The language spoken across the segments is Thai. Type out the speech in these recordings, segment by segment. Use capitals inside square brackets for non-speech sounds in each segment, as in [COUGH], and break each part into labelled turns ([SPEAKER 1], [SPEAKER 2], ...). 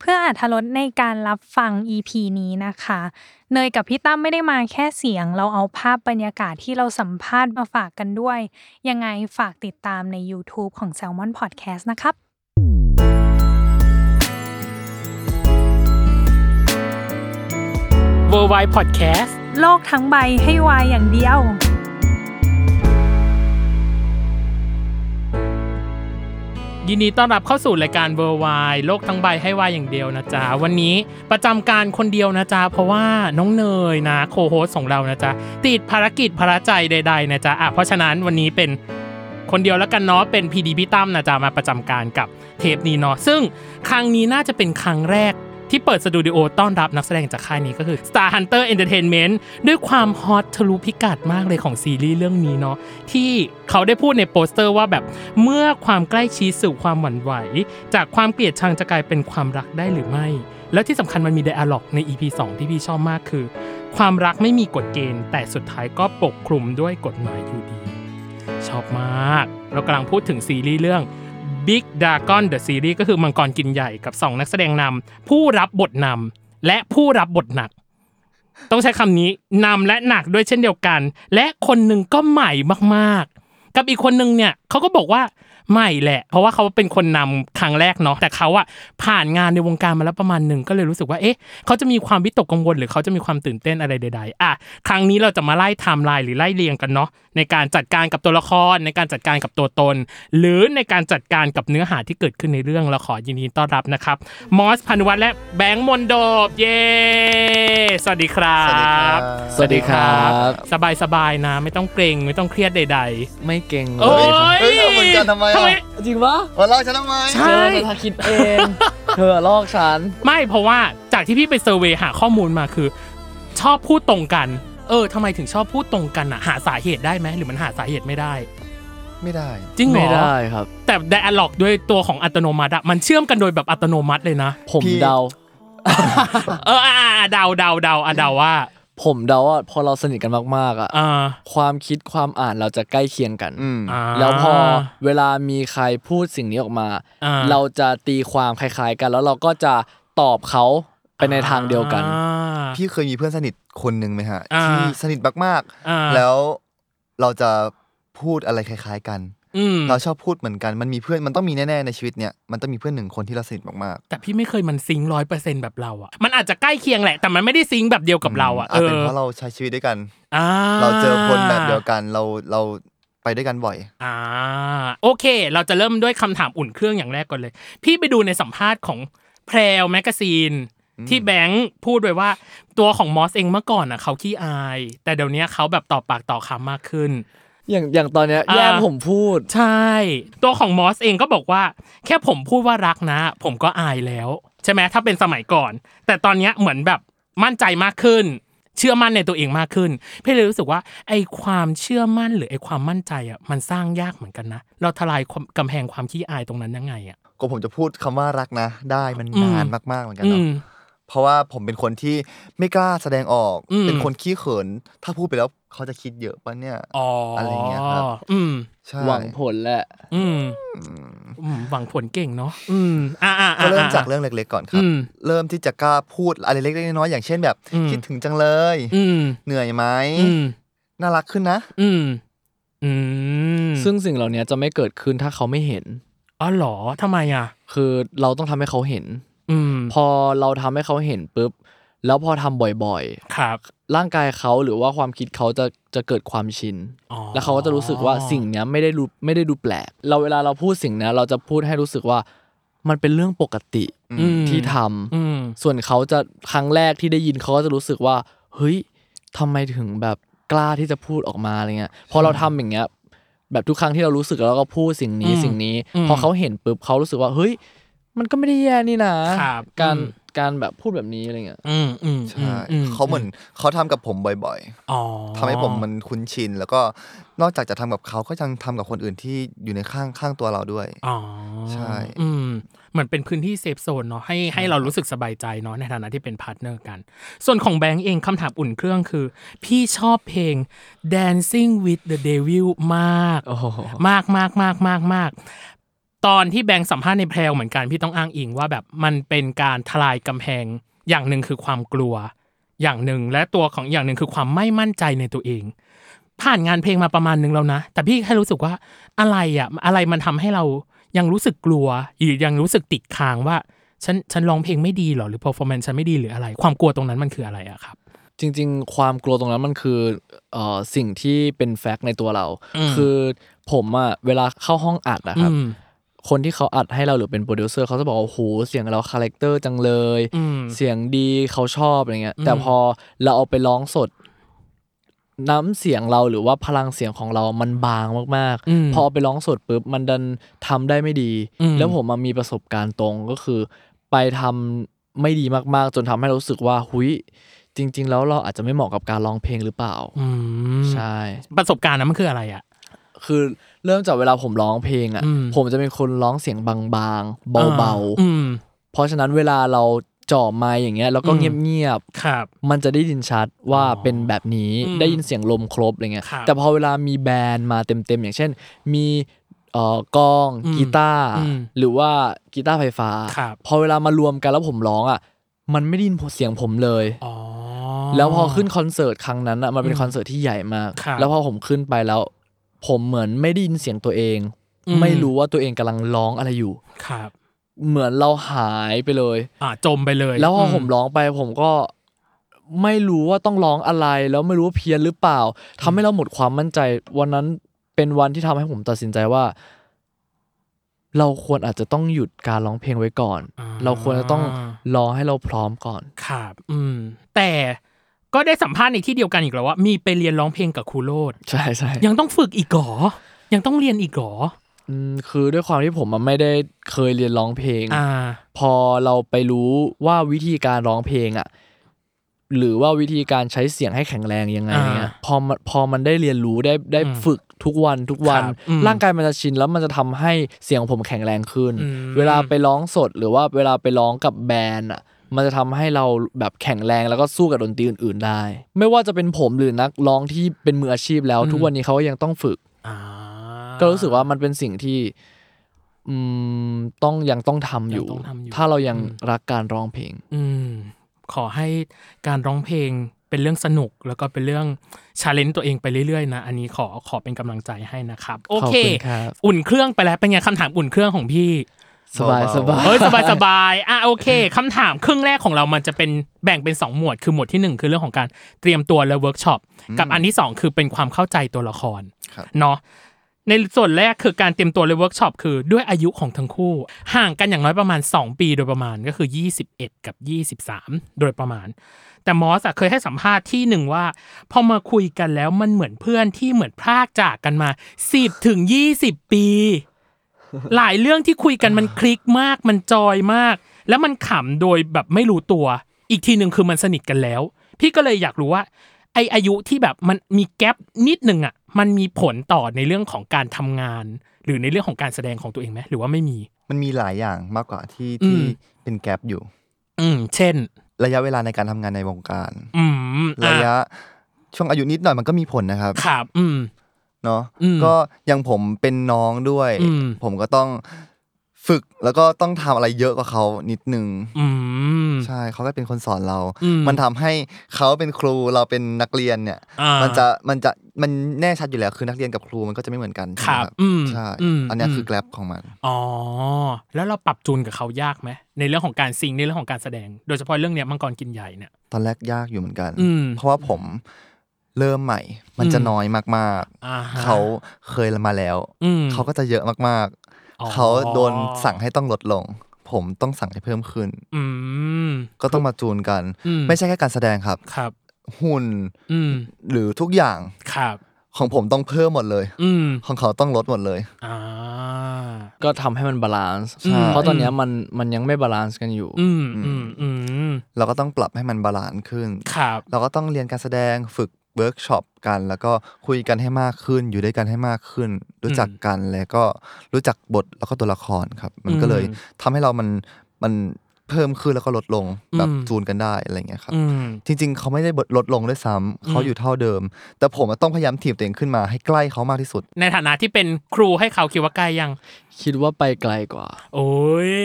[SPEAKER 1] เพื่ออาธรสในการรับฟัง EP นี้นะคะ เนยกับพี่ตั้มไม่ได้มาแค่เสียง เราเอาภาพบรรยากาศที่เราสัมภาษณ์มาฝากกันด้วย ยังไงฝากติดตามใน YouTube ของ Salmon Podcast นะครับ
[SPEAKER 2] w o r l d w i d e Podcast
[SPEAKER 1] โลกทั้งใบให้วายอย่างเดียว
[SPEAKER 2] ยินดีต้อนรับเข้าสู่รายการ w o r l d w i d e โลกทั้งใบให้วายอย่างเดียวนะจ๊ะ วันนี้ประจำการคนเดียวนะจ๊ะ เพราะว่าน้องเนยนะโคโฮสของเรานะจ๊ะ ติดภารกิจภาระใจใดๆนะจ๊ะอ่ะเพราะฉะนั้นวันนี้เป็นคนเดียวแล้วกันเนาะเป็นพีดีพี่ตั้มนะจ๊ะ มาประจำการกับเทปนี้เนาะซึ่งครั้งนี้น่าจะเป็นครั้งแรก ที่เปิดสตูดิโอต้อนรับนักแสดงจากค่ายนี้ก็คือ Star Hunter Entertainment ด้วยความฮอตทะลุพิกัดมากเลยของซีรีส์เรื่องนี้เนาะที่เขาได้พูดในโปสเตอร์ว่าแบบเมื่อความใกล้ชิดสู่ความหวั่นไหว จากความเกลียดชังจะกลายเป็นความรักได้หรือไม่ แล้วที่สำคัญมันมีไดอะล็อกใน EP 2 ที่พี่ชอบมากคือ ความรักไม่มีกฎเกณฑ์ แต่สุดท้ายก็ปกคลุมด้วยกฎหมายอยู่ดี ชอบมาก เรากำลังพูดถึงซีรีส์เรื่อง Big Dragon The Series ก็คือมังกรกินใหญ่กับ 2 นักแสดงนำผู้รับบทนำและผู้รับบทหนัก ต้องใช้คำนี้นำและหนักด้วยเช่นเดียวกัน และคนหนึ่งก็ใหม่มากๆ กับอีกคนหนึ่งเนี่ยเขาก็บอกว่าใหม่แหละ เพราะว่าเขาเป็นคนนำครั้งแรกเนาะแต่เขาอะผ่านงานในวงการมาแล้วประมาณหนึ่งก็เลยรู้สึกว่าเอ๊ะเขาจะมีความวิตกกังวล หรือเขาจะมีความตื่นเต้นอะไรใด ๆ อ่ะครั้งนี้เราจะมาไล่ไทม์ไลน์หรือไล่เรียงกันเนาะในการจัดการกับตัวละครในการจัดการกับตัวตน หรือในการจัดการกับเนื้อหาที่เกิดขึ้นในเรื่องเราขอยินดีต้อนรับนะครับมอสพันวัฒน์และแบงค์มนโดบเย้สวัสดีครับ
[SPEAKER 3] สวัสดีครับ
[SPEAKER 2] สบายสบายๆนะ ไม่ต้องเกรงไม่ต้องเครียดใด
[SPEAKER 3] ไม่เก่ง
[SPEAKER 2] ๆ
[SPEAKER 3] เล
[SPEAKER 2] โอ้
[SPEAKER 3] ย
[SPEAKER 2] ย
[SPEAKER 4] เฮ้ยเอาเหมือนกันทำไมอะ
[SPEAKER 2] ทำไม
[SPEAKER 3] จริงปะ
[SPEAKER 4] มาเล่าฉันทำไม
[SPEAKER 3] ใช่เธอมาคิดเอง
[SPEAKER 2] [LAUGHS]
[SPEAKER 3] เธอลอกฉัน
[SPEAKER 2] ไม่เพราะว่าจากที่พี่ไปเซอร์เวยหาข้อมูลมาคือ ชอบพูดตรงกัน เออทำไมถึงชอบพูดตรงกันอะหาสาเหตุได้ไหมหรือมันหาสาเหตุไม่ได้
[SPEAKER 4] ไม่ได้
[SPEAKER 2] จริงเหร
[SPEAKER 3] ไม่
[SPEAKER 2] อ
[SPEAKER 3] ได้ครับ
[SPEAKER 2] แต่ไดอะล็อกด้วยตัวของอัตโนมัติอะมันเชื่อมกันโดยแบบอัตโนมัติเลยนะ
[SPEAKER 3] ผม
[SPEAKER 4] พี่
[SPEAKER 3] เดา
[SPEAKER 2] เอออ่ะอ่ะอ่ะเดาเดาเดาอ่ะเดาว่า
[SPEAKER 3] ผมเดาว่าพอเราสนิทกันมากๆอ่ะ
[SPEAKER 2] อ่า
[SPEAKER 3] ความคิดความอ่านเราจะใกล้เคียงกัน
[SPEAKER 4] อืม
[SPEAKER 2] า
[SPEAKER 3] แล้วพอเวลามีใครพูดสิ่งนี้ออกมา
[SPEAKER 2] อ่า
[SPEAKER 3] เราจะตีความคล้ายๆกัน แล้วเราก็จะตอบเขาไปในทางเดียวกัน
[SPEAKER 2] อ่า
[SPEAKER 4] พี่เคยมีเพื่อนสนิทคนหนึ่งไหมฮะ
[SPEAKER 2] อ่า
[SPEAKER 4] ที่สนิทมาก
[SPEAKER 2] อ่า
[SPEAKER 4] ๆ แล้วเราจะพูดอะไรคล้ายๆ กัน
[SPEAKER 2] อืม
[SPEAKER 4] เราชอบพูดเหมือนกัน มันมีเพื่อน มันต้องมีแน่ๆในชีวิตเนี่ย มันต้องมีเพื่อนหนึ่งคนที่เราสนิทมาก
[SPEAKER 2] แต่พี่ไม่เคยมันซิงร้อยเปอร์เซ็นแบบเราอะมันอาจจะใกล้เคียงแหละ แต่มันไม่ได้ซิงแบบเดียว
[SPEAKER 4] ๆ
[SPEAKER 2] กับเราอะ
[SPEAKER 4] อาจเป็นเพราะเราใช้ชีวิตด้วยกัน
[SPEAKER 2] อ่า
[SPEAKER 4] เราเจอคนแบบเดียวกัน เรา เราไปด้วยกันบ่อย
[SPEAKER 2] อ่าโอเค เราจะเริ่มด้วยคำถามอุ่นเครื่องอย่างแรกก่อนเลย พี่ไปดูในสัมภาษณ์ของแพรวแมกซีน ที่แบงค์พูดไว้ว่า ตัวของมอสเองเมื่อก่อนอ่ะเขาขี้อาย แต่เดี๋ยวนี้เขาแบบต่อปากต่อคำมากขึ้น
[SPEAKER 3] อย่างอย่างตอนเนี้ย
[SPEAKER 2] อ่า
[SPEAKER 3] แย่งผมพูด
[SPEAKER 2] ใช่ ตัวของมอสเองก็บอกว่า แค่ผมพูดว่ารักนะ ผมก็อายแล้ว ใช่ไหมถ้าเป็นสมัยก่อน แต่ตอนเนี้ยเหมือนแบบมั่นใจมากขึ้น เชื่อมั่นในตัวเองมากขึ้น พี่เลยรู้สึกว่า ไอ้ความเชื่อมั่นหรือไอ้ความมั่นใจอ่ะมันสร้างยากเหมือนกันนะ เราทลายความกำแพงความขี้อายตรงนั้นยังไงอ่ะ
[SPEAKER 4] ก็ผมจะพูดคำว่ารักนะ ได้มัน
[SPEAKER 2] อืม
[SPEAKER 4] นานมากๆเหมือนกัน
[SPEAKER 2] อื
[SPEAKER 4] เนาะ
[SPEAKER 2] ม
[SPEAKER 4] เพราะว่าผมเป็นคนที่ไม่กล้าแสดงออก
[SPEAKER 2] อืม
[SPEAKER 4] เป็นคนขี้เขิน ถ้าพูดไปแล้วเขาจะคิดเยอะปะเนี่ย
[SPEAKER 2] อ๋ออะไร
[SPEAKER 4] อย่างเงี้ยครับ
[SPEAKER 2] อืม
[SPEAKER 4] ใช่
[SPEAKER 3] หวังผลแหละ
[SPEAKER 2] อืมอืมหวังผลเก่งเนาะอืมอ่าอ่า
[SPEAKER 4] ก็เริ่มจากเรื่องเล็กๆก่อนครั
[SPEAKER 2] อื
[SPEAKER 4] บ
[SPEAKER 2] ม
[SPEAKER 4] เริ่มที่จะกล้าพูดอะไรเล็กๆน้อยๆอย่างเช่นแบบ
[SPEAKER 2] อืม
[SPEAKER 4] คิดถึงจังเลย
[SPEAKER 2] อืม
[SPEAKER 4] เหนื่อยไหม
[SPEAKER 2] อืม
[SPEAKER 4] น่ารักขึ้นนะ
[SPEAKER 2] อืม อืม
[SPEAKER 3] ซึ่งสิ่งเหล่านี้จะไม่เกิดขึ้นถ้าเขาไม่เห็น
[SPEAKER 2] อ๋อเหรอทำไมอ่ะ
[SPEAKER 3] คือเราต้องทำให้เขาเห็น
[SPEAKER 2] อืม
[SPEAKER 3] พอเราทำให้เขาเห็นปุ๊บ แล้วพอทำบ่อย
[SPEAKER 2] ครับ
[SPEAKER 3] ๆ ร่างกายเขาหรือว่าความคิดเขาจะจะเกิดความชิน
[SPEAKER 2] อ๋อ
[SPEAKER 3] แล้วเขาก็จะรู้สึกว่าสิ่งเนี้ยไม่ได้ดูไม่ได้ดูแปลก เราเวลาเราพูดสิ่งเนี้ยเราจะพูดให้รู้สึกว่ามันเป็นเรื่องปกติ
[SPEAKER 2] อืม
[SPEAKER 3] ที่ทำ
[SPEAKER 2] อืม
[SPEAKER 3] ส่วนเขาจะครั้งแรกที่ได้ยินเขาก็จะรู้สึกว่า เฮ้ยทำไมถึงแบบกล้าที่จะพูดออกมาอะไรเงี้ย พอเราทำอย่างเงี้ย แบบทุกครั้งที่เรารู้สึกแล้วเราก็พูดสิ่งนี้
[SPEAKER 2] อืม
[SPEAKER 3] สิ่งนี้
[SPEAKER 2] อืม
[SPEAKER 3] พอเขาเห็นปุ๊บเขารู้สึกว่าเฮ้ย มันก็ไม่ได้แย่นี่นะครับ การ
[SPEAKER 2] อืม
[SPEAKER 3] การแบบพูดแบบนี้อะไรเงี้ย
[SPEAKER 2] อืมอืม
[SPEAKER 4] ใช่
[SPEAKER 2] อื
[SPEAKER 4] เขาเหมือนเขาทำกับผมบ่อย
[SPEAKER 2] อ๋อ
[SPEAKER 4] ๆทำให้ผมมันคุ้นชิน แล้วก็นอกจากจะทำกับเขาก็ยังทำกับคนอื่นที่อยู่ในข้างข้างตัวเราด้วย
[SPEAKER 2] อ๋อ
[SPEAKER 4] ใช่
[SPEAKER 2] อืมเหมือนเป็นพื้นที่เซฟโซนเนาะให้ให้เรารู้สึกสบายใจเนาะในฐานะที่เป็นพาร์ทเนอร์กัน ส่วนของแบงก์เองคำถามอุ่นเครื่องคือ พี่ชอบเพลง Dancing with the Devil มาก
[SPEAKER 3] โอ้โห
[SPEAKER 2] มากมากมากมากมากตอนที่แบงค์สัมภาษณ์ในแพรวเหมือนกันพี่ต้องอ้างอิงว่าแบบมันเป็นการทลายกำแพงอย่างหนึ่งคือความกลัว อย่างหนึ่งและตัวของอย่างหนึ่งคือความไม่มั่นใจในตัวเอง ผ่านงานเพลงมาประมาณหนึงแล้วนะแต่พี่แค่รู้สึกว่าอะไรอ่ะอะไรมันทำให้เรายังรู้สึกกลัวหรือยังรู้สึกติดค้างว่าฉันฉันร้องเพลงไม่ดีเหรอหรือ performance ฉันไม่ดีหรืออะไร ความกลัวตรงนั้นมันคืออะไรอะครับ
[SPEAKER 3] จริงๆ ความกลัวตรงนั้นมันคือเอ่อสิ่งที่เป็นแฟกต์ในตัวเรา
[SPEAKER 2] อืม
[SPEAKER 3] คือผมอะเวลาเข้าห้องอัดนะครับ
[SPEAKER 2] อืม
[SPEAKER 3] คนที่เขาอัดให้เราหรือเป็นโปรดิวเซอร์เขาจะบอกว่าโอ้โหเสียงเราคาแรคเตอร์จังเลย
[SPEAKER 2] อืม
[SPEAKER 3] เสียงดีเขาชอบอะไรเงี้ย
[SPEAKER 2] อืม
[SPEAKER 3] แต่พอเราเอาไปร้องสด น้ำเสียงเราหรือว่าพลังเสียงของเรามันบางมาก
[SPEAKER 2] อืม
[SPEAKER 3] ๆ พอเอาไปร้องสดปุ๊บมันดันทำได้ไม่ดี
[SPEAKER 2] อืม
[SPEAKER 3] แล้วผมมามีประสบการณ์ตรงก็คือ ไปทำไม่ดีมากๆ จนทำให้เรารู้สึกว่าหุยจริง ๆ แล้วเราอาจจะไม่เหมาะกับการร้องเพลงหรือเปล่า
[SPEAKER 2] อืม
[SPEAKER 3] ใช่
[SPEAKER 2] ประสบการณ์นั้นมันคืออะไรอ่ะ
[SPEAKER 3] คือเริ่มจากเวลาผมร้องเพลงอ่ะ
[SPEAKER 2] อืม
[SPEAKER 3] ผมจะเป็นคนร้องเสียงบางๆเบา
[SPEAKER 2] ๆอืม
[SPEAKER 3] ๆ เพราะฉะนั้นเวลาเราจ่อไมค์อย่างเงี้ยแล้วก็
[SPEAKER 2] อืม
[SPEAKER 3] เงียบ
[SPEAKER 2] ครับ
[SPEAKER 3] ๆมันจะได้ยินชัดว่าเป็นแบบนี้
[SPEAKER 2] อืม
[SPEAKER 3] ได้ยินเสียงลมครบอะไรเงี้ย
[SPEAKER 2] ครับ
[SPEAKER 3] แต่พอเวลามีแบรนด์มาเต็มๆ อย่างเช่น มีเอ่อกลอง
[SPEAKER 2] อืม
[SPEAKER 3] กีตาร์
[SPEAKER 2] อืม
[SPEAKER 3] หรือว่ากีตาร์ไฟฟ้า
[SPEAKER 2] ครับ
[SPEAKER 3] พอเวลามารวมกันแล้วผมร้องอ่ะมันไม่ได้ยินเสียงผมเลย
[SPEAKER 2] อ๋อ
[SPEAKER 3] แล้วพอขึ้นคอนเสิร์ตครั้งนั้นอ่ะมันเป็นคอนเสิร์ตที่ใหญ่มาก
[SPEAKER 2] ครับ
[SPEAKER 3] แล้วพอผมขึ้นไปแล้ว ผมเหมือนไม่ได้ยินเสียงตัวเอง
[SPEAKER 2] อืม
[SPEAKER 3] ไม่รู้ว่าตัวเองกำลังร้องอะไรอยู่
[SPEAKER 2] ครับ
[SPEAKER 3] เหมือนเราหายไปเลย
[SPEAKER 2] อ่าจมไปเลย
[SPEAKER 3] แล้วพอผมร้องไปผมก็ไม่รู้ว่าต้องร้องอะไร แล้วไม่รู้ว่าเพี้ยนหรือเปล่าทำให้เราหมดความมั่นใจ วันนั้นเป็นวันที่ทำให้ผมตัดสินใจว่า เราควรอาจจะต้องหยุดการร้องเพลงไว้ก่อน เราควรจะต้องรอให้เราพร้อมก่อน
[SPEAKER 2] ครับ อืม แต่ก็ได้สัมภาษณ์ในที่เดียวกันอีกแล้วว่า มีไปเรียนร้องเพลงกับครูโรด
[SPEAKER 3] ใช่ใช่
[SPEAKER 2] ยังต้องฝึกอีกเหรอ ยังต้องเรียนอีกเหรอ
[SPEAKER 3] อืมคือด้วยความที่ผมมันไม่ได้เคยเรียนร้องเพลง
[SPEAKER 2] อ่า
[SPEAKER 3] พอเราไปรู้ว่าวิธีการร้องเพลงอ่ะหรือว่าวิธีการใช้เสียงให้แข็งแรงยังไงเนี่
[SPEAKER 2] อ่า
[SPEAKER 3] ยพอมันพอมันได้เรียนรู้ได้ได้
[SPEAKER 2] อืม
[SPEAKER 3] ฝึกทุกวันทุกวัน
[SPEAKER 2] ครับอืม
[SPEAKER 3] ร่างกายมันจะชินแล้วมันจะทำให้เสียงผมแข็งแรงขึ้น
[SPEAKER 2] อืม
[SPEAKER 3] เวลาไปร้องสดหรือว่าเวลาไปร้องกับแบรนด์อ่ะมันจะทำให้เราแบบแข็งแรงแล้วก็สู้กับดนตรีอื่น ๆ ได้ ไม่ว่าจะเป็นผมหรือนักร้องที่เป็นมืออาชีพแล้ว ทุกวันนี้เขาก็ยังต้องฝึก
[SPEAKER 2] อ่า
[SPEAKER 3] ก็รู้สึกว่ามันเป็นสิ่งที่อืมต้องยังต้องทำอยู่
[SPEAKER 2] งต้งทำอยู่
[SPEAKER 3] ถ้าเรายังรักการร้องเพลง
[SPEAKER 2] อืม ขอให้การร้องเพลงเป็นเรื่องสนุก แล้วก็เป็นเรื่องชาเลนจ์ตัวเองไปเรื่อยๆนะอันนี้ขอขอเป็นกำลังใจให้นะครับโอเค
[SPEAKER 3] ขอบคุณครับ
[SPEAKER 2] อุ่นเครื่องไปแล้วเป็นไงคำถามอุ่นเครื่องของพี่
[SPEAKER 3] สบายสบาย
[SPEAKER 2] เฮ้ยสบายสบายอ่ะโอเคคำถามครึ่งแรกของเรามันจะเป็นแบ่งเป็น 2 หมวด คือหมวดที่ 1 คือเรื่องของการเตรียมตัวและเวิร์กช็อปกับอันที่ 2 คือเป็นความเข้าใจตัวละคร
[SPEAKER 4] ครับ
[SPEAKER 2] เนาะในส่วนแรกคือการเตรียมตัวและเวิร์กช็อปคือด้วยอายุของทั้งคู่ ห่างกันอย่างน้อยประมาณ 2 ปีโดยประมาณก็คือ 21 กับ 23 โดยประมาณ แต่มอสอะเคยให้สัมภาษณ์ที่หนึ่งว่า พอมาคุยกันแล้วมันเหมือนเพื่อนที่เหมือนพรากจากกันมา 10ถึง20 ปี หลายเรื่องที่คุยกันมันคลิกมากมันจอยมาก แล้วมันขำโดยแบบไม่รู้ตัว อีกทีหนึ่งคือมันสนิทกันแล้ว พี่ก็เลยอยากรู้ว่า ไออายุที่แบบมันมีแกลบนิดหนึงอ่ะ มันมีผลต่อในเรื่องของการทำงาน หรือในเรื่องของการแสดงของตัวเองไหมหรือว่าไม่มี
[SPEAKER 4] มันมีหลายอย่างมากกว่าที่
[SPEAKER 2] อืม
[SPEAKER 4] ที่เป็นแกลบอยู่
[SPEAKER 2] อืม เช่น
[SPEAKER 4] ระยะเวลาในการทำงานในวงการ
[SPEAKER 2] อืมอ่
[SPEAKER 4] ระยะช่วงอายุนิดหน่อยมันก็มีผลนะครับ
[SPEAKER 2] ครับ อืม
[SPEAKER 4] เนาะ
[SPEAKER 2] อืม
[SPEAKER 4] ก็อยังผมเป็นน้องด้วย
[SPEAKER 2] อืม
[SPEAKER 4] ผมก็ต้อง ฝึกแล้วก็ต้องทำอะไรเยอะกว่าเขานิดนึง
[SPEAKER 2] อืม
[SPEAKER 4] ใช่เขาก็เป็นคนสอนเรา
[SPEAKER 2] อืม
[SPEAKER 4] มันทำให้เขาเป็นครูเราเป็นนักเรียนเนี่ย
[SPEAKER 2] อ่า
[SPEAKER 4] มันจะมันจะมันแน่ชัดอยู่แล้วคือนักเรียนกับครูมันก็จะไม่เหมือนกัน
[SPEAKER 2] ครับอืม
[SPEAKER 4] ใช่
[SPEAKER 2] อืม
[SPEAKER 4] อันเนี้ยคือ
[SPEAKER 2] ม
[SPEAKER 4] แกลบของมัน
[SPEAKER 2] อ๋อ แล้วเราปรับจูนกับเขายากไหมในเรื่องของการซิงค์ในเรื่องของการแสดง โดยเฉพาะเรื่องเนี้ยมังกรกินใหญ่เนี่ย
[SPEAKER 4] ตอนแรกยากอยู่เหมือนกัน
[SPEAKER 2] อืม
[SPEAKER 4] เพราะว่าผมเริ่มใหม่ มันจะ
[SPEAKER 2] อืม
[SPEAKER 4] น้อยมาก
[SPEAKER 2] อ่าฮะ
[SPEAKER 4] ๆ เขาเคยมาแล้ว
[SPEAKER 2] อืม
[SPEAKER 4] เขาก็จะเยอะมาก
[SPEAKER 2] อ๋อ
[SPEAKER 4] ๆ เขาโดนสั่งให้ต้องลดลง ผมต้องสั่งให้เพิ่มขึ้น
[SPEAKER 2] อืม
[SPEAKER 4] ก็ต้องมาจูนกัน
[SPEAKER 2] อืม
[SPEAKER 4] ไม่ใช่แค่การแสดงครับ
[SPEAKER 2] ครับ
[SPEAKER 4] หุ่น
[SPEAKER 2] อืม
[SPEAKER 4] หรือทุกอย่าง
[SPEAKER 2] ครับ
[SPEAKER 4] ของผมต้องเพิ่มหมดเลย
[SPEAKER 2] อืม
[SPEAKER 4] ของเขาต้องลดหมดเลย
[SPEAKER 2] อ่า
[SPEAKER 3] ก็ทำให้มันบาลานซ์
[SPEAKER 4] ใช่
[SPEAKER 3] เพราะตอนเนี้ยมันมันยังไม่บาลานซ์กันอยู่
[SPEAKER 2] อืม อืม อืม
[SPEAKER 4] เราก็ต้องปรับให้มันบาลานซ์ขึ้น
[SPEAKER 2] ครับ
[SPEAKER 4] เราก็ต้องเรียนการแสดงฝึกเวิร์กช็อปกัน แล้วก็คุยกันให้มากขึ้น อยู่ด้วยกันให้มากขึ้น รู้จักกันแล้วก็รู้จักบทแล้วก็ตัวละครครับ มันก็เลย
[SPEAKER 2] อืม
[SPEAKER 4] ทำให้เรามันมันเพิ่มขึ้นแล้วก็ลดลงแบบ
[SPEAKER 2] อืม
[SPEAKER 4] จูนกันได้อะไรอย่างเงี้ยครับ
[SPEAKER 2] อืม
[SPEAKER 4] จริงๆ เขาไม่ได้บทลดลงด้วยซ้ำเขา
[SPEAKER 2] อืม
[SPEAKER 4] อยู่เท่าเดิม แต่ผมอะต้องพยายามถีบตัวเองขึ้นมาให้ใกล้เขามากที่สุด
[SPEAKER 2] ในฐานะที่เป็นครูให้เขาคิดว่าใกล้ยัง
[SPEAKER 3] คิดว่าไปไกลกว่า
[SPEAKER 2] โอ้ย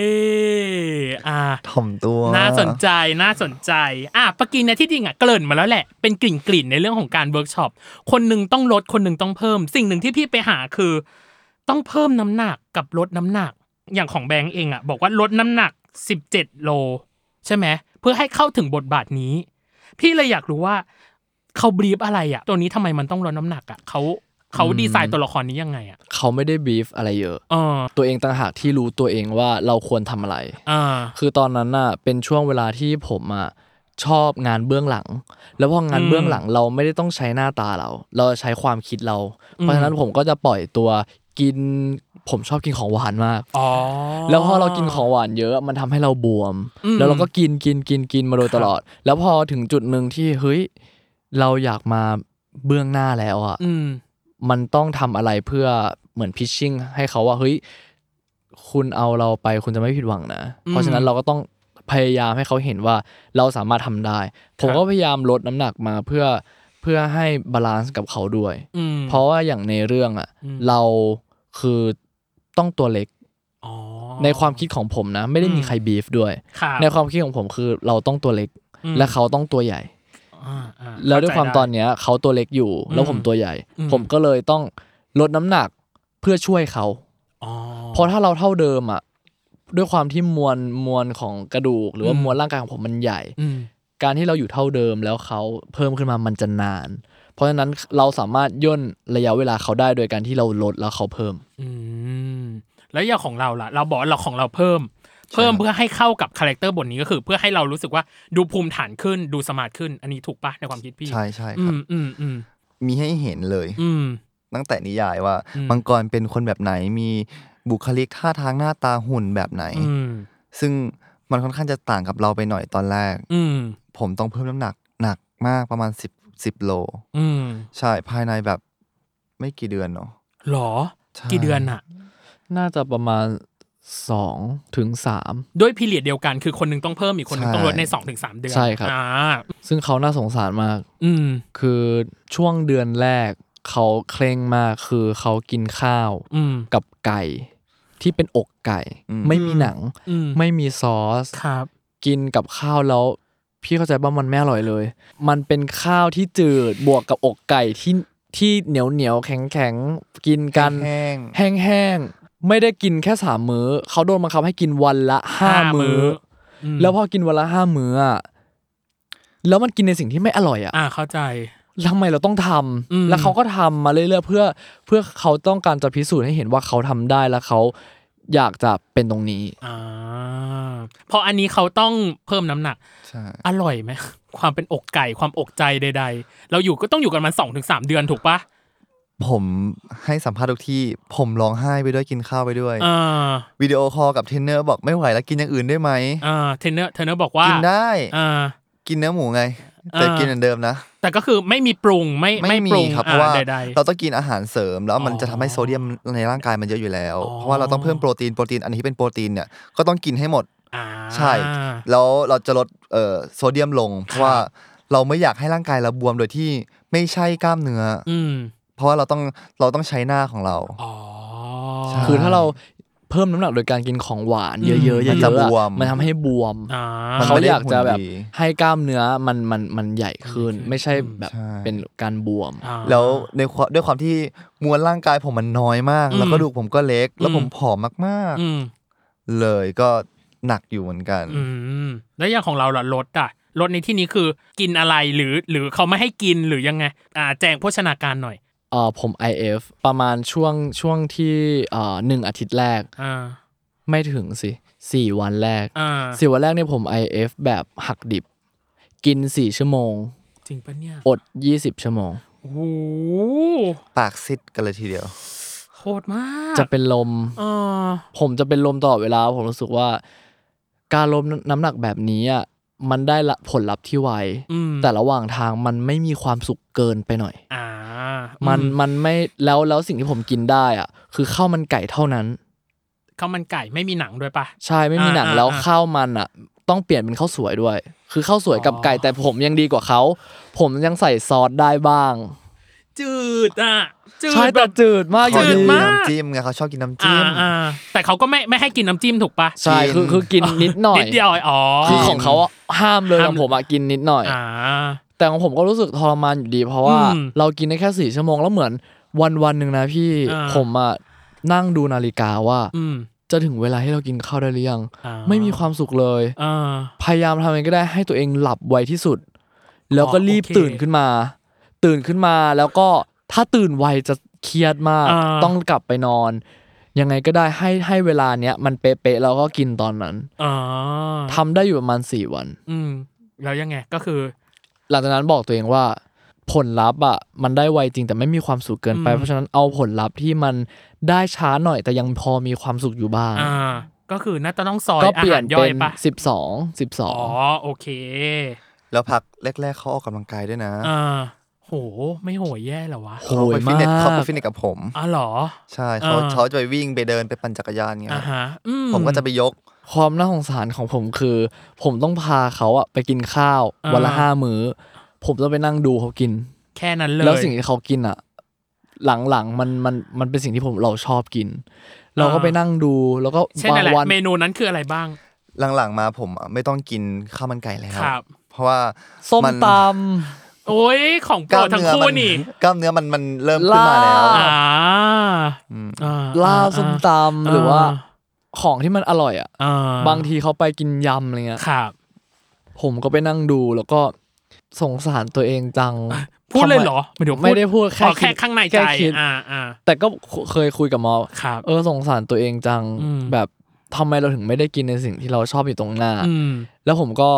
[SPEAKER 2] อ่า
[SPEAKER 4] ถ่อมตัว
[SPEAKER 2] น่าสนใจ น่าสนใจ อ่ะปกีเนี่ยที่จริงอ่ะเกริ่นมาแล้วแหละ เป็นกลิ่นกลิ่นๆในเรื่องของการเวิร์กช็อป คนหนึ่งต้องลด คนหนึ่งต้องเพิ่ม สิ่งหนึ่งที่พี่ไปหาคือ ต้องเพิ่มน้ำหนักกับลดน้ำหนัก อย่างของแบงก์เองอ่ะบอกว่าลดน้ำหนัก 17 โล ใช่ไหม เพื่อให้เข้าถึงบทบาทนี้ พี่เลยอยากรู้ว่าเขาบรีฟอะไรอ่ะ ตัวนี้ทำไมมันต้องลดน้ำหนักอ่ะเขาเขาดีไซน์ตัวละครนี้ยังไงอ่ะ
[SPEAKER 3] เขาไม่ได้บีฟอะไรเยอะ
[SPEAKER 2] เออ
[SPEAKER 3] ตัวเองต่างหากที่รู้ตัวเองว่าเราควรทำอะไร
[SPEAKER 2] อ่า
[SPEAKER 3] คือตอนนั้นน่ะเป็นช่วงเวลาที่ผมอ่ะชอบงานเบื้องหลัง แล้วพองาน
[SPEAKER 2] อืม
[SPEAKER 3] เบื้องหลังเราไม่ได้ต้องใช้หน้าตาเรา เราใช้ความคิดเรา เพ
[SPEAKER 2] อื
[SPEAKER 3] ราะ
[SPEAKER 2] ม
[SPEAKER 3] ฉะนั้นผมก็จะปล่อยตัวกิน ผมชอบกินของหวานมาก
[SPEAKER 2] อ๋อ
[SPEAKER 3] แล้วพอเรากินของหวานเยอะมันทำให้เราบวม
[SPEAKER 2] อืม
[SPEAKER 3] แล้วเราก็กินกินกินกินมาโดยตลอด แล้วพอถึงจุดหนึ่งที่เฮ้ยเราอยากมาเบื้องหน้าแล้วอ่ะ
[SPEAKER 2] อืม
[SPEAKER 3] มันต้องทำอะไรเพื่อเหมือนพิชชิ่งให้เขาว่าเฮ้ยคุณเอาเราไปคุณจะไม่ผิดหวังนะ
[SPEAKER 2] อืม
[SPEAKER 3] เพราะฉะนั้นเราก็ต้องพยายามให้เขาเห็นว่าเราสามารถทำได้ ผม
[SPEAKER 2] ครับ
[SPEAKER 3] ก็พยายามลดน้ำหนักมาเพื่อเพื่อให้บาลานซ์กับเขาด้วย
[SPEAKER 2] อืม
[SPEAKER 3] เพราะว่าอย่างในเรื่องอ่ะ
[SPEAKER 2] อืม
[SPEAKER 3] เราคือต้องตัวเล็ก
[SPEAKER 2] อ๋อ
[SPEAKER 3] ในความคิดของผมนะ ไม่ได้
[SPEAKER 2] อืม
[SPEAKER 3] มีใครบีฟด้วย
[SPEAKER 2] ครับ
[SPEAKER 3] ในความคิดของผมคือเราต้องตัวเล็ก
[SPEAKER 2] อืม
[SPEAKER 3] และเขาต้องตัวใหญ่
[SPEAKER 2] อ่าอ่า
[SPEAKER 3] แล้วด้วยความ
[SPEAKER 2] เข้ใจไ
[SPEAKER 3] ตอนเนี้ยเขาตัวเล็กอยู่ แล้วผมตัวใหญ่
[SPEAKER 2] อืม
[SPEAKER 3] ผมก็เลยต้องลดน้ำหนักเพื่อช่วยเขา
[SPEAKER 2] อ๋อ
[SPEAKER 3] เพราะถ้าเราเท่าเดิมอ่ะด้วยความที่มวลมวลของกระดูก หรือว่า
[SPEAKER 2] อืม
[SPEAKER 3] มวลร่างกายของผมมันใหญ่
[SPEAKER 2] อืม
[SPEAKER 3] การที่เราอยู่เท่าเดิมแล้วเขาเพิ่มขึ้นมามันจะนาน เพราะฉะนั้นเราสามารถย่นระยะเวลาเขาได้โดยการที่เราลดแล้วเขาเพิ่ม
[SPEAKER 2] อืม แล้วอย่างของเราล่ะ เราบอกว่าเราของเราเพิ่ม เพิ่มเพื่อให้เข้ากับคาแรคเตอร์บทนี้ก็คือ เพื่อให้เรารู้สึกว่าดูภูมิฐานขึ้นดูสมาร์ทขึ้น อันนี้ถูกปะในความคิดพี่
[SPEAKER 4] ใช่ใช่
[SPEAKER 2] อื
[SPEAKER 4] ครับ
[SPEAKER 2] มอืมอืม
[SPEAKER 4] มีให้เห็นเลย
[SPEAKER 2] อืม
[SPEAKER 4] ตั้งแต่นิยายว่า
[SPEAKER 2] อืม
[SPEAKER 4] มังกรเป็นคนแบบไหนมีบุคลิกท่าทางหน้าตาหุ่นแบบไหน
[SPEAKER 2] อืม
[SPEAKER 4] ซึ่งมันค่อนข้างจะต่างกับเราไปหน่อยตอนแรก
[SPEAKER 2] อืม
[SPEAKER 4] ผมต้องเพิ่มน้ำหนักหนักมากประมาณ 10 10โล
[SPEAKER 2] อืม
[SPEAKER 4] ใช่ภายในแบบไม่กี่เดือนเนาะ
[SPEAKER 2] หรอ
[SPEAKER 4] ใช่
[SPEAKER 2] กี่เดือนอะ
[SPEAKER 3] น่าจะประมาณ2ถึง3
[SPEAKER 2] ด้วยพีเรียดเดียวกันคือคนหนึงต้องเพิ่มอีกคนหนึงต้องลดในสองถึงสามเดือน
[SPEAKER 3] ใช่ครับ
[SPEAKER 2] อ่า
[SPEAKER 3] ซึ่งเขาน่าสงสารมาก
[SPEAKER 2] อืม
[SPEAKER 3] คือช่วงเดือนแรกเขาเคร่งมากคือเขากินข้าว
[SPEAKER 2] อืม
[SPEAKER 3] กับไก่ที่เป็นอกไก่
[SPEAKER 4] อืม
[SPEAKER 3] ไม่มีหนัง
[SPEAKER 2] อืม
[SPEAKER 3] ไม่มีซอส
[SPEAKER 2] ครับ
[SPEAKER 3] กินกับข้าวแล้ว พี่เข้าใจว่ามันไม่อร่อยเลย มันเป็นข้าวที่จืดบวกกับอกไก่ที่ที่เหนียวเหนียวๆแข็งแข็งๆกินกัน
[SPEAKER 4] แห้ง
[SPEAKER 3] แห้งแห้งๆไม่ได้กินแค่สามมื้อเขาโดนบังคับให้กินวันละห้า
[SPEAKER 2] ห้ามื้
[SPEAKER 3] มื้อ
[SPEAKER 2] อ
[SPEAKER 3] อแล้วพอกินวันละห้ามื้ออะแล้วมันกินในสิ่งที่ไม่อร่อยอ่ะ
[SPEAKER 2] อ่าเข้าใจ
[SPEAKER 3] ทำไมเราต้องทำ
[SPEAKER 2] อืม
[SPEAKER 3] แล้วเขาก็ทำมาเรื่อยๆเพื่อเพื่อเขาต้องการจะพิสูจน์ให้เห็นว่าเขาทำได้และเขาอยากจะเป็นตรงนี้
[SPEAKER 2] อ่าพออันนี้เขาต้องเพิ่มน้ำหนัก
[SPEAKER 4] ใช่
[SPEAKER 2] อร่อยไหม ความเป็นอกไก่ความอกใจใด ๆ เราอยู่ก็ต้องอยู่กันมันสองถึงสามเดือนถูกปะ
[SPEAKER 4] ผมให้สัมภาษณ์ทุกที่ผมร้องไห้ไปด้วยกินข้าวไปด้วย
[SPEAKER 2] อ่า
[SPEAKER 4] วิดีโอคอลกับเทรนเนอร์บอกไม่ไหวแล้วกินอย่างอื่นได้ไหม
[SPEAKER 2] อ่าเทรนเนอร์เทรนเนอร์บอกว่า
[SPEAKER 4] กินได้
[SPEAKER 2] อ่า
[SPEAKER 4] กินเนื้อหมูไง แต่
[SPEAKER 2] อ่ากิ
[SPEAKER 4] กินเหมือนเดิมนะ
[SPEAKER 2] แต่ก็คือไม่มีปรุงไม่
[SPEAKER 4] ไม่มี
[SPEAKER 2] ปรุง
[SPEAKER 4] ครับเพ
[SPEAKER 2] อ่
[SPEAKER 4] ราะว่า
[SPEAKER 2] ใด
[SPEAKER 4] เราต้องกินอาหารเสริม แล้วมัน
[SPEAKER 2] อ๋อ
[SPEAKER 4] จะทำให้โซเดียมในร่างกายมันเยอะอยู่แล้ว
[SPEAKER 2] อ๋อ
[SPEAKER 4] เพราะว่าเราต้องเพิ่มโปรตีนโปรตีนอันที่เป็นโปรตีนเนี่ยก็ต้องกินให้หมด
[SPEAKER 2] ๆอ่า
[SPEAKER 4] ใช่ แล้วเราจะลดเอ่อโซเดียมลง เพราะว่า
[SPEAKER 2] ครับ
[SPEAKER 4] เราไม่อยากให้ร่างกายเราบวมโดยที่ไม่ใช่กล้ามเนื้ออ
[SPEAKER 2] อืม
[SPEAKER 4] เพราะว่าเราต้องเราต้องใช้หน้าของเรา
[SPEAKER 2] อ๋อ
[SPEAKER 4] ใช่
[SPEAKER 3] คือถ้าเรา เพิ่มน้ำหนักโดยการกินของหวานเยอะๆเยอะๆ
[SPEAKER 4] มันจะบวม
[SPEAKER 3] มันทำให้บวม
[SPEAKER 2] อ่า
[SPEAKER 4] มัน
[SPEAKER 3] เขา
[SPEAKER 4] ไม่ได้
[SPEAKER 3] อยากจะแบบ
[SPEAKER 4] หุ่นดี
[SPEAKER 3] ให้กล้ามเนื้อมันมันมันใหญ่ขึ้น ไม่ใช่แบบ
[SPEAKER 4] ใช่
[SPEAKER 3] เป็นการบวม
[SPEAKER 2] อ่า
[SPEAKER 4] แล้วในความด้วยความที่มวลร่างกายผมมันน้อยมาก
[SPEAKER 2] อืม
[SPEAKER 4] แล้วก็ดูกผมก็เล็ก แล้ว
[SPEAKER 2] อืม
[SPEAKER 4] ผมผอมมาก
[SPEAKER 2] อืม
[SPEAKER 4] ๆ เลยก็หนักอยู่เหมือนกัน
[SPEAKER 2] อืมแล้วอย่างของเราล่ะลดอ่ะลดในที่นี้คือกินอะไรหรือหรือเขาไม่ให้กินหรือยังไง อ่า แจงโภชนาการหน่อย
[SPEAKER 3] เอ่อผม IF ประมาณช่วงช่วงที่เอ่อหนึ่งอาทิตย์แรก
[SPEAKER 2] อ่า
[SPEAKER 3] ไม่ถึงสิสี่วันแรก
[SPEAKER 2] อ่า
[SPEAKER 3] สี่วันแรกเนี่ยผม IF แบบหักดิบ กินสี่ชั่วโมง
[SPEAKER 2] จริงปะเนี่ย
[SPEAKER 3] อดยี่สิบชั่วโมง
[SPEAKER 2] โอ้โห
[SPEAKER 4] ปากซิดกันเลยทีเดียว
[SPEAKER 2] โหดมาก
[SPEAKER 3] จะเป็นลม
[SPEAKER 2] อ่า
[SPEAKER 3] ผมจะเป็นลมตลอดเวลา ผมรู้สึกว่า การลดน้ำหนักแบบนี้อ่ะมันได้ละผลลัพธ์ที่ไว
[SPEAKER 2] อืม
[SPEAKER 3] แต่ระหว่างทางมันไม่มีความสุขเกินไปหน่อย
[SPEAKER 2] อ่า
[SPEAKER 3] มัน
[SPEAKER 2] อื
[SPEAKER 3] มันไม่แล้วแล้วสิ่งที่ผมกินได้อ่ะคือข้าวมันไก่เท่านั้น
[SPEAKER 2] ข้าวมันไก่ไม่มีหนังด้วยปะ
[SPEAKER 3] ใช่ไม่มีหนัง
[SPEAKER 2] อ่า
[SPEAKER 3] แล้ว
[SPEAKER 2] อ่า
[SPEAKER 3] ข้าวมันอ่ะ ต้องเปลี่ยนเป็นข้าวสวยด้วย คือข้าวสวยกับ
[SPEAKER 2] อ๋อ
[SPEAKER 3] ไก่แต่ผมยังดีกว่าเขา ผมยังใส่ซอสได้บ้าง
[SPEAKER 2] จืดอ่ะจืด
[SPEAKER 3] ใช่
[SPEAKER 2] แบ
[SPEAKER 3] แต่
[SPEAKER 2] บ
[SPEAKER 3] จืดมากอ
[SPEAKER 4] เขา
[SPEAKER 2] จื
[SPEAKER 3] ยู่ดี
[SPEAKER 2] ดมาก
[SPEAKER 4] น้ำจิ้มไงเขาชอบกินน้ำ
[SPEAKER 2] อ่า
[SPEAKER 4] จิ้ม
[SPEAKER 2] อ่าแต่เขาก็ไม่ไม่ให้กินน้ำจิ้มถูกปะ
[SPEAKER 3] ใช่คือคือกินนิดหน่อย
[SPEAKER 2] นิดเดียวอ๋อ
[SPEAKER 3] คือของเขาอะห้ามเลย
[SPEAKER 2] ห้าม
[SPEAKER 3] ของผมอะกินนิดหน่อย
[SPEAKER 2] อ่า
[SPEAKER 3] แต่ของผมก็รู้สึกทรมานอยู่ดี เพราะว่า
[SPEAKER 2] อืม
[SPEAKER 3] เรากินได้แค่สี่ชั่วโมงแล้วเหมือนวันวันหนึ่งนะพี่
[SPEAKER 2] อ่า
[SPEAKER 3] ผมอะนั่งดูนาฬิกาว่า
[SPEAKER 2] อืม
[SPEAKER 3] จะถึงเวลาให้เรากินข้าวได้หรือยัง
[SPEAKER 2] อ่า
[SPEAKER 3] ไม่มีความสุขเลย
[SPEAKER 2] อ่า
[SPEAKER 3] พยายามทำเองก็ได้ให้ตัวเองหลับไวที่สุด แล้วก็รีบ
[SPEAKER 2] โอเค
[SPEAKER 3] ตื่นขึ้นมา ตื่นขึ้นมาแล้วก็ถ้าตื่นไวจะเครียดมาก
[SPEAKER 2] อ่า
[SPEAKER 3] ต้องกลับไปนอน ยังไงก็ได้ให้ให้เวลาเนี้ยมันเป๊ะๆแล้วก็กินตอนนั้น
[SPEAKER 2] อ่า
[SPEAKER 3] ทำได้อยู่ประมาณสี่วัน
[SPEAKER 2] อืมแล้วยังไงก็คือ
[SPEAKER 3] หลังจากนั้นบอกตัวเองว่า ผลลัพธ์อ่ะมันได้ไวจริงแต่ไม่มีความสุขเกินไป
[SPEAKER 2] อืม
[SPEAKER 3] เพราะฉะนั้นเอาผลลัพธ์ที่มันได้ช้าหน่อยแต่ยังพอมีความสุขอยู่บ้าง
[SPEAKER 2] อ่า ก็คือน่าจะต้องซอย
[SPEAKER 3] ก็
[SPEAKER 2] อา
[SPEAKER 3] เปลี่
[SPEAKER 2] หาย
[SPEAKER 3] น
[SPEAKER 2] รย่อ
[SPEAKER 3] เป็
[SPEAKER 2] ย
[SPEAKER 3] น
[SPEAKER 2] ปะ
[SPEAKER 3] สิบสองสิบสอ
[SPEAKER 2] อ๋อง โอเค
[SPEAKER 4] แล้วพักแรกๆเขาออกกำลังกายด้วยนะ
[SPEAKER 2] อ่าโหไม่โหยแย่เหรอวะ
[SPEAKER 3] โห
[SPEAKER 4] เขาไปฟิตเนส
[SPEAKER 3] โหยมาก
[SPEAKER 4] เขาไปฟิตเนสกับผม
[SPEAKER 2] อ๋อเหรอ
[SPEAKER 4] ใช่เขา
[SPEAKER 2] อ่า
[SPEAKER 4] เขาจะไปวิ่งไปเดินไปปั่นจักรยานเงี้
[SPEAKER 2] อ่าย ฮะอืม
[SPEAKER 4] ผมก็จะไปยก
[SPEAKER 3] ความน่าสงสารของผมคือ ผมต้องพาเขาอะไปกินข้าว
[SPEAKER 2] อ่า
[SPEAKER 3] วันละห้ามื้อ ผมต้องไปนั่งดูเขากิน
[SPEAKER 2] แค่นั้นเลย
[SPEAKER 3] แล้วสิ่งที่เขากินอะหลังๆมันมันมันเป็นสิ่งที่ผมเราชอบกิน เราก็ไปนั่งดูแล้วก็
[SPEAKER 2] เช่น
[SPEAKER 3] บาง
[SPEAKER 2] อะไร
[SPEAKER 3] วัน
[SPEAKER 2] เมนูนั้นคืออะไรบ้าง
[SPEAKER 4] หลังๆมาผมอ่ะไม่ต้องกินข้าวมันไก่แล้ว
[SPEAKER 2] ครับ
[SPEAKER 4] เพราะว่า
[SPEAKER 3] ส้ม
[SPEAKER 4] น
[SPEAKER 3] ต
[SPEAKER 2] โอ้ยของโปรดทั้งคู่
[SPEAKER 4] มั
[SPEAKER 2] นี่
[SPEAKER 4] กล้ามเนื้อมันมันเริ่มขึ้นมาแล้ว
[SPEAKER 3] ลา
[SPEAKER 2] อ่าอ่
[SPEAKER 3] ำลาบส้มตำหรือว่า ของที่มันอร่อยอะ
[SPEAKER 2] อ่
[SPEAKER 3] บางทีเขาไปกินยำอะไรเงี้ย
[SPEAKER 2] ครับ
[SPEAKER 3] ผมก็ไปนั่งดูแล้วก็สงสารตัวเองจัง
[SPEAKER 2] พูดเลยเหรอ
[SPEAKER 3] ทำไมไม่ได้พูดแค่
[SPEAKER 2] อ๋อแค่
[SPEAKER 3] ด
[SPEAKER 2] ข้างในใจ
[SPEAKER 3] แค่คิด
[SPEAKER 2] อ่าอ่า
[SPEAKER 3] แต่ก็เคยคุยกับหมอ
[SPEAKER 2] ครับ
[SPEAKER 3] เออสงสารตัวเองจัง
[SPEAKER 2] อืม
[SPEAKER 3] แบบทำไมเราถึงไม่ได้กินในสิ่งที่เราชอบอยู่ตรงหน้า
[SPEAKER 2] อืม
[SPEAKER 3] แล้วผมก็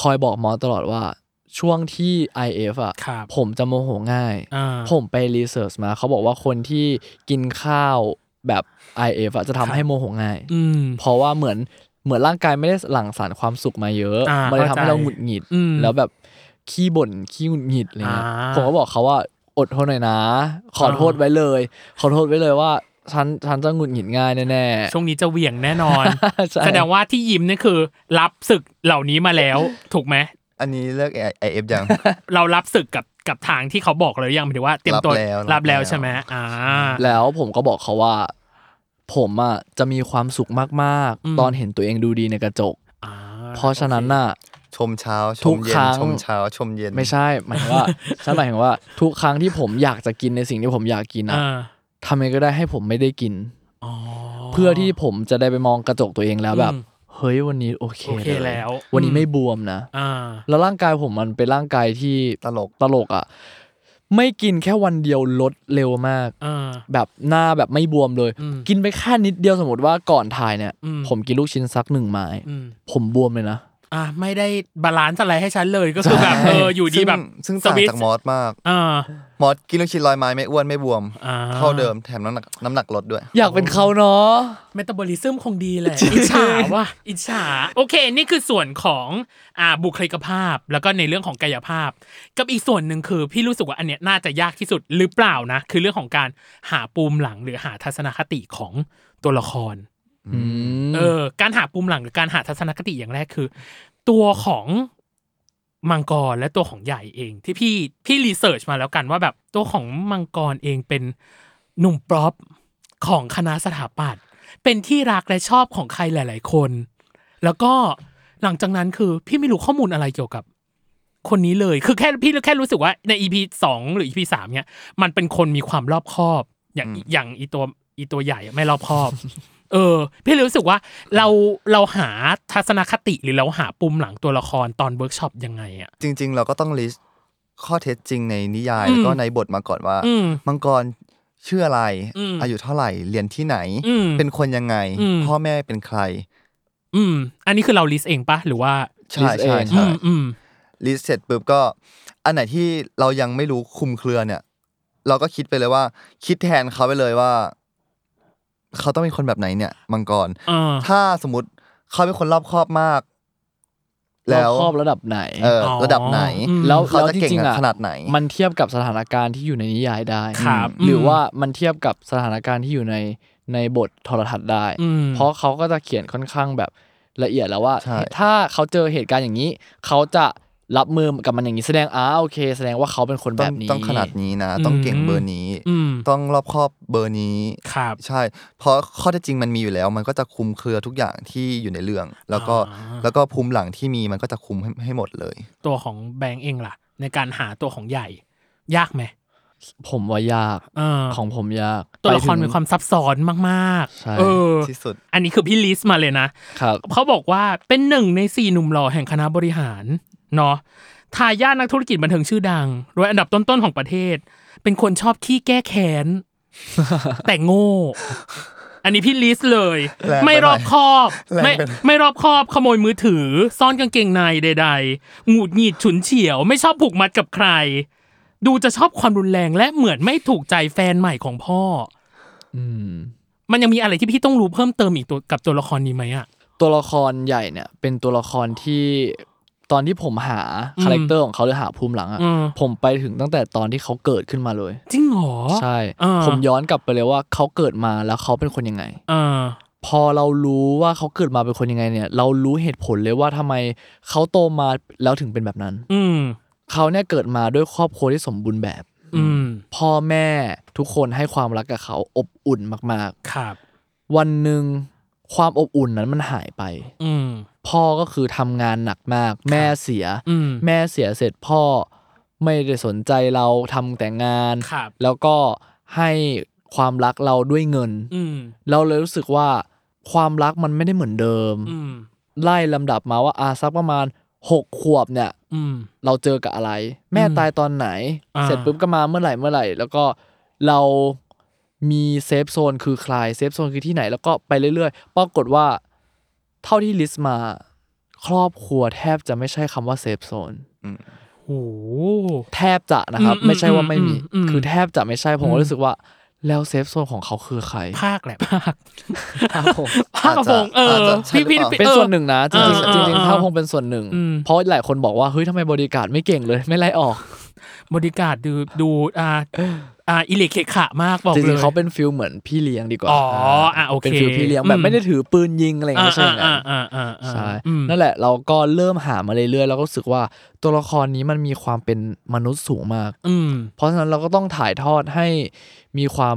[SPEAKER 3] คอยบอกหมอตลอดว่า ช่วงที่ IF อ่ะ
[SPEAKER 2] ครับ
[SPEAKER 3] ผมจะโมโหง่าย
[SPEAKER 2] อ่า
[SPEAKER 3] ผมไปรีเสิร์ชมาเขาบอกว่าคนที่กินข้าวแบบ IF อ่ะจะทำให้โมโหง่าย
[SPEAKER 2] อืม
[SPEAKER 3] เพราะว่าเหมือนเหมือนร่างกายไม่ได้หลั่งสารความสุขมาเยอะ
[SPEAKER 2] อ่า
[SPEAKER 3] มันเลยทำให้
[SPEAKER 2] เข้าใจ
[SPEAKER 3] เราหงุดหงิด
[SPEAKER 2] อืม
[SPEAKER 3] แล้วแบบขี้บ่นขี้หงุดหงิดอะไรเงี้ย
[SPEAKER 2] อ่า
[SPEAKER 3] ผมก็บอกเขาว่าอดทนหน่อยนะ ขอโทษ
[SPEAKER 2] อ่า
[SPEAKER 3] ไว้เลย ขอโทษไว้เลยว่าฉันฉันจะหงุดหงิดง่ายแน่ๆ
[SPEAKER 2] ช่วงนี้จะเหวี่ยงแน่นอน
[SPEAKER 3] [LAUGHS] ใช่
[SPEAKER 2] แสดงว่าที่ยิ้มนี่คือ รับศึกเหล่านี้มาแล้ว
[SPEAKER 4] [LAUGHS]
[SPEAKER 2] ถูกไหม
[SPEAKER 4] อันนี้เลิกไอเอฟยัง [LAUGHS]
[SPEAKER 2] เรารับศึกกับกับทางที่เขาบอกเลยยังหมายถึงว่าเตรียมตัว
[SPEAKER 4] รับแล้ว
[SPEAKER 2] รับแล้ว
[SPEAKER 4] รับแล้ว
[SPEAKER 2] ใช่ไหมอ่า
[SPEAKER 3] แล้วผมก็บอกเขาว่า ผมอ่ะจะมีความสุขมาก
[SPEAKER 2] อืม
[SPEAKER 3] ๆ ตอนเห็นตัวเองดูดีในกระจก
[SPEAKER 2] อ่า
[SPEAKER 3] เพราะฉะนั้นน่ะ
[SPEAKER 4] ชมเช้าช
[SPEAKER 3] ทุ
[SPEAKER 4] ม
[SPEAKER 3] ก
[SPEAKER 4] เย็
[SPEAKER 3] ครั้
[SPEAKER 4] น
[SPEAKER 3] ง
[SPEAKER 4] ชมเช้าชมเย็น
[SPEAKER 3] ไม่ใช่หมายถึง [LAUGHS] ว่า ฉันหมายถึงว่า ทุกครั้งที่ผมอยากจะกินในสิ่งที่ผมอยากกินอ่ะ
[SPEAKER 2] อ่า
[SPEAKER 3] ทำยังไงก็ได้ให้ผมไม่ได้กิน
[SPEAKER 2] อ๋อ
[SPEAKER 3] เพื่อที่ผมจะได้ไปมองกระจกตัวเองแล้วแบบ
[SPEAKER 2] อืม
[SPEAKER 3] เฮ้ยวันนี้โอเค
[SPEAKER 2] โอเค
[SPEAKER 3] ย
[SPEAKER 2] แล้ว
[SPEAKER 3] วันนี้ไม่บวมนะ
[SPEAKER 2] อ่า
[SPEAKER 3] แล้วร่างกายผมมันเป็นร่างกายที่
[SPEAKER 4] ตลก
[SPEAKER 3] ตลกอ่ะไม่กินแค่วันเดียวลดเร็วมาก
[SPEAKER 2] อ่า
[SPEAKER 3] แบบหน้าแบบไม่บวมเลย
[SPEAKER 2] อืม
[SPEAKER 3] กินไปแค่นิดเดียวสมมติว่าก่อนถ่ายเนี่ย
[SPEAKER 2] อืม
[SPEAKER 3] ผมกินลูกชิ้นสักหนึ่งไม้
[SPEAKER 2] อืม
[SPEAKER 3] ผมบวมเลยนะ
[SPEAKER 2] อ่ะไม่ได้บาลานซ์อะไรให้ฉันเลยก็คือแบบเอออยู่ดี
[SPEAKER 4] ซึ่ง
[SPEAKER 2] แบบ
[SPEAKER 4] ซึ่งต่าง
[SPEAKER 2] วิตช์
[SPEAKER 4] จากมอสมาก
[SPEAKER 2] อ่าม
[SPEAKER 4] อสกินลูกชิ้นลอยไม้ไม่อ้วนไม่บวม
[SPEAKER 2] อ่า
[SPEAKER 4] เท่าเดิมแถมน้ำหนักน้ำหนักลดด้วย
[SPEAKER 3] อยากเป็นเขาเนาะ
[SPEAKER 2] เมตาบอลิซึมคงดีแหละอิจฉาว่ะอิจฉาโอเค นี่คือส่วนของอ่าบุคลิกภาพ แล้วก็ในเรื่องของกายภาพ กับอีกส่วนหนึ่งคือพี่รู้สึกว่าอันเนี้ยน่าจะยากที่สุดหรือเปล่านะ คือเรื่องของการหาปูมหลังหรือหาทัศนคติของตัวละคร เออการหาปุ่มหลังหรือการหาทัศนคติอย่างแรกคือ ตัวของมังกรและตัวของใหญ่เอง ที่พี่พี่รีเสิร์ชมาแล้วกันว่าแบบตัวของมังกรเองเป็นหนุ่มปรอปของคณะสถาปัตย์ เป็นที่รักและชอบของใครหลาย ๆ คน แล้วก็หลังจากนั้นคือพี่ไม่รู้ข้อมูลอะไรเกี่ยวกับ คนนี้เลยคือแค่พี่แค่รู้สึกว่าใน EP สองหรือ EP สามเนี่ยมันเป็นคนมีความรอบคอบ อย่างอย่างอีตัวอีตัวใหญ่อะไม่รอบคอบ เออ พี่เลยรู้สึกว่าเราเราหาทัศนคติหรือเราหาปุ่มหลังตัวละครตอนเวิร์กช็อปยังไงอ่ะ
[SPEAKER 4] จริง ๆ เราก็ต้อง list ข้อเท็จจริงในนิยาย
[SPEAKER 2] อืม
[SPEAKER 4] แล้วก็ในบทมาก่อนว่า
[SPEAKER 2] อืม
[SPEAKER 4] มังกรชื่ออะไร
[SPEAKER 2] อืม
[SPEAKER 4] อายุเท่าไหร่ เรียนที่ไหน
[SPEAKER 2] อืม
[SPEAKER 4] เป็นคนยังไง
[SPEAKER 2] อืม
[SPEAKER 4] พ่อแม่เป็นใคร
[SPEAKER 2] อืม อันนี้คือเราลิสเองปะหรือว่า
[SPEAKER 4] ใช่
[SPEAKER 3] list
[SPEAKER 4] ใช่
[SPEAKER 3] เอง
[SPEAKER 2] อื
[SPEAKER 4] ใช่
[SPEAKER 2] มอืม
[SPEAKER 4] ลิสเสร็จปุ๊บก็ อันไหนที่เรายังไม่รู้คลุมเครือเนี่ย เราก็คิดไปเลยว่า คิดแทนเขาไปเลยว่า เขาต้องเป็นคนแบบไหนเนี่ย มังกร
[SPEAKER 2] อ่า
[SPEAKER 4] ถ้าสมมติเขาเป็นคนรอบคอบมาก
[SPEAKER 3] แล้
[SPEAKER 4] แล้ว ว
[SPEAKER 3] ครอบระดับไหน
[SPEAKER 4] เออระดับไหน
[SPEAKER 2] อ๋อ
[SPEAKER 3] แล้ว
[SPEAKER 4] เขา
[SPEAKER 3] แล้วจ
[SPEAKER 4] จะเก่ง
[SPEAKER 3] ริงๆ
[SPEAKER 4] อะ
[SPEAKER 3] อ่ะ
[SPEAKER 4] ขนาดไหน
[SPEAKER 3] มันเทียบกับสถานการณ์ที่อยู่ในนิยายได้
[SPEAKER 2] ครับ
[SPEAKER 3] หรืออ
[SPEAKER 2] ม
[SPEAKER 3] ว่ามันเทียบกับสถานการณ์ที่อยู่ในในบทโทรทัศน์ได้
[SPEAKER 2] อืม
[SPEAKER 3] เพราะเขาก็จะเขียนค่อนข้างแบบละเอียดแล้วว่า
[SPEAKER 4] ใช่
[SPEAKER 3] ถ้าเขาเจอเหตุการณ์อย่างนี้ เขาจะรับมือกับมันอย่างนี้แสดงอ้าโอเค แสดงว่าเขาเป็นคน
[SPEAKER 4] ต้
[SPEAKER 3] แบ
[SPEAKER 4] อง
[SPEAKER 3] บนี้
[SPEAKER 4] ต้องขนาดนี้นะ ต้องเก่ง
[SPEAKER 2] อืม
[SPEAKER 4] เบอร์นี้
[SPEAKER 2] อืม
[SPEAKER 4] ต้องรอบคอบเบอร์นี้
[SPEAKER 2] ครับ
[SPEAKER 4] ใช่ เพราะข้อเท็จจริงมันมีอยู่แล้ว มันก็จะคุมเครือทุกอย่างที่อยู่ในเรื่อง แล้วก็
[SPEAKER 2] อ่า
[SPEAKER 4] แล้วก็ภูมิหลังที่มีมันก็จะคุมให้ให้หมดเลย
[SPEAKER 2] ตัวของแบงก์เองล่ะ ในการหาตัวของใหญ่ ยากไหม
[SPEAKER 3] ผมว่ายาก
[SPEAKER 2] เออ
[SPEAKER 3] ของผมยาก
[SPEAKER 2] ตัวละคร
[SPEAKER 3] ไปถึง
[SPEAKER 2] มีความซับซ้อนมาก
[SPEAKER 3] ใช่
[SPEAKER 2] ๆเออ
[SPEAKER 4] ที่สุด
[SPEAKER 2] อันนี้คือพี่ลิสต์มาเลยนะ
[SPEAKER 3] ครับ
[SPEAKER 2] เขาบอกว่าเป็นหนึ่งในสี่หนุ่มหล่อแห่งคณะบริหารเนาะทายาทนักธุรกิจบันเทิงชื่อดังรวยอันดับต้นๆของประเทศ เป็นคนชอบขี้แก้แค้น
[SPEAKER 4] [LAUGHS]
[SPEAKER 2] แต่โง่ อันนี้พี่ลิสต์เลย
[SPEAKER 4] แรงไปหน่อย
[SPEAKER 2] ไม่รอบคอบ
[SPEAKER 4] แรงไปหน่อย
[SPEAKER 2] ไม่ไม่รอบคอบขโมยมือถือ ซ่อนกางเกงในใดๆหงุดหงิดฉุนเฉียว ไม่ชอบผูกมัดกับใคร ดูจะชอบความรุนแรงและเหมือนไม่ถูกใจแฟนใหม่ของพ่อ
[SPEAKER 3] อืม
[SPEAKER 2] มันยังมีอะไรที่พี่ต้องรู้เพิ่มเติมอีกตัวกับตัวละครนี้ไหมอะ
[SPEAKER 3] ตัวละครใหญ่เนี่ย เป็นตัวละครที่ตอนที่ผมหา
[SPEAKER 2] อืม
[SPEAKER 3] คาแรคเตอร์ของเขาหรือหาภูมิหลังอะ
[SPEAKER 2] อืม
[SPEAKER 3] ผมไปถึงตั้งแต่ตอนที่เขาเกิดขึ้นมาเลย
[SPEAKER 2] จริงเหรอ
[SPEAKER 3] ใช่
[SPEAKER 2] อ่า
[SPEAKER 3] ผมย้อนกลับไปเลยว่าเขาเกิดมาแล้วเขาเป็นคนยังไง
[SPEAKER 2] อ่า
[SPEAKER 3] พอเรารู้ว่าเขาเกิดมาเป็นคนยังไงเนี่ย เรารู้เหตุผลเลยว่าทำไมเขาโตมาแล้วถึงเป็นแบบนั้น
[SPEAKER 2] อืม
[SPEAKER 3] เขาเนี่ยเกิดมาด้วยครอบครัวที่สมบูรณ์แบบ
[SPEAKER 2] อืม
[SPEAKER 3] พ่อแม่ทุกคนให้ความรักกับเขาอบอุ่นมาก
[SPEAKER 2] ครับ
[SPEAKER 3] ๆ วันหนึ่งความอบอุ่นนั้นมันหายไป
[SPEAKER 2] อืม
[SPEAKER 3] พ่อก็คือทำงานหนักมาก แม่เสีย
[SPEAKER 2] อืม
[SPEAKER 3] แม่เสียเสร็จพ่อไม่ได้สนใจเราทำแต่งาน
[SPEAKER 2] ครับ
[SPEAKER 3] แล้วก็ให้ความรักเราด้วยเงิน
[SPEAKER 2] อืม
[SPEAKER 3] เราเลยรู้สึกว่าความรักมันไม่ได้เหมือนเดิม
[SPEAKER 2] อืม
[SPEAKER 3] ไล่ลำดับมาว่าอาซักประมาณหกขวบเนี่ย
[SPEAKER 2] อืม
[SPEAKER 3] เราเจอกับอะไร แม่
[SPEAKER 2] อืม
[SPEAKER 3] ตายตอนไหน
[SPEAKER 2] อ่า
[SPEAKER 3] เสร็จปุ๊บก็มาเมื่อไหร่เมื่อไหร่ แล้วก็เรามีเซฟโซนคือใครเซฟโซนคือที่ไหนแล้วก็ไปเรื่อยๆปรากฏว่าเท่าที่ลิสต์มา ครอบครัวแทบจะไม่ใช่คำว่าเซฟโซน
[SPEAKER 2] โอ้
[SPEAKER 3] แทบจะนะครับ
[SPEAKER 2] อืม
[SPEAKER 3] ไม่ใช่ว่าไม่มี
[SPEAKER 2] อืมอืม
[SPEAKER 3] คือแทบจะไม่ใช่ผม
[SPEAKER 2] อืม
[SPEAKER 3] ก็รู้สึกว่าแล้วเซฟโซนของเขาคือใคร
[SPEAKER 2] ภาคแหละภาค
[SPEAKER 3] ครับผม
[SPEAKER 2] ภาคกระพงเออ
[SPEAKER 4] อาจจะใช่
[SPEAKER 2] พี่
[SPEAKER 4] หรือ
[SPEAKER 2] พี่พี่
[SPEAKER 4] เปล่า
[SPEAKER 3] เป็น
[SPEAKER 2] ออ
[SPEAKER 3] ส่วนหนึ่งนะจริง
[SPEAKER 2] เออ
[SPEAKER 3] ๆจริง
[SPEAKER 2] เออ
[SPEAKER 3] ๆถ้าคงเป็นส่วนหนึ่ง
[SPEAKER 2] อืม
[SPEAKER 3] เพราะหลายคนบอกว่าเฮ้ยทำไมบริการไม่เก่งเลยไม่ไล่ออก
[SPEAKER 2] บริการดูดูอ่าอ่าอิเล็กเคขะมากบอก
[SPEAKER 3] จ
[SPEAKER 2] เล
[SPEAKER 3] ริ
[SPEAKER 2] ย
[SPEAKER 3] งๆเขาเป็นฟิลเหมือนพี่เลี้ยงดีกว่า
[SPEAKER 2] อ๋ออ่ะโอเค
[SPEAKER 3] เป็นฟิลพี่เลี้ยง
[SPEAKER 2] อืม
[SPEAKER 3] แบบไม่ได้ถือปืนยิงอะไรอย่าง
[SPEAKER 2] อ่า
[SPEAKER 3] เงี้ยไม่ใช่ไหม
[SPEAKER 2] อ่าอ่าอ่าอ่า
[SPEAKER 3] ใช่
[SPEAKER 2] อืม
[SPEAKER 3] นั่นแหละเราก็เริ่มหามาเรื่อยๆแล้วก็รู้สึกว่าตัวละครนี้มันมีความเป็นมนุษย์สูงมาก
[SPEAKER 2] อืม
[SPEAKER 3] เพราะฉะนั้นเราก็ต้องถ่ายทอดให้มีความ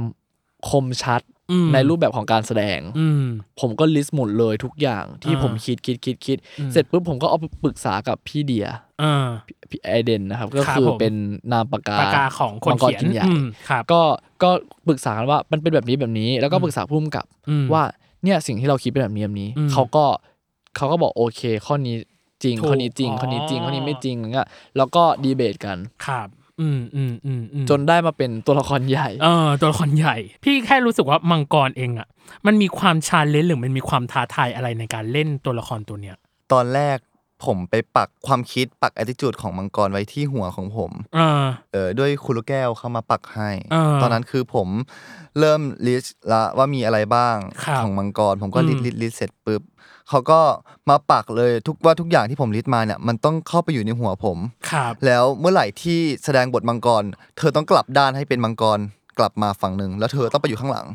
[SPEAKER 3] คมชัด
[SPEAKER 2] อืม
[SPEAKER 3] ในรูปแบบของการแสดง
[SPEAKER 2] อืม
[SPEAKER 3] ผมก็ลิสต์หมดเลยทุกอย่างที่
[SPEAKER 2] อ่า
[SPEAKER 3] ผมคิดคิดคิดคิด
[SPEAKER 2] อืม
[SPEAKER 3] เสร็จปุ๊บผมก็เอาไปปรึกษากับพี่เดีย
[SPEAKER 2] อ่า
[SPEAKER 3] พี่ไอเดนนะครับ ก็
[SPEAKER 2] ครับ
[SPEAKER 3] คือ
[SPEAKER 2] ผม
[SPEAKER 3] เป็นนามปากกา
[SPEAKER 2] ปากกาของคน
[SPEAKER 3] มักร
[SPEAKER 2] เขียน
[SPEAKER 3] กิใหญ่
[SPEAKER 2] อืมครับ
[SPEAKER 3] ก็ก็ปรึกษากันว่ามันเป็นแบบนี้แบบนี้ แล้วก็ปรึกษาพุ่มกับ
[SPEAKER 2] อืม
[SPEAKER 3] ว่าเนี่ยสิ่งที่เราคิดเป็นแบบนี้แบบนี้
[SPEAKER 2] อืม
[SPEAKER 3] เขาก็เขาก็บอกโอเค ข้อนี้จริง
[SPEAKER 2] ถูก
[SPEAKER 3] ข้อนี้จริง
[SPEAKER 2] อ๋อ
[SPEAKER 3] ข้อนี้จริงข้อนี้ไม่จริงอย่างเงี้ยแล้วก็ดีเบตกัน
[SPEAKER 2] ครับ อืมอืมอืมอืม
[SPEAKER 3] จนได้มาเป็นตัวละครใหญ่
[SPEAKER 2] เออตัวละครใหญ่ พี่แค่รู้สึกว่ามังกรเองอะมันมีความชาเลนจ์หรือมันมีความท้าทายอะไรในการเล่นตัวละครตัวเนี้ย
[SPEAKER 4] ตอนแรกผมไปปักความคิดปัก attitude ของมังกรไว้ที่หัวของผม
[SPEAKER 2] เออ
[SPEAKER 4] เออด้วยครูลูกแก้วเข้ามาปักให้
[SPEAKER 2] อ่า
[SPEAKER 4] ตอนนั้นคือผมเริ่มลิสละว่ามีอะไรบ้าง
[SPEAKER 2] ครับ
[SPEAKER 4] ของมังกร ผมก็ลิส
[SPEAKER 2] อืม
[SPEAKER 4] ลิสลิสเสร็จปุ๊บเขาก็มาปักเลยทุกว่าทุกอย่างที่ผมลิสมาเนี่ยมันต้องเข้าไปอยู่ในหัวผม
[SPEAKER 2] ครับ
[SPEAKER 4] แล้วเมื่อไหร่ที่แสดงบทมังกร เธอต้องกลับด้านให้เป็นมังกรกลับมาฝั่งหนึ่งแล้วเธอต้องไปอยู่ข้างหลัง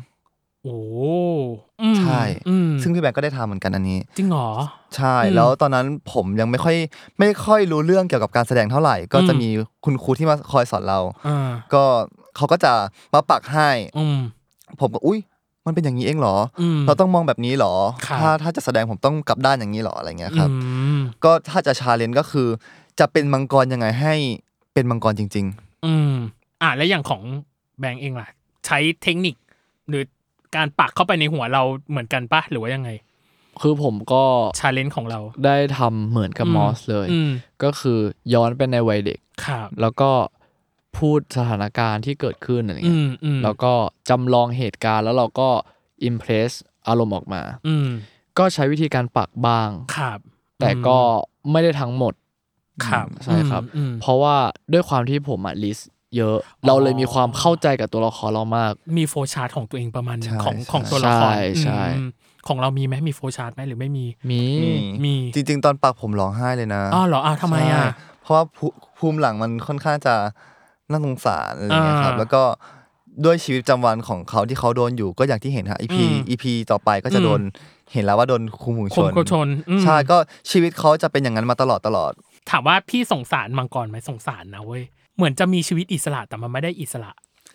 [SPEAKER 2] โอ้อืม
[SPEAKER 4] ใช่
[SPEAKER 2] อืม
[SPEAKER 4] ซึ่งพี่แบงก์ก็ได้ทำเหมือนกันอันนี้
[SPEAKER 2] จริงเหรอ
[SPEAKER 4] ใช่
[SPEAKER 2] อืม
[SPEAKER 4] แล้วตอนนั้นผมยังไม่ค่อยไม่ค่อยรู้เรื่องเกี่ยวกับการแสดงเท่าไหร่ ก็จะ
[SPEAKER 2] อืม
[SPEAKER 4] มีคุณครูที่มาคอยสอนเรา
[SPEAKER 2] อ่า
[SPEAKER 4] ก็เขาก็จะมาปักให้
[SPEAKER 2] อืม
[SPEAKER 4] ผมก็อุ้ย มันเป็นอย่างนี้เองเหรออ
[SPEAKER 2] ม
[SPEAKER 4] เราต้องมองแบบนี้เหรอ
[SPEAKER 2] ครับ
[SPEAKER 4] ถ้าถ้าจะแสดงผมต้องกลับด้านอย่างนี้เหรออะไรเงี้ยครับ
[SPEAKER 2] อืม
[SPEAKER 4] ก็ถ้าจะชาเลนจ์ก็คือ จะเป็นมังกรยังไงให้เป็นมังกรจริง
[SPEAKER 2] อืมอ่ะแล้วอย่างของแบงค์เองล่ะ ใช้เทคนิค หรือการปักเข้าไปในหัวเราเหมือนกันปะหรือว่ายังไง
[SPEAKER 3] คือผมก็
[SPEAKER 2] ชาเลนจ์ของเรา
[SPEAKER 3] ได้ทำเหมือนกับ
[SPEAKER 2] อืม
[SPEAKER 3] มอสเลย
[SPEAKER 2] อืม
[SPEAKER 3] ก็คือย้อนไปในวัยเด็ก
[SPEAKER 2] ครับ
[SPEAKER 3] แล้วก็พูดสถานการณ์ที่เกิดขึ้นอะไร
[SPEAKER 2] อื
[SPEAKER 3] เงี้ย
[SPEAKER 2] มอืม
[SPEAKER 3] แล้วก็จำลองเหตุการณ์แล้วเราก็อิมเพรสอารมณ์ออกมา
[SPEAKER 2] อืม
[SPEAKER 3] ก็ใช้วิธีการปักบ้าง
[SPEAKER 2] ครับ
[SPEAKER 3] แต่ก็ไม่ได้ทั้งหมด
[SPEAKER 2] ครับ
[SPEAKER 3] ใช่ครับ
[SPEAKER 2] อืม
[SPEAKER 3] เพ
[SPEAKER 2] อืม
[SPEAKER 3] ราะว่าด้วยความที่ผมอะลิสเยอะ เราเลยมีความเข้าใจกับตัวละครเรามาก
[SPEAKER 2] มีโฟล์ชาร์ตของตัวเองประมาณหนึ่ง
[SPEAKER 4] ใช่
[SPEAKER 2] ของ
[SPEAKER 4] ใช่
[SPEAKER 2] ของตัวละคร
[SPEAKER 3] ใช่ใช่
[SPEAKER 2] อืมของเรามีไหมมีโฟล์ชาร์ตไหมหรือไม่มี
[SPEAKER 3] มี
[SPEAKER 4] มี
[SPEAKER 2] มี
[SPEAKER 4] ๆ จริง ๆ ตอนปากผมร้องไห้เลยนะ
[SPEAKER 2] อ้าวเหรออ้าวทำไมอ่ะ
[SPEAKER 4] ใช่เพราะว่าภูภูมิหลังมันค่อนข้างจะน่าสงสารอะไรเงี้ยครับ
[SPEAKER 2] อ่า
[SPEAKER 4] แล้วก็ด้วยชีวิตประจำวันของเขาที่เขาโดนอยู่ก็อย่างที่เห็นฮะ EP
[SPEAKER 2] อืม
[SPEAKER 4] EP ต่อไปก็จะโดนเห็นแล้วว่าโดนคุมหุง
[SPEAKER 2] ค
[SPEAKER 4] ช
[SPEAKER 2] ม
[SPEAKER 4] น
[SPEAKER 2] กชนอืม
[SPEAKER 4] ใช่ก็ชีวิตเขาจะเป็นอย่างนั้นมาตลอดตลอด
[SPEAKER 2] ถามว่าพี่สงสารมังกรไหมสงสารนะเว้ย เหมือนจะมีชีวิตอิสระแต่มันไม่ได้อิสระ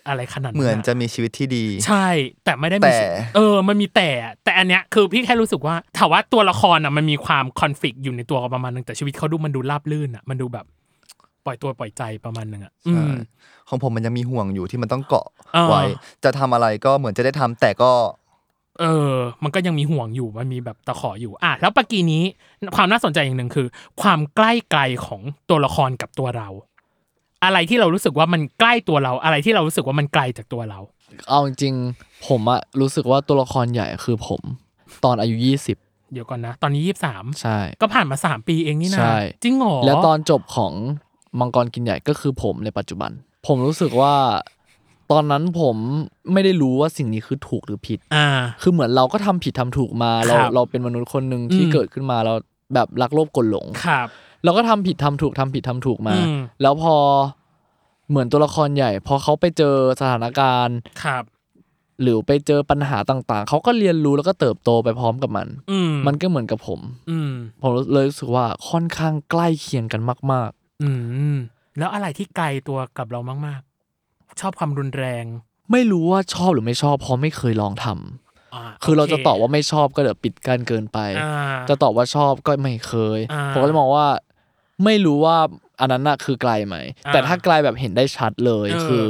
[SPEAKER 2] อะไรขนาดนั้น
[SPEAKER 4] เหมือนจะมีชีวิตที่ดี
[SPEAKER 2] ใช่ แต่ไม่ได้มี
[SPEAKER 4] แต่
[SPEAKER 2] เออ มันมีแต่อะแต่อันเนี้ยคือพี่แค่รู้สึกว่าถามว่าตัวละครอ่ะมันมีความคอนฟ lict อยู่ในตัวประมาณนึงแต่ชีวิตเขาดูมันดูราบลื่นอ่ะมันดูแบบ ปล่อยตัวปล่อยใจประมาณนึงอ่ะอืม
[SPEAKER 4] ของผมมันยังมีห่วงอยู่ที่มันต้องเกาะ
[SPEAKER 2] อ่า
[SPEAKER 4] ไว้ จะทำอะไรก็เหมือนจะได้ทำแต่ก็
[SPEAKER 2] เออ มันก็ยังมีห่วงอยู่ มันมีแบบตะขออยู่ อ่ะ แล้วปากีนี้ ความน่าสนใจอย่างหนึ่งคือ ความใกล้ไกลของตัวละครกับตัวเรา อะไรที่เรารู้สึกว่ามันใกล้ตัวเรา อะไรที่เรารู้สึกว่ามันไกลจากตัวเรา
[SPEAKER 3] เอาจริงๆผมอะรู้สึกว่าตัวละครใหญ่คือผม ตอนอายุ 20
[SPEAKER 2] เดี๋ยวก่อนนะ ตอนนี้ยี่สาม
[SPEAKER 3] ใช่
[SPEAKER 2] ก็ผ่านมาสามปีเองนี่นะ
[SPEAKER 3] ใช่
[SPEAKER 2] จริงเหรอ
[SPEAKER 3] แล้วตอนจบของมังกรกินใหญ่ก็คือผมในปัจจุบัน ผมรู้สึกว่า ตอนนั้นผมไม่ได้รู้ว่าสิ่งนี้คือถูกหรือผิด
[SPEAKER 2] อ่า
[SPEAKER 3] คือเหมือนเราก็ทำผิดทำถูกมาเรา
[SPEAKER 2] ครับ
[SPEAKER 3] เราเป็นมนุษย์คนหนึ่งที่
[SPEAKER 2] อืม
[SPEAKER 3] เกิดขึ้นมาเราแบบรักโลภกลหลง
[SPEAKER 2] ครับ
[SPEAKER 3] เราก็ทำผิดทำถูกทำผิดทำถูกมา
[SPEAKER 2] อืม
[SPEAKER 3] แล้วพอเหมือนตัวละครใหญ่ พอเขาไปเจอสถานการณ์
[SPEAKER 2] ครับ
[SPEAKER 3] หรือไปเจอปัญหาต่างๆ เขาก็เรียนรู้แล้วก็เติบโตไปพร้อมกับมัน
[SPEAKER 2] อืม
[SPEAKER 3] มันก็เหมือนกับผม
[SPEAKER 2] อืม
[SPEAKER 3] ผมเลยรู้สึกว่าค่อนข้างใกล้เคียงกันมาก
[SPEAKER 2] อืม แล้วอะไรที่ไกลตัวกับเรามาก ๆ ชอบความรุนแรง
[SPEAKER 3] ๆ ไม่รู้ว่าชอบหรือไม่ชอบเพราะไม่เคยลองทำ
[SPEAKER 2] อ่
[SPEAKER 3] คือเราจะตอบว่า
[SPEAKER 2] โ
[SPEAKER 3] ไม่ชอบก็เดี๋ยวปิดกั้นเกินไป
[SPEAKER 2] เคอ่า
[SPEAKER 3] จะตอบว่าชอบก็ไม่เคย
[SPEAKER 2] อ่า
[SPEAKER 3] ผมก็เลยมองว่า ไม่รู้ว่าอันนั้นน่ะคือไกลไหม
[SPEAKER 2] อ่า
[SPEAKER 3] แต่ถ้าไกลแบบเห็นได้ชัดเลย
[SPEAKER 2] เออ
[SPEAKER 3] คือ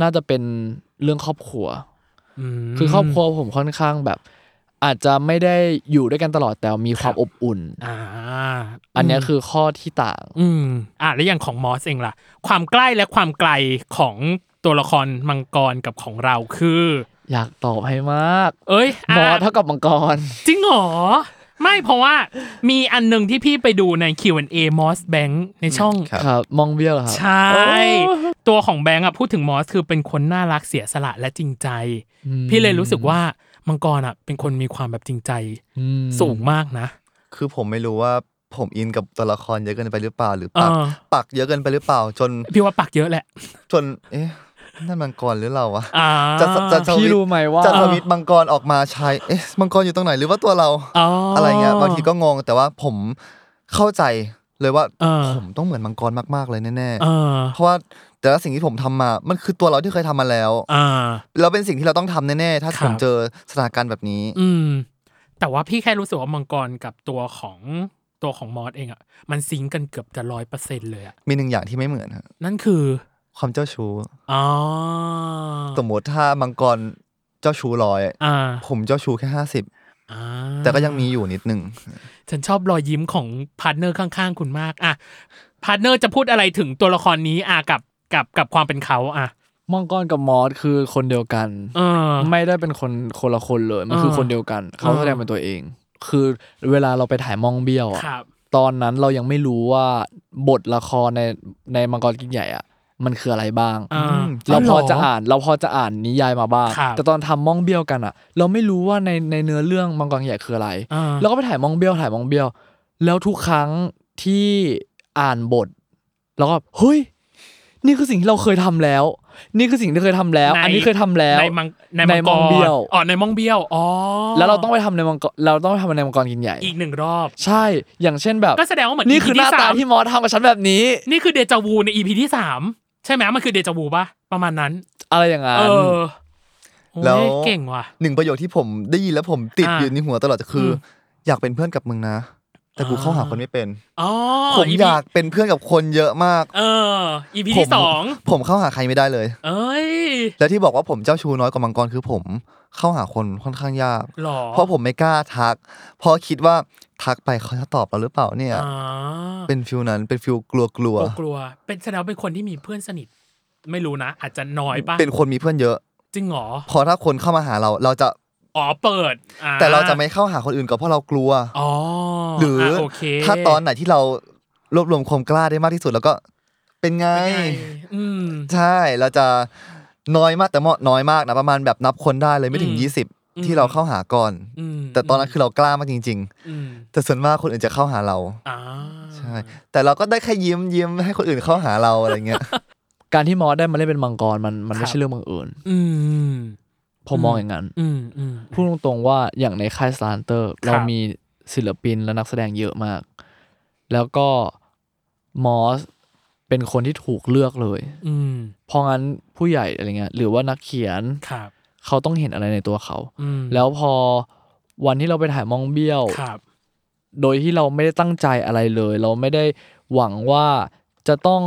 [SPEAKER 3] น่าจะเป็นเรื่องครอบครัว
[SPEAKER 2] ม
[SPEAKER 3] คือครอบครัวผมค่อนข้างแบบ อาจจะไม่ได้อยู่ด้วยกันตลอดแต่มีความ
[SPEAKER 2] ครับ
[SPEAKER 3] อบอุ่น
[SPEAKER 2] อ่า
[SPEAKER 3] อันเนี้ยคือข้อที่ต่าง
[SPEAKER 2] อืมอ่ะแล้วอย่างของมอสเองล่ะ ความใกล้และความไกลของตัวละครมังกรกับของเราคือ
[SPEAKER 3] อยากตอบให้มาก
[SPEAKER 2] เอ้ยะ
[SPEAKER 3] มอสเท่ากับมังกร
[SPEAKER 2] จริงเหรอ ไม่เพราะว่ามีอันหนึ่งที่พี่ไปดูใน Q&A มอสแบงค์ในช่อง
[SPEAKER 4] ครับ
[SPEAKER 3] ครับ มองเบี้ยวเหรอครับ
[SPEAKER 2] ใช่ ตัวของแบงค์อ่ะพูดถึงมอสคือเป็นคนน่ารักเสียสละและจริงใจ
[SPEAKER 3] อืม
[SPEAKER 2] พี่เลยรู้สึกว่ามังกรอ่ะเป็นคนมีความแบบจริงใจ
[SPEAKER 3] อืม
[SPEAKER 2] สูงมากนะ
[SPEAKER 4] คือผมไม่รู้ว่าผมอินกับตัวละครเยอะเกินไปหรือเปล่า หรือปัก
[SPEAKER 2] อ่า
[SPEAKER 4] ปักเยอะเกินไปหรือเปล่า จน
[SPEAKER 2] พี่ว่าปักเยอะแหละ
[SPEAKER 4] จน เอ๊ะนั่นมังกรหรือเราวะ
[SPEAKER 2] อ่า
[SPEAKER 4] จะจะสวิ
[SPEAKER 3] พี่
[SPEAKER 4] ต
[SPEAKER 3] รู้ไหมว่า
[SPEAKER 4] จะสวิตช์มังกรออกมาใช้เอ๊ะมังกรอยู่ตรงไหนหรือว่าตัวเราอะไรเงี้ยบางทีก็งงแต่ว่าผมเข้าใจเลยว่า
[SPEAKER 2] อ่า
[SPEAKER 4] ผมต้องเหมือนมังกรมากๆเลยแน่
[SPEAKER 2] เออ
[SPEAKER 4] ๆเพราะว่าแต่ละสิ่งที่ผมทำมา มันคือตัวเราที่เคยทำมาแล้ว
[SPEAKER 2] อ่า
[SPEAKER 4] แล้วเป็นสิ่งที่เราต้องทำแน่ๆ ถ้า
[SPEAKER 2] ครับ
[SPEAKER 4] ผมเจอสถานการณ์แบบนี้
[SPEAKER 2] อืม แต่ว่าพี่แค่รู้สึกว่ามังกรกับตัวของตัวของมอสเองอะ่ะ มันซิงก์กันเกือบจะร้อยเปอร์เซ็นเลยอะ่ะ
[SPEAKER 4] มีหนึ่งอย่างที่ไม่เหมือนฮะ
[SPEAKER 2] นั่นคือ
[SPEAKER 4] ความเจ้าชู้
[SPEAKER 2] อ๋อ
[SPEAKER 4] สมมติถ้ามังกรเจ้าชู้ร้อย
[SPEAKER 2] อ่า
[SPEAKER 4] ผมเจ้าชู้แค่ห้าสิบ
[SPEAKER 2] อ่า
[SPEAKER 4] แต่ก็ยังมีอยู่นิดหนึ่ง
[SPEAKER 2] ฉันชอบรอยยิ้มของพาร์ทเนอร์ข้างๆ คุณมากอ่ะพาร์ทเนอร์จะพูดอะไรถึงตัวละครนี้อ่ะกับกับกับความเป็นเขาอ่ะ
[SPEAKER 3] มังกรกับมอสคือคนเดียวกัน
[SPEAKER 2] เออ
[SPEAKER 3] ไม่ได้เป็นคนคนละคนเลย มันคือ
[SPEAKER 2] เออ
[SPEAKER 3] คนเดียวกัน เขา
[SPEAKER 2] เออ
[SPEAKER 3] แสดงเป็นตัวเอง คือเวลาเราไปถ่ายมองเบี้ยวอะ
[SPEAKER 2] ครับ
[SPEAKER 3] ตอนนั้นเรายังไม่รู้ว่าบทละครในในมังกรกินใหญ่อะมันคืออะไรบ้าง
[SPEAKER 2] อ่า
[SPEAKER 3] เราพอจะอ่านเราพอจะอ่านนิยายมาบ้าง
[SPEAKER 2] ครับ
[SPEAKER 3] แต่ตอนทำมองเบี้ยวกันอะเราไม่รู้ว่าในในเนื้อเรื่องมังกรใหญ่คืออะไร
[SPEAKER 2] อ่า
[SPEAKER 3] แล้วก็ไปถ่ายมองเบี้ยวถ่ายมองเบี้ยว แล้วทุกครั้งที่อ่านบท แล้วก็เฮ้ย นี่คือสิ่งที่เราเคยทำแล้ว นี่คือสิ่งที่เคยทำแล้ว
[SPEAKER 2] ใน
[SPEAKER 3] อันนี้เคยทำแล้ว
[SPEAKER 2] ในมังใน
[SPEAKER 3] ในมั
[SPEAKER 2] มัง
[SPEAKER 3] ง
[SPEAKER 2] กร
[SPEAKER 3] เบี้ยว
[SPEAKER 2] อ๋อในมังเบี้ยวอ๋อ
[SPEAKER 3] แล้วเราต้องไปทำในมังกรเราต้องไปทำในมังกรกินใหญ่
[SPEAKER 2] อีกหนึ่งรอบ
[SPEAKER 3] ใช่ อย่างเช่นแบบ
[SPEAKER 2] ก็แสดงว่าเหมือน
[SPEAKER 3] นี่คือ
[SPEAKER 2] EP
[SPEAKER 3] หน้าตา
[SPEAKER 2] สม
[SPEAKER 3] ที่มอสทำกับฉันแบบนี้
[SPEAKER 2] นี่คือเดจาวูในอีพีที่สามใช่ไหมมันคือเดจาวูป่ะ ประมาณนั้น
[SPEAKER 3] อะไรอย่างนั้
[SPEAKER 2] เอน อ
[SPEAKER 4] แล้
[SPEAKER 2] แล้ว
[SPEAKER 4] ว
[SPEAKER 2] เก่งว่ะ
[SPEAKER 4] หนึ่งประโยคที่ผมได้ยินแล้วผมติด
[SPEAKER 2] อ่ะ
[SPEAKER 4] อยู่ในหัวตลอดคืออ
[SPEAKER 2] ม
[SPEAKER 4] อยากเป็นเพื่อนกับมึงนะ แต่กู
[SPEAKER 2] อ่า
[SPEAKER 4] เข้าหาคนไม่เป็น
[SPEAKER 2] อ๋อ
[SPEAKER 4] ผม
[SPEAKER 2] EP
[SPEAKER 4] อยากเป็นเพื่อนกับคนเยอะมาก
[SPEAKER 2] เออ EP
[SPEAKER 4] ผม
[SPEAKER 2] ที่สอง
[SPEAKER 4] ผมเข้าหาใครไม่ได้เลย
[SPEAKER 2] เอ้ย
[SPEAKER 4] และที่บอกว่าผมเจ้าชู้น้อยกว่ามังกรคือผมเข้าหาคนค่อนข้างยาก
[SPEAKER 2] หรอ
[SPEAKER 4] เพราะผมไม่กล้าทัก เพราะคิดว่าทักไปเขาจะตอบเราหรือเปล่าเนี่ย
[SPEAKER 2] อ่า
[SPEAKER 4] เป็นฟิลนั้นเป็นฟิลกลัวกลัว
[SPEAKER 2] กลัวกลัว เป็นแสดงว่าเป็นคนที่มีเพื่อนสนิท ไม่รู้นะ อาจจะน้อยป่ะ
[SPEAKER 4] เป็นคนมีเพื่อนเยอะ
[SPEAKER 2] จริงเหรอ
[SPEAKER 4] พอถ้าคนเข้ามาหาเรา เราจะ
[SPEAKER 2] อ๋อเปิดอ่
[SPEAKER 4] แต่เราจะไม่เข้าหาคนอื่นก็เพราะเรากลัว
[SPEAKER 2] อ๋อ
[SPEAKER 4] หรือ
[SPEAKER 2] โอเค
[SPEAKER 4] ถ้าตอนไหนที่เรารวบรวมความกล้าได้มากที่สุดแล้วก็เป็นไง
[SPEAKER 2] เป็นไงอืม
[SPEAKER 4] ใช่เราจะน้อยมากแต่เหมาะน้อยมากนะประมาณแบบนับคนได้เลยไม่ถึง
[SPEAKER 2] อืมอืม
[SPEAKER 4] 20 ที่เราเข้าหาก่อน
[SPEAKER 2] อืม
[SPEAKER 4] แต่ตอนนั้นคือเรากล้ามากจริง
[SPEAKER 2] ม
[SPEAKER 4] ๆ แต่ส่วนมากคนอื่นจะเข้าหาเรา
[SPEAKER 2] อ่า
[SPEAKER 4] ใช่แต่เราก็ได้แค่ยิ้มยิ้มให้คนอื่นเข้าหาเราอะไรเงี้ย
[SPEAKER 3] การที่มอสได้มาเล่นเป็นมังกรมันมัน
[SPEAKER 2] ครั
[SPEAKER 3] ไม่
[SPEAKER 2] บ
[SPEAKER 3] ใช่เรื่องบังเอิญ
[SPEAKER 2] อืม
[SPEAKER 3] ผม
[SPEAKER 2] อืม
[SPEAKER 3] มองอย่างนั้น
[SPEAKER 2] อืมอืม
[SPEAKER 3] พูดตรงๆว่าอย่างในค่ายสตาร์เตอร์
[SPEAKER 2] ครับ
[SPEAKER 3] เรามีศิลปินและนักแสดงเยอะมาก แล้วก็มอสเป็นคนที่ถูกเลือกเลย
[SPEAKER 2] อืม
[SPEAKER 3] เพราะงั้นผู้ใหญ่อะไรเงี้ยหรือว่านักเขียน
[SPEAKER 2] ครับ
[SPEAKER 3] เขาต้องเห็นอะไรในตัวเขา
[SPEAKER 2] อืม
[SPEAKER 3] แล้วพอวันที่เราไปถ่ายมองเบี้ยว
[SPEAKER 2] ครับ
[SPEAKER 3] โดยที่เราไม่ได้ตั้งใจอะไรเลย เราไม่ได้หวังว่าจะต้อง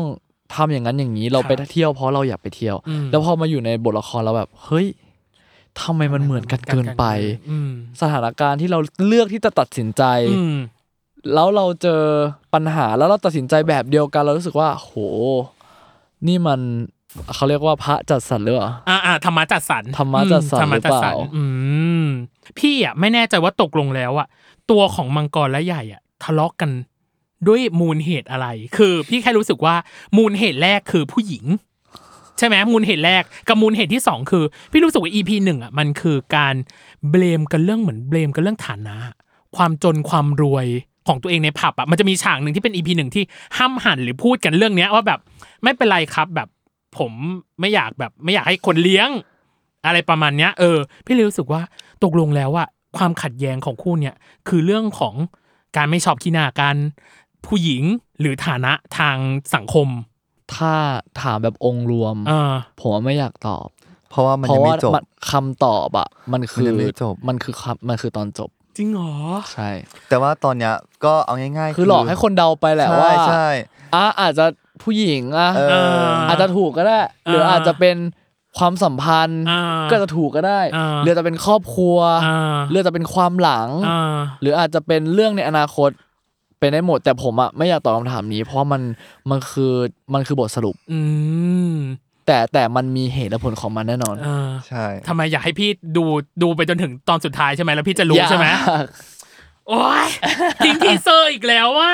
[SPEAKER 3] ทำอย่างนั้นอย่างนี้ เราไป
[SPEAKER 2] ครับ
[SPEAKER 3] เที่ยวเพราะเราอยากไปเที่ยว
[SPEAKER 2] อืม
[SPEAKER 3] แล้วพอมาอยู่ในบทละครเราแบบ เฮ้ยทำไมมันเหมือนกันเกินไป
[SPEAKER 2] อืม
[SPEAKER 3] สถานการณ์ที่เราเลือกที่จะตัดสินใจ
[SPEAKER 2] อืม
[SPEAKER 3] แล้วเราเจอปัญหาแล้วเราตัดสินใจแบบเดียวกัน เรารู้สึกว่า โห นี่มันเขาเรียกว่าพระจัดสรรหรือเปล่า
[SPEAKER 2] อ่าอ่าธรรมะจัดสรร
[SPEAKER 3] ธรรมะจัดสร
[SPEAKER 2] อื
[SPEAKER 3] ร
[SPEAKER 2] มธรรมะ
[SPEAKER 3] หรือ
[SPEAKER 2] จัด
[SPEAKER 3] เปล่า
[SPEAKER 2] สรรอืม พี่อ่ะไม่แน่ใจว่าตกลงแล้วอ่ะตัวของมังกรและใหญ่อ่ะทะเลาะกันด้วยมูลเหตุอะไร คือพี่แค่รู้สึกว่ามูลเหตุแรกคือผู้หญิง ใช่ไหมมูลเหตุแรกกับมูลเหตุที่สองคือ พี่รู้สึกว่า EP หนึ่งอ่ะมันคือการเบลมกันเรื่องเหมือนเบลมกันเรื่องฐานะ ความจนความรวยของตัวเองในผับอ่ะมันจะมีฉากหนึ่งที่เป็น EP หนึ่งที่ห้ามหันหรือพูดกันเรื่องเนี้ยว่าแบบไม่เป็นไรครับแบบ ผมไม่อยากแบบไม่อยากให้คนเลี้ยง อะไรประมาณเนี้ย เออ พี่เลยรู้สึกว่าตกลงแล้วอะความขัดแย้งของคู่เนี่ยคือเรื่องของการไม่ชอบขี้หน้ากันผู้หญิงหรือฐานะทางสังคม
[SPEAKER 3] ถ้าถามแบบองค์รวม
[SPEAKER 2] เออ
[SPEAKER 3] ผมว่าไม่อยากตอบ
[SPEAKER 4] เพราะว่ามัน
[SPEAKER 3] เพ
[SPEAKER 4] ยั
[SPEAKER 3] ราะ
[SPEAKER 4] ง
[SPEAKER 3] ว่า
[SPEAKER 4] ไม่จบ
[SPEAKER 3] มันคำตอบอะมันคือ
[SPEAKER 4] มันยังไม่จบ
[SPEAKER 3] มันคือคำมันคือตอนจบ
[SPEAKER 2] จริงเหรอ
[SPEAKER 3] ใช่
[SPEAKER 4] แต่ว่าตอนเนี้ยก็เอาง่ายๆ
[SPEAKER 3] คือหลอกให้คนเดาไปแหละ
[SPEAKER 4] ใช่
[SPEAKER 3] ว่า
[SPEAKER 4] ใช่
[SPEAKER 3] อ่ะอาจจะผู้หญิงอ่ะ
[SPEAKER 4] เออ
[SPEAKER 3] อาจจะถูกก็ได้ หรืออาจจะเป็นความสัมพันธ์
[SPEAKER 2] อ่า
[SPEAKER 3] ก็จะถูกก็ได้
[SPEAKER 2] อ่า
[SPEAKER 3] หรือจะเป็นครอบครัว
[SPEAKER 2] อ่า
[SPEAKER 3] หรือจะเป็นความหลัง
[SPEAKER 2] อ่า
[SPEAKER 3] หรืออาจจะเป็นเรื่องในอนาคตเป็นได้หมด แต่ผมอะไม่อยากตอบคำถามนี้ เพราะมันมันคือมันคือบทสรุป
[SPEAKER 2] อืม
[SPEAKER 3] แต่แต่มันมีเหตุและผลของมันแน่นอน
[SPEAKER 2] อ่า
[SPEAKER 4] ใช่
[SPEAKER 2] ทำไมอยากให้พี่ดูดูไปจนถึงตอนสุดท้ายใช่ไหมแล้วพี่จะรู้ใช่ไหม
[SPEAKER 3] อยาก
[SPEAKER 2] โอ้ย [LAUGHS] ทิ้งทีเซอร์อีกแล้วว่า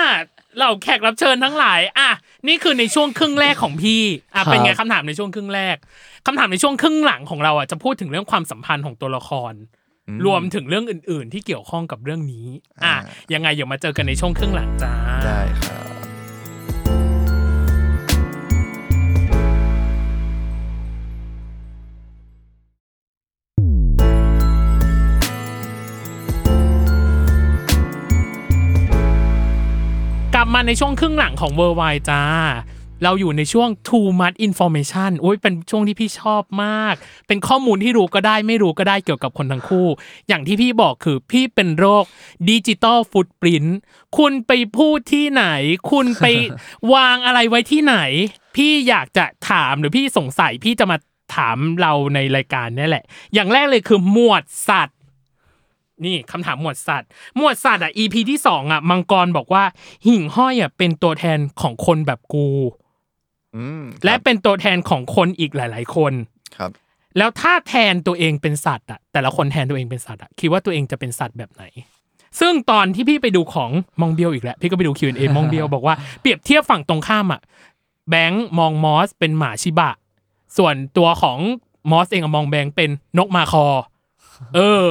[SPEAKER 2] เหล่าแขกรับเชิญทั้งหลาย อ่ะ นี่คือในช่วงครึ่งแรกของพี่อ่ะ
[SPEAKER 3] ครับ
[SPEAKER 2] เป็นไงคำถามในช่วงครึ่งแรกคำถามในช่วงครึ่งหลังของเราอ่ะจะพูดถึงเรื่องความสัมพันธ์ของตัวละคร รวมถึงเรื่องอื่น ๆ ที่เกี่ยวข้องกับเรื่องนี้ อ่ะยังไงเดี๋ยวมาเจอกันในช่วงครึ่งหลังจ้า
[SPEAKER 4] ได้ครับ
[SPEAKER 2] กลับมาในช่วงครึ่งหลังของเวอร์ไวจ้า เราอยู่ในช่วง too much information โอ้ยเป็นช่วงที่พี่ชอบมาก เป็นข้อมูลที่รู้ก็ได้ไม่รู้ก็ได้เกี่ยวกับคนทั้งคู่ อย่างที่พี่บอกคือพี่เป็นโรคดิจิตอลฟุตปรินต์คุณไปพูดที่ไหน คุณไป วางอะไรไว้ที่ไหน พี่อยากจะถามหรือพี่สงสัยพี่จะมาถามเราในรายการเนี่ยแหละ อย่างแรกเลยคือหมวดสัตว์ นี่คำถามหมวดสัตว์ หมวดสัตว์อ่ะ EP ที่สองอ่ะมังกรบอกว่า หิ่งห้อยอ่ะเป็นตัวแทนของคนแบบกู
[SPEAKER 4] อืม
[SPEAKER 2] และเป็นตัวแทนของคนอีกหลาย ๆ คน
[SPEAKER 4] ครับ
[SPEAKER 2] แล้วถ้าแทนตัวเองเป็นสัตว์อ่ะแต่ละคนแทนตัวเองเป็นสัตว์อ่ะคิดว่าตัวเองจะเป็นสัตว์แบบไหน ซึ่งตอนที่พี่ไปดูของมองเบียวอีกแล้วพี่ก็ไปดู
[SPEAKER 4] [LAUGHS]
[SPEAKER 2] Q&A มองเบียวบอกว่าเปรียบเทียบฝั่งตรงข้ามอ่ะแบงค์มองมอสเป็นหมาชิบะ ส่วนตัวของมอสเองอะมองแบงค์เป็นนกมาคอ
[SPEAKER 4] [LAUGHS]
[SPEAKER 2] เออ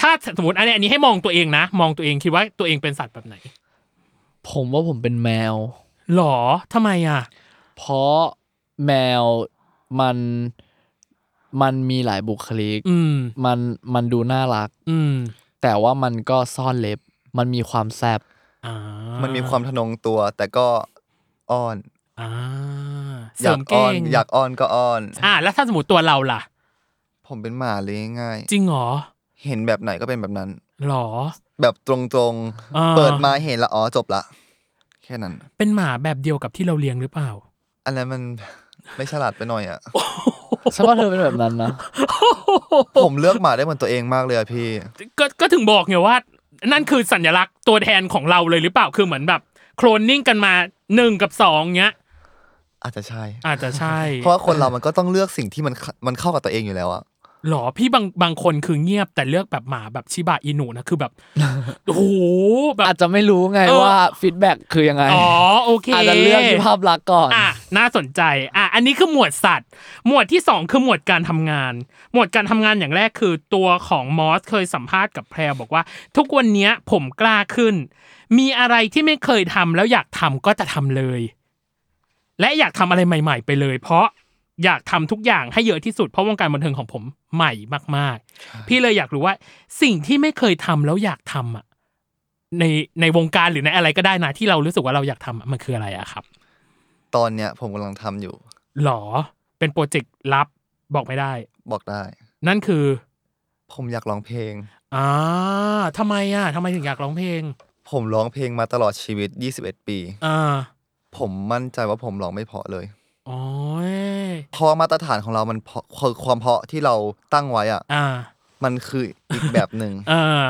[SPEAKER 2] ถ้าสมมติอันนี้อันนี้ให้มองตัวเองนะ มองตัวเองคิดว่าตัวเองเป็นสัตว์แบบไหน
[SPEAKER 3] ผมว่าผมเป็นแมว
[SPEAKER 2] หรอทำไมอ่ะ
[SPEAKER 3] เพราะแมวมันมันมีหลายบุคลิก
[SPEAKER 2] อืม
[SPEAKER 3] มันมันดูน่ารัก
[SPEAKER 2] อืม
[SPEAKER 3] แต่ว่ามันก็ซ่อนเล็บ มันมีความแซบ
[SPEAKER 2] อ่า
[SPEAKER 4] มั
[SPEAKER 2] มัน
[SPEAKER 4] มีความทะนงตัวแต่ก็อ้อน
[SPEAKER 2] อ่า
[SPEAKER 4] อยาก
[SPEAKER 2] เสริม
[SPEAKER 4] อ้อน
[SPEAKER 2] เง
[SPEAKER 4] อยากอ้อนก็อ้อน
[SPEAKER 2] [LAUGHS] อ่า แล้วถ้าสมมติตัวเราล่ะ
[SPEAKER 4] ผมเป็นหมาเลยง่ายๆ
[SPEAKER 2] จริงเหรอ
[SPEAKER 4] เห็นแบบไหนก็เป็นแบบนั้น
[SPEAKER 2] หรอ
[SPEAKER 4] แบบตรง
[SPEAKER 2] อ่
[SPEAKER 4] ๆ เปิดมาเห็นละอ๋อจบละ แค่นั้น
[SPEAKER 2] เป็นหมาแบบเดียวกับที่เราเลี้ยงหรือเปล่า
[SPEAKER 4] อันนั้น [LAUGHS] มัน ไม่ฉลาดไปหน่อยอ่ะ
[SPEAKER 3] ฉันว่าเธอเป็นแบบนั้น
[SPEAKER 2] [LAUGHS]
[SPEAKER 3] นะ
[SPEAKER 4] ผมเลือกหมาได้เหมือนตัวเองมากเลยอะพี่
[SPEAKER 2] ก็ก็ถึงบอกไงว่า นั่นคือสัญลักษณ์ตัวแทนของเราเลยหรือเปล่าคือเหมือนแบบ โคลนนิ่งกันมาหนึ่งกับสองเงี้ย
[SPEAKER 4] อาจจะใช่
[SPEAKER 2] อาจจะใช่
[SPEAKER 3] [LAUGHS]
[SPEAKER 4] เพราะว่าคนเรามันก็ต้องเลือกสิ่งที่มันมันเข้ากับตัวเองอยู่แล้วอะ
[SPEAKER 2] หรอพี่บางบางคนคือเงียบแต่เลือกแบบหมาแบบชิบะอินุนะ
[SPEAKER 3] [LAUGHS]
[SPEAKER 2] คือแบบ โอ้โหแบบ
[SPEAKER 3] อาจจะไม่รู้ไง
[SPEAKER 2] เออ
[SPEAKER 3] ว่าฟีดแบ็กคือยังไง
[SPEAKER 2] อ๋อโอเค
[SPEAKER 3] อา
[SPEAKER 2] อา
[SPEAKER 3] จจะเลือกที่ภาพลักษณ์ก่อน
[SPEAKER 2] อ่ะน่าสนใจอ่ะอันนี้คือหมวดสัตว์ หมวดที่สองคือหมวดการทำงาน หมวดการทำงานอย่างแรกคือตัวของมอสเคยสัมภาษณ์กับแพรบอกว่า ทุกวันเนี้ยผมกล้าขึ้น มีอะไรที่ไม่เคยทำแล้วอยากทำก็จะทำเลย และอยากทำอะไรใหม่ ๆ ไปเลย เพราะอยากทำทุกอย่างให้เยอะที่สุดเพราะวงการบันเทิงของผมใหม่มาก ๆ พี่เลยอยากรู้ว่าสิ่งที่ไม่เคยทำแล้วอยากทำอ่ะ ในในวงการหรือในอะไรก็ได้นะที่เรารู้สึกว่าเราอยากทำอะมันคืออะไรอะครับ
[SPEAKER 4] ตอนเนี้ยผมกำลังทำอยู่
[SPEAKER 2] หรอเป็นโปรเจกต์ลับบอกไม่ได้
[SPEAKER 4] บอกได้
[SPEAKER 2] นั่นคือ
[SPEAKER 4] ผมอยากร้องเพลง
[SPEAKER 2] อ่าทำไมอะทำไมถึงอยากร้องเพลง
[SPEAKER 4] ผมร้องเพลงมาตลอดชีวิต 21 ปี
[SPEAKER 2] อ่า
[SPEAKER 4] ผมมั่นใจว่าผมร้องไม่เพราะเลย
[SPEAKER 2] โอ้ย
[SPEAKER 4] เพราะว่ามาตรฐานของเรามันเพราะคือความเพราะที่เราตั้งไว้อะ
[SPEAKER 2] อ่า
[SPEAKER 4] มันคืออีกแบบ
[SPEAKER 2] [LAUGHS]
[SPEAKER 4] หนึ่ง
[SPEAKER 2] เออ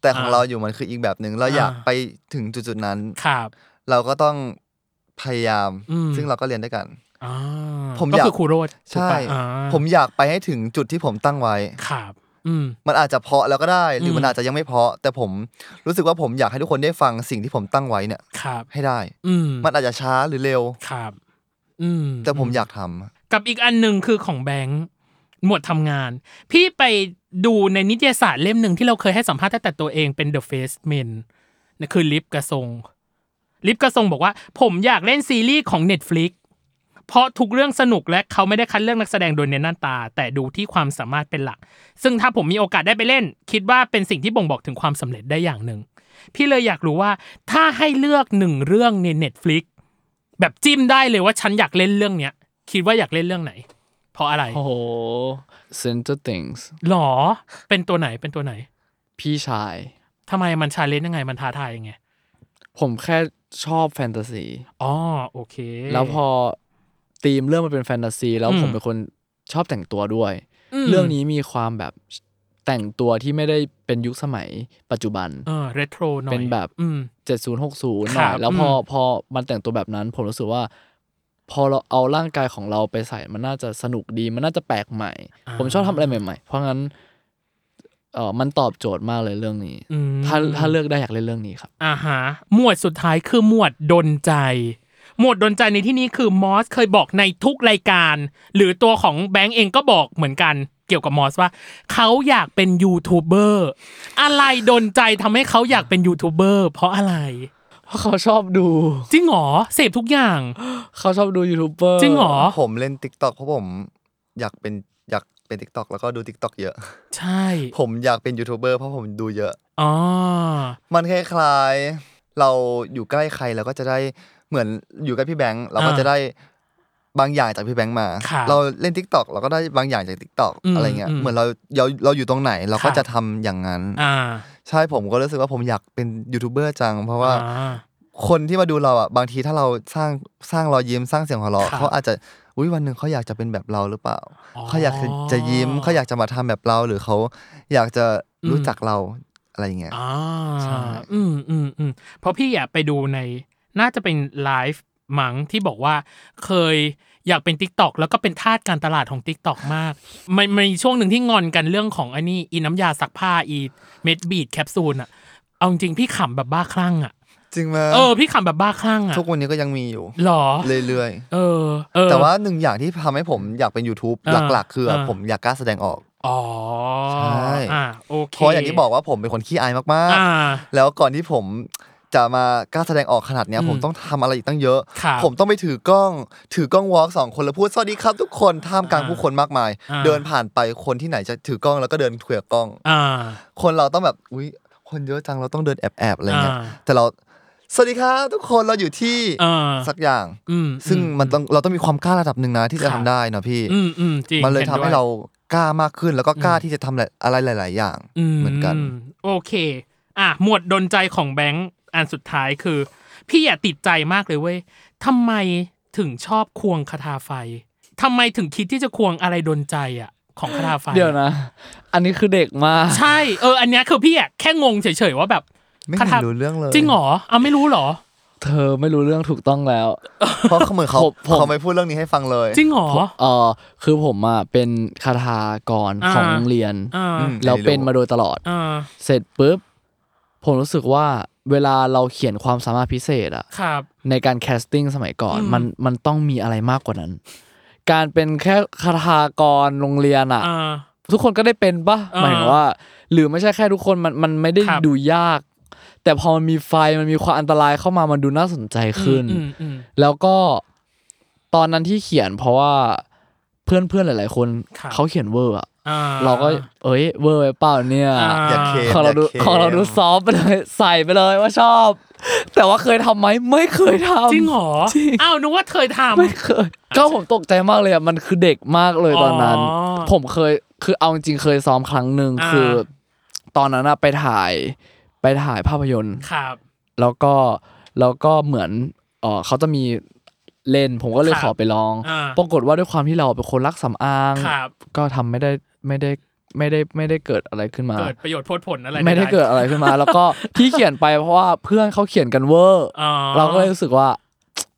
[SPEAKER 4] แต่ของ
[SPEAKER 2] อ่า
[SPEAKER 4] เราอยู่มันคืออีกแบบหนึ่งเราอยาก
[SPEAKER 2] อ่า
[SPEAKER 4] ไปถึงจุดๆนั้น
[SPEAKER 2] ครับ
[SPEAKER 4] เราก็ต้องพยายาม
[SPEAKER 2] อืม
[SPEAKER 4] ซึ่งเราก็เรียนด้วยกัน
[SPEAKER 2] อ่า
[SPEAKER 4] ผม
[SPEAKER 2] ก็
[SPEAKER 4] อยาก
[SPEAKER 2] คือครูโรด
[SPEAKER 4] ใช่ ผมอยากไปให้ถึงจุดที่ผมตั้งไว้
[SPEAKER 2] ครับอืม
[SPEAKER 4] มันอาจจะเพราะแล้วก็ได้ หรืออ
[SPEAKER 2] ม
[SPEAKER 4] มันอาจจะยังไม่เพราะ แต่ผมรู้สึกว่าผมอยากให้ทุกคนได้ฟังสิ่งที่ผมตั้งไว้เนี่ย
[SPEAKER 2] ครับ
[SPEAKER 4] ให้ได้
[SPEAKER 2] อืม
[SPEAKER 4] มันอาจจะช้าหรือเร็ว
[SPEAKER 2] ครับ อืม
[SPEAKER 4] แต่ผมอยากทำ
[SPEAKER 2] กับอีกอันหนึ่งคือของแบงค์หมวดทำงาน พี่ไปดูในนิตยสารเล่มหนึ่งที่เราเคยให้สัมภาษณ์ตั้งแต่ตัวเองเป็น The Face Men นั่นคือลิฟกระทรงลิฟกระทรงบอกว่า ผมอยากเล่นซีรีส์ของ Netflix เพราะทุกเรื่องสนุกและเขาไม่ได้คัดเลือกนักแสดงโดยเน้นหน้าตา แต่ดูที่ความสามารถเป็นหลัก ซึ่งถ้าผมมีโอกาสได้ไปเล่น คิดว่าเป็นสิ่งที่บ่งบอกถึงความสำเร็จได้อย่างหนึ่ง พี่เลยอยากรู้ว่าถ้าให้เลือกหนึ่งเรื่องใน Netflix แบบจิ้มได้เลยว่าฉันอยากเล่นเรื่องเนี้ย คิดว่าอยากเล่นเรื่องไหน เพราะอะไร
[SPEAKER 3] โอ้โห Stranger Things
[SPEAKER 2] หรอ เป็นตัวไหนเป็นตัวไหน
[SPEAKER 3] พี่ชาย
[SPEAKER 2] ทำไมมันชาเลนจ์ยังไงมันท้าทายยังไง
[SPEAKER 3] ผมแค่ชอบแฟนตาซี
[SPEAKER 2] อ๋อโอเค
[SPEAKER 3] แล้วพอธีมเรื่องมันเป็นแฟนตาซี แล้ว
[SPEAKER 2] อืม
[SPEAKER 3] ผมเป็นคนชอบแต่งตัวด้วย
[SPEAKER 2] ม
[SPEAKER 3] เรื่องนี้มีความแบบแต่งตัวที่ไม่ได้เป็นยุคสมัยปัจจุบัน
[SPEAKER 2] เออเรโทรหน่อย
[SPEAKER 3] เป็นแบบ
[SPEAKER 2] อืม
[SPEAKER 3] 70 60ห
[SPEAKER 2] ครั
[SPEAKER 3] น่อบ ยแล้วพอ
[SPEAKER 2] อืม
[SPEAKER 3] พอมันแต่งตัวแบบนั้น ผมรู้สึกว่า พอเราเอาร่างกายของเราไปใส่มันน่าจะสนุกดี มันน่าจะแปลกใหม่ ผมชอบทำอะไรใหม่ ๆ เพราะงั้นเออมันตอบโจทย์มากเลยเรื่องนี้
[SPEAKER 2] อืม
[SPEAKER 3] ถ้าถ้าเลือกได้อยากเล่นเรื่องนี้ครับ
[SPEAKER 2] อ่าฮะหมวดสุดท้ายคือหมวดดนใจ หมวดดนใจในที่นี้คือมอสเคยบอกในทุกรายการ หรือตัวของแบงก์เองก็บอกเหมือนกันเกี่ยวกับมอสว่า เขาอยากเป็นยูทูบเบอร์อะไรดนใจทำให้เขาอยากเป็นยูทูบเบอร์เพราะอะไร
[SPEAKER 3] เพราะเขาชอบดู
[SPEAKER 2] จริงเหรอเสพทุกอย่าง
[SPEAKER 3] เขาชอบดูยูทูบเบอร์
[SPEAKER 2] จริงเหรอ
[SPEAKER 4] ผมเล่น t ิ k t o k เพราะผมอยากเป็นอยากเป็น t ิ k t o k แล้วก็ดู t ิ k t o k เยอะ
[SPEAKER 2] ใช่
[SPEAKER 4] ผมอยากเป็นยูทูบเบอร์เพราะผมดูเยอะ
[SPEAKER 2] อ๋อ
[SPEAKER 4] มันคล้ายๆเราอยู่ใกล้ใครเราก็จะได้เหมือนอยู่ใกล้พี่แบงค์เราก็จะได้บางอย่างจากพี่แบงค์มา
[SPEAKER 2] ครับ
[SPEAKER 4] เราเล่น t ิ k t o k เราก็ได้บางอย่างจาก t ิ k t o k
[SPEAKER 2] อืม
[SPEAKER 4] อะไรเงี้ย
[SPEAKER 2] อืม
[SPEAKER 4] เหมือนเราเราเราอยู่ตรงไหนเรา
[SPEAKER 2] ครั
[SPEAKER 4] ก็
[SPEAKER 2] บ
[SPEAKER 4] จะทำอย่างนั้น
[SPEAKER 2] อ่า
[SPEAKER 4] ใช่ผมก็รู้สึกว่าผมอยากเป็นยูทูบเบอร์จัง เพราะว่า
[SPEAKER 2] อ่
[SPEAKER 4] คนที่มาดูเราอ่ะบางทีถ้าเราสร้างสร้างรอยยิ้มสร้างเสียงหัวเราะ
[SPEAKER 2] ครับ
[SPEAKER 4] เขาอาจจะอุ้ยวันหนึ่งเขาอยากจะเป็นแบบเราหรือเปล่า เขาอยากจะจะยิ้มเขาอยากจะมาทำแบบเราหรือเขาอยากจะรู้จักเราอะไรอย่างเงี้ย
[SPEAKER 2] อ่า
[SPEAKER 4] ใช่
[SPEAKER 2] อืมอืมอืมเพราะพี่อยากไปดูในน่าจะเป็นไลฟ์มั้งที่บอกว่าเคยอยากเป็น t ิ k t o k แล้วก็เป็นทาสการตลาดของ t ิ k t o k มาก มันมันมีช่วงหนึ่งที่งอนกันเรื่องของอันนี้อีน้ำยาซักผ้าอีเม็ดบีดแคปซูลอะเอาจริงๆพี่ขำแบบบ้าคลั่งอะ
[SPEAKER 4] จริงไหมย
[SPEAKER 2] เออพี่ขำแบบบ้าคลั่งอะ
[SPEAKER 4] ทุกวันนี้ก็ยังมีอยู่
[SPEAKER 2] หรอ
[SPEAKER 4] เรื่อย
[SPEAKER 2] เออเออ
[SPEAKER 4] ๆ แต่ว่าหนึ่งอย่างที่ทำให้ผมอยากเป็น YouTube
[SPEAKER 2] อ่า
[SPEAKER 4] หลักๆ คืออ่ะ
[SPEAKER 2] อ่า
[SPEAKER 4] ผมอยากกล้าแสดงออก
[SPEAKER 2] อ๋อ
[SPEAKER 4] ใช่
[SPEAKER 2] อ่าโอเค
[SPEAKER 4] เพราะอย่างที่บอกว่าผมเป็นคนขี้อายมาก
[SPEAKER 2] อ่า
[SPEAKER 4] ๆ แล้วก่อนที่ผมจะมากล้าแสดงออกขนาดเนี้ย
[SPEAKER 2] อืม
[SPEAKER 4] ผมต้องทำอะไรอีกตั้งเยอะ
[SPEAKER 2] ครับ
[SPEAKER 4] ผมต้องไปถือกล้อง ถือกล้องวอล์กสองคนแล้วพูดสวัสดีครับทุกคนท่ามกลาง
[SPEAKER 2] อ่า
[SPEAKER 4] ผู้คนมากมาย
[SPEAKER 2] อ่า
[SPEAKER 4] เดินผ่านไปคนที่ไหนจะถือกล้องแล้วก็เดินคุยกับกล้อง
[SPEAKER 2] อ่า
[SPEAKER 4] คนเราต้องแบบอุ้ยคนเยอะจังเราต้องเดินแอบแอบๆอะไรเงี้ย
[SPEAKER 2] อ่า
[SPEAKER 4] แต่เราสวัสดีครับทุกคนเราอยู่ที่
[SPEAKER 2] อ่า
[SPEAKER 4] สักอย่าง
[SPEAKER 2] อืม
[SPEAKER 4] ซึ่ง
[SPEAKER 2] อื
[SPEAKER 4] มันต้องเราต้องมีความกล้าระดับหนึ่งนะที่จะ
[SPEAKER 2] ครั
[SPEAKER 4] ทำ
[SPEAKER 2] บ
[SPEAKER 4] ได้เนาะพี่
[SPEAKER 2] อืมอืมจริง
[SPEAKER 4] มันเลย
[SPEAKER 2] ห็
[SPEAKER 4] ทำ
[SPEAKER 2] ด้ว
[SPEAKER 4] ให้เรา กล้ามากขึ้นแล้วก็กล้าที่จะทำอะไรหลาย ๆ อย่าง เหมือนกัน
[SPEAKER 2] โอเค อ่ะ หมวดดนใจของแบงค์อันสุดท้ายคือ พี่อย่าติดใจมากเลยเว้ยทำไมถึงชอบควงคาถาไฟทำไมถึงคิดที่จะควงอะไรดนใจอ่ะ ของคาถาไฟ
[SPEAKER 3] เดี๋ยวนะ อันนี้คือเด็กมาก
[SPEAKER 2] ใช่เออ อันเนี้ยคือพี่อะแค่งงเฉยๆว่าแบบ
[SPEAKER 4] ไม่
[SPEAKER 2] คา
[SPEAKER 4] เห็
[SPEAKER 2] ถาน
[SPEAKER 4] รู้เรื่องเลย
[SPEAKER 2] จริงเหรอเอาไม่รู้เหรอ
[SPEAKER 3] เธอไม่รู้เรื่องถูกต้องแล้ว
[SPEAKER 4] เพราะเขาเหมือนเขา
[SPEAKER 3] ผมผม
[SPEAKER 4] เขาไม่พูดเรื่องนี้ให้ฟังเลย
[SPEAKER 2] จริงเหรอ
[SPEAKER 3] เออคือผมอ่ะเป็นคาถากร
[SPEAKER 2] อ่า
[SPEAKER 3] ของโรงเรียน
[SPEAKER 2] อ่า
[SPEAKER 4] อืม
[SPEAKER 3] แล้วเป็นมาโดยตลอด
[SPEAKER 2] อ่า
[SPEAKER 3] เสร็จปุ๊บ ผมรู้สึกว่าเวลาเราเขียนความสามารถพิเศษอะ
[SPEAKER 2] ครับ
[SPEAKER 3] ในการแคสติ้งสมัยก่อน
[SPEAKER 2] อืม
[SPEAKER 3] มันมันต้องมีอะไรมากกว่านั้น การเป็นแค่คาถากรโรงเรียนอ่ะ
[SPEAKER 2] ่า
[SPEAKER 3] ทุกคนก็ได้เป็นปะ
[SPEAKER 2] อ่า
[SPEAKER 3] หมายถึงว่า หรือไม่ใช่แค่ทุกคนมันมันไม่ได้
[SPEAKER 2] ครับ
[SPEAKER 3] ดูยาก แต่พอมันมีไฟมันมีความอันตรายเข้ามามันดูน่าสนใจขึ้น
[SPEAKER 2] อืมอืม
[SPEAKER 3] แล้วก็ตอนนั้นที่เขียนเพราะว่าเพื่อนเพื่อนๆหลาย ๆ คน
[SPEAKER 2] ครับ
[SPEAKER 3] เขาเขียนเวอร์อะ
[SPEAKER 2] อ่า
[SPEAKER 3] เราก็เอ้ยเวอร์ไปเปล่าเนี่ย
[SPEAKER 2] อ่า
[SPEAKER 4] อยากเคม
[SPEAKER 3] ของเราดู
[SPEAKER 4] ยกคม
[SPEAKER 3] ของเราดูซอฟต์ไปเลย ใส่ไปเลยว่าชอบ แต่ว่าเคยทำไหมไม่เคยทำ
[SPEAKER 2] จริงเหรอ
[SPEAKER 3] จริง
[SPEAKER 2] อ้าวนึกว่าเคยทำ
[SPEAKER 3] ไม่เคยก็ผมตกใจมากเลยอ่ะมันคือเด็กมากเลยตอนนั้น
[SPEAKER 2] อ๋อ
[SPEAKER 3] ผมเคยคือเอาจริงๆเคยซ้อมครั้งหนึ่ง
[SPEAKER 2] อ่า
[SPEAKER 3] คือ ตอนนั้นอะไปถ่ายไปถ่ายภาพยนตร์
[SPEAKER 2] ครับ
[SPEAKER 3] แล้วก็แล้วก็เหมือนเออเขาจะมีเล่น ผมก็เลย
[SPEAKER 2] ครับ
[SPEAKER 3] ขอไปลอง
[SPEAKER 2] อ่า
[SPEAKER 3] ปรากฏว่าด้วยความที่เราเป็นคนรักสำอาง
[SPEAKER 2] ครับ
[SPEAKER 3] ก็ทำไม่ได้ไม่ได้ไม่ได้ไม่ได้เกิดอะไรขึ้นมา
[SPEAKER 2] เกิดประโยชน์โพดผลอะไร
[SPEAKER 3] ไม่ได้เกิดอะไรขึ้นมา แล้วก็ที่เขียนไปเพราะว่าเพื่อนเขาเขียนกันเวอร์
[SPEAKER 2] อ๋อ
[SPEAKER 3] เราก็เลยรู้สึกว่า